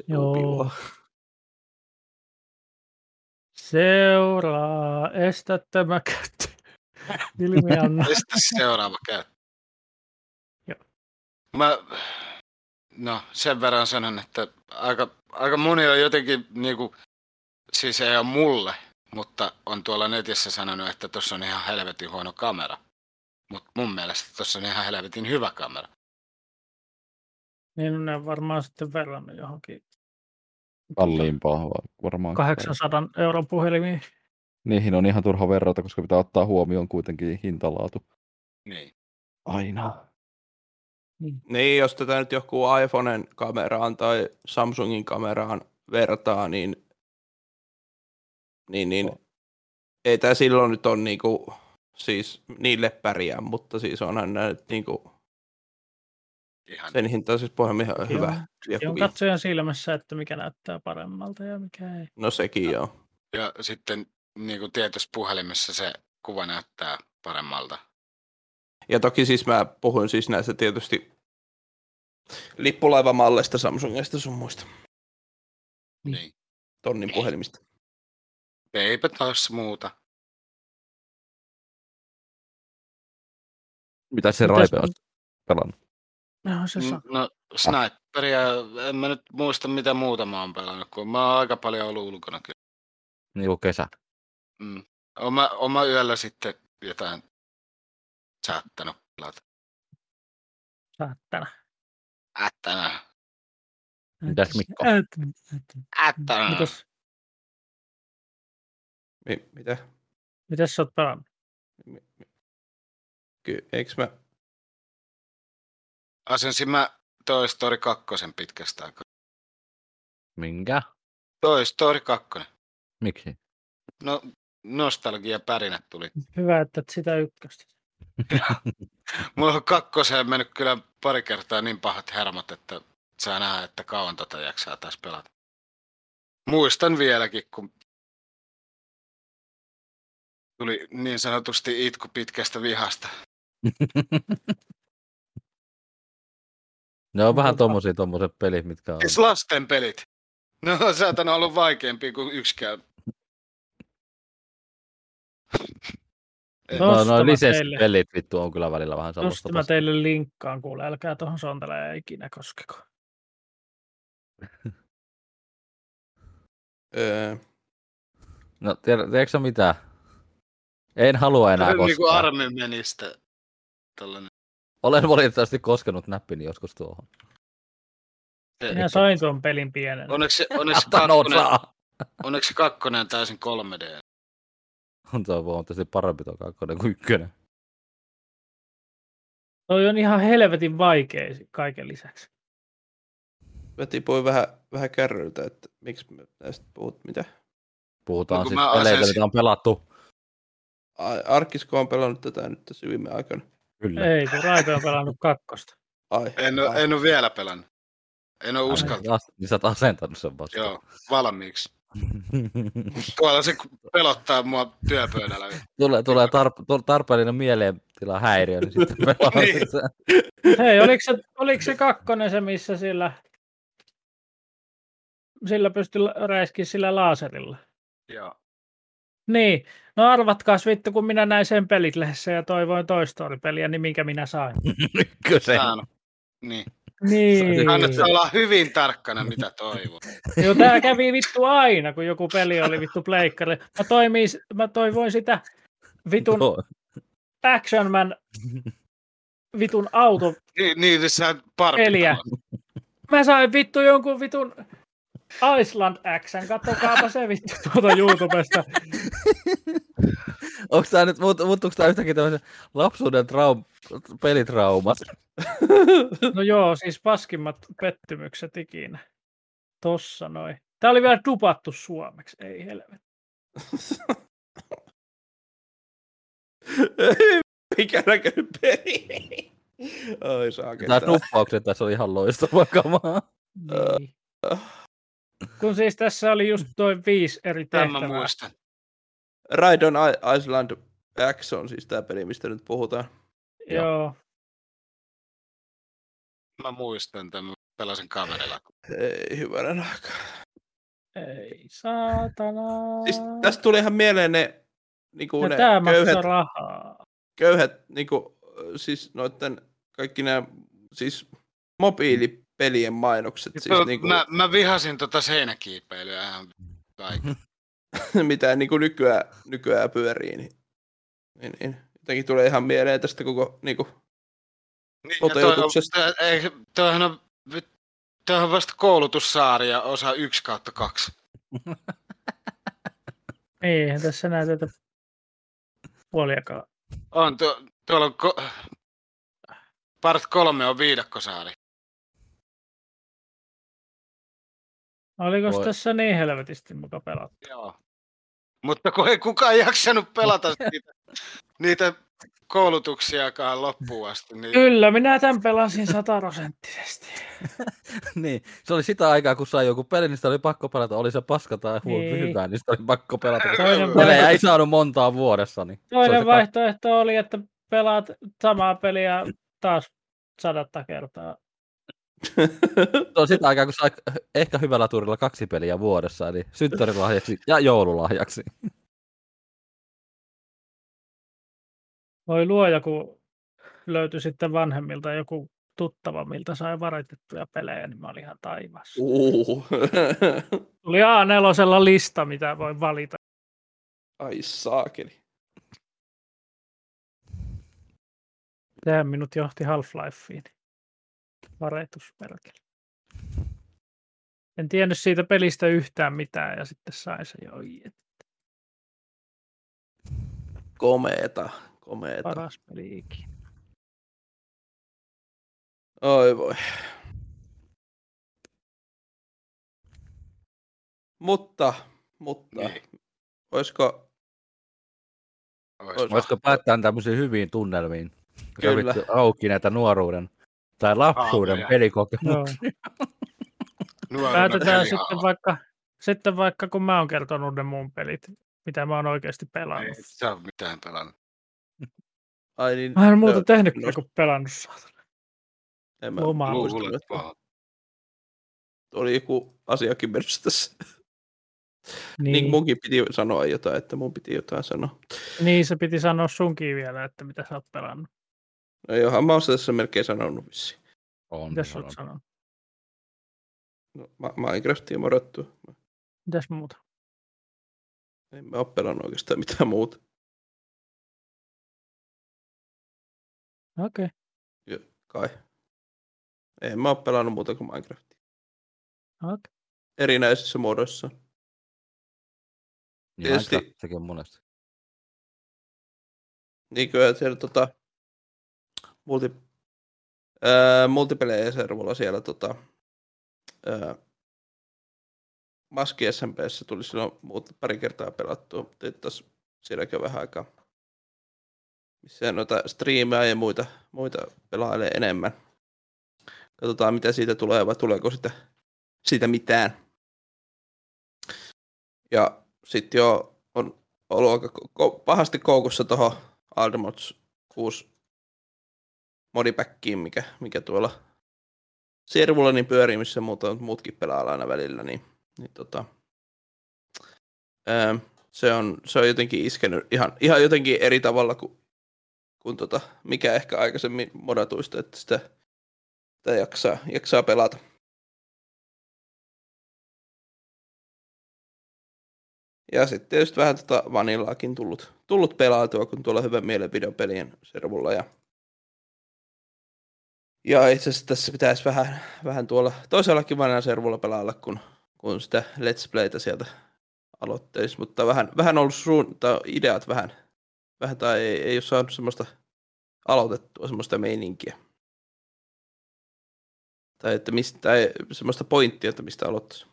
Joo. RCUP. Seuraa, estä tämä käyttö. Ilmi Anna. Mistä seuraava käy? Joo. Mä, no sen verran sanon, että aika, aika moni on jotenkin niinku, siis ei ole mulle, mutta on tuolla netissä sanonut, että tuossa on ihan helvetin huono kamera. Mutta mun mielestä tuossa on ihan helvetin hyvä kamera. Niin ne on varmaan sitten verrannut johonkin Kalliimpaa vaan varmaan. 800 euron puhelimiin. Niihin on ihan turha verrata, koska pitää ottaa huomioon kuitenkin hintalaatu. Niin. Aina. Niin, jos tätä nyt joku iPhoneen kameraan tai Samsungin kameraan vertaa, niin, niin, niin Joo. ei tämä silloin nyt on niinku, siis niille pärjää, mutta siis onhan nämä nyt niinku, Ihan. sen hinta on siis pohjimmin ihan hyvä. Se on Joku, katsojan silmässä, että mikä näyttää paremmalta ja mikä ei. no sekin joo. Ja sitten niinku tietyssä puhelimessa se kuva näyttää paremmalta. Ja toki siis mä puhuin siis näistä tietysti lippulaivamalleista, Samsungista sun muista, Niin. Niin. tonnin puhelimista. Eipä taas muuta. Mitä se Mitäs- Raipe on pelannut? No, se saa. N- No sniperia, en mä nyt muista mitä muuta mä oon pelannut, kun mä oon aika paljon ollut ulkona kyllä. Niin kuin kesä. Mm. Oon mä, oon mä yöllä sitten jotain saattanut pelata. Saattana. Ättänä, Mitäs Ätys, Mikko? ätys, ätys. ättänä. Mitäs, Mi- mitä? mitäs sä oot pelannut? Ky- eikö mä Asensin mä Toy Story 2 pitkästä aikaa. Minkä? Toy Story 2. Miksi? No, nostalgia pärinä tuli. Hyvä, että et sitä ykköstä. Mulla on kakkoseen mennyt kyllä pari kertaa niin pahat hermot, että saa nähdä, että kauan tota jaksaa taas pelata. Muistan vieläkin, kun tuli niin sanotusti itku pitkästä vihasta. Ne on vähän Tota- tommosia tommoset pelit, mitkä on... Siis lasten pelit. No saatana ollut vaikeampi kuin yksikään No, no Nostavat lisäksi teille. pelit vittu on kyllä välillä vähän Jos sellaista. mä paskaa. teille linkkaan, kuule, älkää tuohon sonteleen ikinä koskeko. Öö, No tiedä- tiedätkö sä mitä? En halua enää Niin kuin koskaan. armi meni sitä. Tällainen. Olen valitettavasti koskenut näppini joskus tuohon. Se- Minä sain tuon pelin pienen. Onneksi, onneksi, No kakkonen, saa! onneksi kakkonen on täysin 3D. On tuo huomattavasti parempi tuo kakkonen kuin ykkönen. Toi on ihan helvetin vaikea si- kaiken lisäksi. mä tipuin vähän, vähän kärryltä, että miksi mä näistä puhut, mitä? Puhutaan No, kun siis mä peleitä, asensin- mitä on pelattu. Ai, Arkisko on pelannut tätä nyt tässä viime aikoina. Kyllä. Ei, kun Raipe on pelannut kakkosta. Ai, En, oo- ai. en ole vielä pelannut. En ole uskaltanut. Ai, as- Niin sä oot asentanut sen vasta. Joo, valmiiksi. Tuolla se pelottaa mua työpöydällä. tulee tulee tarp- tu- tarpeellinen mielentila häiriö, niin sitten pelaat Niin. sen. Hei, oliko se, oliko se kakkonen se, missä sillä, sillä pystyi la- räiskiä sillä laaserilla? Joo. Niin, no arvatkaas vittu, kun minä näin sen pelit lehdessä ja toivoin Toy Story-peliä, niin minkä minä sain. ykkösen. Saanut. Niin. Niin. Kannattaa olla hyvin tarkkana, mitä toivoo. Joo, tää kävi vittu aina, kun joku peli oli vittu pleikkari. Mä, toimin, mä toivoin sitä vitun No. Joo. Action Man vitun auto Niin, niin sä oot parkitalla. peliä. Mä sain vittu jonkun vitun Iceland Xn, kattokaapa se vittu tuolta YouTubesta. Onko tää nyt, muut- muuttuuko tää yhtäkkiä tämmöisen lapsuuden traum, pelitraumat? No joo, siis paskimmat pettymykset ikinä. Tossa noin. Tää oli vielä dupattu suomeksi, ei helvetti. Mikä näköinen peli? Ai saakka. Tää duppaukset tässä oli ihan loistava kamaa. Niin. Kun siis tässä oli just toi viisi eri Tämän mä tehtävää. muistan. Ride on I- Island X on siis tämä peli, mistä nyt puhutaan. Joo. Mä muistan tämän. Pelasin kaverilla. Ei hyvänen aika. Ei saatana. Siis tästä tuli ihan mieleen ne, niinku ja ne tää köyhät, maksaa rahaa. köyhät niinku, ö, siis noitten kaikki nämä siis mobiilipelien mainokset, Siis siis niinku, mä, mä vihasin tota seinäkiipeilyä ihan kaikki. mitä niinku nykyään, nykyään pyörii. Niin, niin, niin. Jotenkin tulee ihan mieleen tästä koko niinku, Niin, ja toteutuksesta. Toi, on- tää- ei, toihan on, vi- toihan on vasta koulutussaari ja osa 1 kautta 2. Eihän tässä näytetä puoliakaan. On, tu, tuolla on ko, part kolme on viidakkosaari. Oliko Voi. tässä niin helvetisti muka pelattu? Joo. Mutta kun ei kukaan jaksanut pelata niitä, niitä koulutuksiakaan loppuun asti, niin Kyllä, minä tämän pelasin sataprosenttisesti. niin, se oli sitä aikaa, kun sai joku peli, niin sitä oli pakko pelata. Oli se paska tai huo Niin. hyvä, niin sitä oli pakko pelata. Toinen, niin, Pelejä vai- ei saanut montaa vuodessa, niin se oli se toinen kak- vaihtoehto oli, että pelaat samaa peliä taas sadatta kertaa. Se on sitä aikaa, kun sai ehkä hyvällä tuurilla kaksi peliä vuodessa, eli synttärilahjaksi ja joululahjaksi. Voi luoja, kun löytyi sitten vanhemmilta joku tuttava, miltä sai varitettuja pelejä, niin mä olin ihan taivassa. Uh. Tuli a 4 lista, mitä voi valita. Ai saakeli. Sehän minut johti Half-Lifeen. Varetus perkele. En tiennyt siitä pelistä yhtään mitään ja sitten sain se jo oi, et Komeeta, komeeta. paras peli ikinä. Oi voi. Mutta, mutta, Niin. olisiko Ois- Voisiko päättää tämmöisiin hyviin tunnelmiin? Kyllä. Kyllä. auki näitä nuoruuden tai lapsuuden Aamuja. Joo. pelikokemuksia. nuorena Päätetään tuli sitten hauska. vaikka, sitten vaikka, kun mä oon kertonut ne mun pelit, mitä mä oon oikeasti Ei pelannut. Niin. sä oo mitään pelannut. Ai niin, Mä en muuta joo, tehnyt kyllä no- kuin pelannut saatana. en mä lomaa. muistanut, Luulet että vaan. oli joku asiakin menossa tässä. Niin. niin munkin piti sanoa jotain, että mun piti jotain sanoa. niin, se piti sanoa sunkin vielä, että mitä sä oot pelannut. No johan mä oon se tässä melkein sanonut vissiin. On, Mitäs sä on. oot sanonut? No, Ma- Minecraftia morottu. Mitäs muuta? En mä oo pelannut oikeastaan mitään muuta. Okei. Okay. Kai. En mä oo pelannut muuta kuin Minecraftia. Okay. Erinäisissä muodoissa. Ja Tietysti- Minecraft Sekin on monesti. Niin kyllä siellä tota, multi, ää, multipelejä-servulla siellä tota, ää, Maski SMPssä tuli silloin muut, pari kertaa pelattua, mutta nyt taas sielläkin on vähän aikaa. Missä noita striimejä ja muita, muita pelailee enemmän. Katsotaan mitä siitä tulee vai tuleeko sitä, siitä mitään. Ja sitten jo on ollut aika ko- ko- pahasti koukussa tuohon Aldemots 6 modipäkkiin, mikä, mikä tuolla servulla niin pyörii, missä muuta muutkin pelaa aina välillä, niin, niin tota, ää, se, on, se on jotenkin iskenyt ihan, ihan jotenkin eri tavalla kuin, kuin tota, mikä ehkä aikaisemmin modatuista, että sitä, sitä jaksaa, jaksaa pelata. Ja sitten tietysti vähän tota vanillaakin tullut, tullut pelaatua, kun tuolla hyvän mielen videopelien servulla. Ja, ja itse asiassa tässä pitäisi vähän, vähän tuolla toisellakin vanilla servulla pelailla, kun, kun sitä Let's Playtä sieltä aloittelisi. Mutta vähän, vähän ollut suun, tai ideat vähän, vähän tai ei, ei ole saanut semmoista aloitettua semmoista meininkiä. Tai, että mistä, tai semmoista pointtia, että mistä aloittaisi.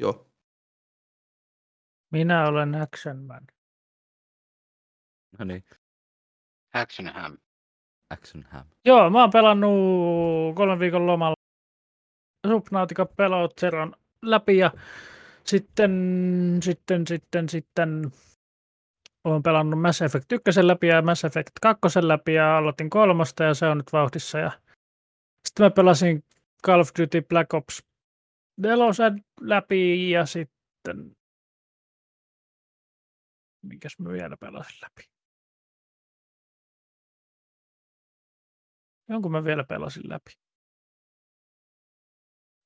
Joo. Minä olen Action Man. No niin, Action Ham. action ham. Joo, mä oon pelannut kolmen viikon lomalla Subnautica Pelot Zeron läpi ja sitten, sitten, sitten, sitten olen pelannut Mass Effect 1 läpi ja Mass Effect 2 läpi ja aloitin kolmosta ja se on nyt vauhdissa. Ja... Sitten mä pelasin Call of Duty Black Ops 4 läpi ja sitten... Minkäs mä vielä pelasin läpi? Jonkun mä vielä pelasin läpi.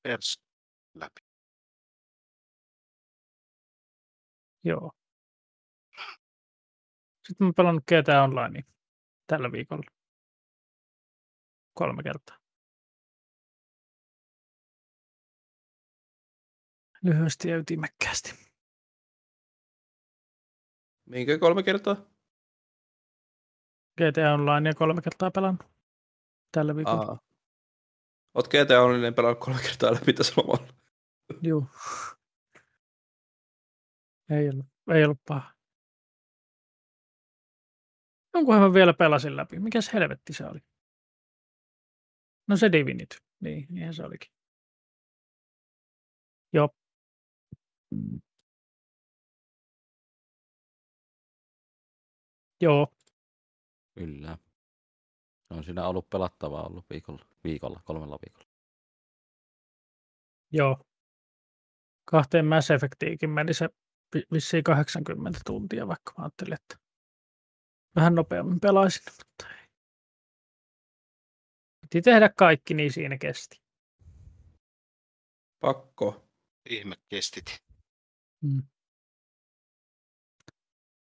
Pers. Läpi. Joo. Sitten mä oon pelannut GTA Online tällä viikolla. Kolme kertaa. Lyhyesti ja ytimekkäästi. Minkä kolme kertaa? GTA Online ja kolme kertaa pelannut tällä viikolla. Aa. Oot GTA Online pelannut kolme kertaa läpi tässä lomalla. Joo. Ei ollut, ei ollut paha. Jonkunhan mä vielä pelasin läpi. Mikäs helvetti se oli? No se Divinit. Niin, niinhän se olikin. Joo. Joo, Kyllä. On siinä ollut pelattavaa ollut viikolla, viikolla kolmella viikolla. joo. Kahteen Mass Effectiinkin meni se vi- vissiin 80 tuntia, vaikka mä ajattelin, että vähän nopeammin pelaisin, mutta ei. Piti tehdä kaikki, niin siinä kesti. Pakko. Ihme kestit.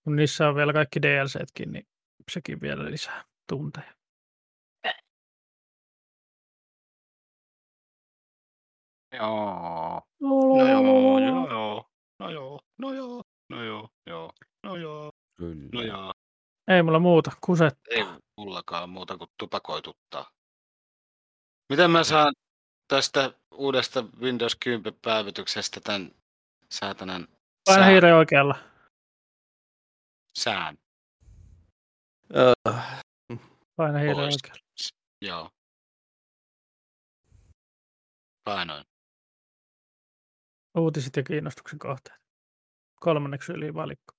Kun niissä on vielä kaikki DLCtkin, niin sekin vielä lisää tunteja. Joo. No joo, joo. No joo, no joo, no joo, joo, no joo, Kyllä. no joo. Ei mulla muuta, Ei kusettaa. mullakaan muuta kuin tupakoituttaa. Miten mä saan tästä uudesta Windows 10 päivityksestä tämän saatanan Paina sään? hiiren oikealla. sään. Öö, Paina hiiren Pois. oikealla. Joo. Painoin. Uutiset ja kiinnostuksen kohteet. Kolmanneksi yli valikko.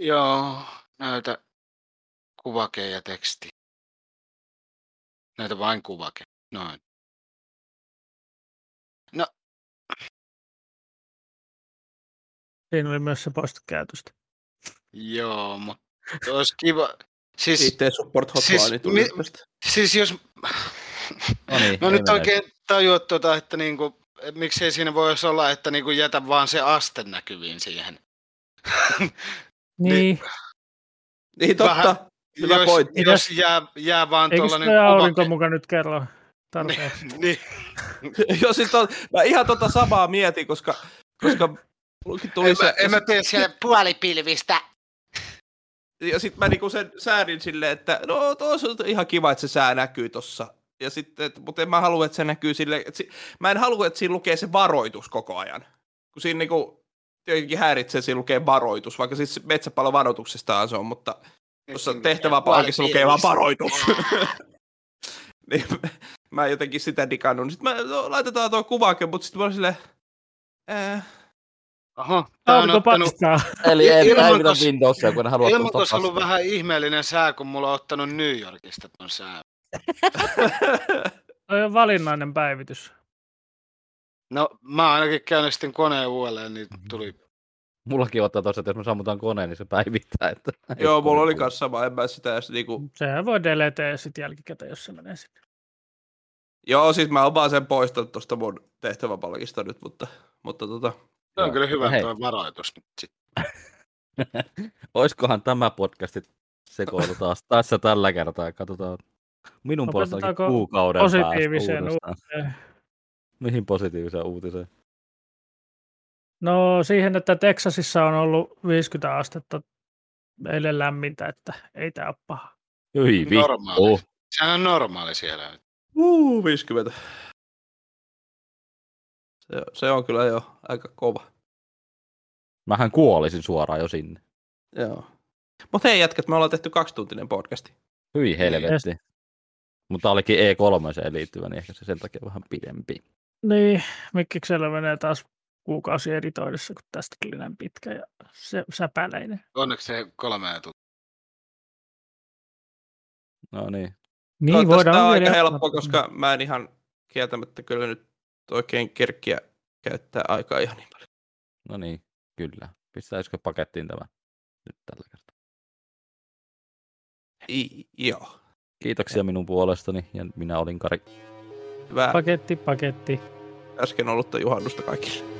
Joo, näytä kuvake ja teksti. Näitä vain kuvake. Noin. Siinä oli myös se poistokäytöstä. Joo, mutta olisi kiva. Siis, IT Support siis Hotline mi- tuli tästä. siis jos... No niin, Mä ei nyt mennä. oikein tajua tuota, että niinku, et miksei siinä voisi olla, että niinku jätä vaan se aste näkyviin siihen. Niin. Niin, Niin totta. Vähän- Hyvä jos, pointti. jos jää, jää vaan eikö tuollainen sitä aurinko kuvake. muka nyt kerro tarpeeksi? Niin, Jos sit on, mä ihan tota samaa mietin, koska, koska mullekin tuli en, se, mä, en mä tee siellä puolipilvistä. ja sit mä niinku sen säädin silleen, että no tuossa on ihan kiva, että se sää näkyy tossa. Ja sitten, et, mutta en mä halua, että se näkyy sille, että si, mä en halua, että siinä lukee se varoitus koko ajan. Kun siinä niinku jotenkin häiritsee, siinä lukee varoitus, vaikka siis metsäpalovaroituksestaan se on, mutta tuossa tehtäväpaikassa lukee vaan varoitus. niin mä en jotenkin sitä digannut. Sitten mä, no, laitetaan tuo kuvake, mutta sitten mä olin silleen, äh, Aha, tää on Aurinko ottanut, paistaa. Eli Il- ei ilman päivitä kos- Windowsia, kun ne haluaa ilman kun tuosta olisi ollut vastaan. vähän ihmeellinen sää, kun mulla on ottanut New Yorkista ton sää. Toi on valinnainen päivitys. No, mä ainakin käynnistin koneen uudelleen, niin tuli Mullakin ottaa tossa, että jos me sammutaan koneen, niin se päivittää. Että joo, mulla oli kanssa sama, en mä sitä edes niinku, Sehän voi deleteä sitten jälkikäteen, jos se menee sinne. Joo, siis mä oon vaan sen poistanut tuosta mun tehtäväpalkista nyt, mutta, mutta tota, Se on Joo. kyllä hyvä Hei. tuo varoitus nyt sit. Oiskohan tämä podcasti sekoilu taas tässä tällä kertaa. Katsotaan minun puolestani Opetetaanko kuukauden päästä positiiviseen uudestaan. uutiseen? Mihin positiiviseen uutiseen? No siihen, että Teksasissa on ollut 50 astetta eilen lämmintä, että ei tämä ole paha. Hyi Normaali. vittu. Sehän on normaali siellä. uu, 50. Se, se on kyllä jo aika kova. Mähän kuolisin suoraan jo sinne. Joo. Mutta hei jätkät, me ollaan tehty kaksituntinen podcasti. Hyi helvetti. Mutta olikin E3 liittyvä, niin ehkä se sen takia vähän pidempi. Niin, Mikkiksellä menee taas kuukausi editoidessa, kun tästä tuli näin pitkä ja se, säpäleinen. Onneksi se kolme tuntia. No niin. Niin, Tämä on voidaan aika vielä helppoa, jatkaa. koska mä en ihan kieltämättä kyllä nyt oikein kerkkiä käyttää aikaa ihan niin paljon. No niin, kyllä. Pistäisikö pakettiin tämä nyt tällä kertaa? I, joo. Kiitoksia minun puolestani ja minä olin Kari. Hyvä. Paketti, paketti. Äsken ollutta juhannusta kaikille.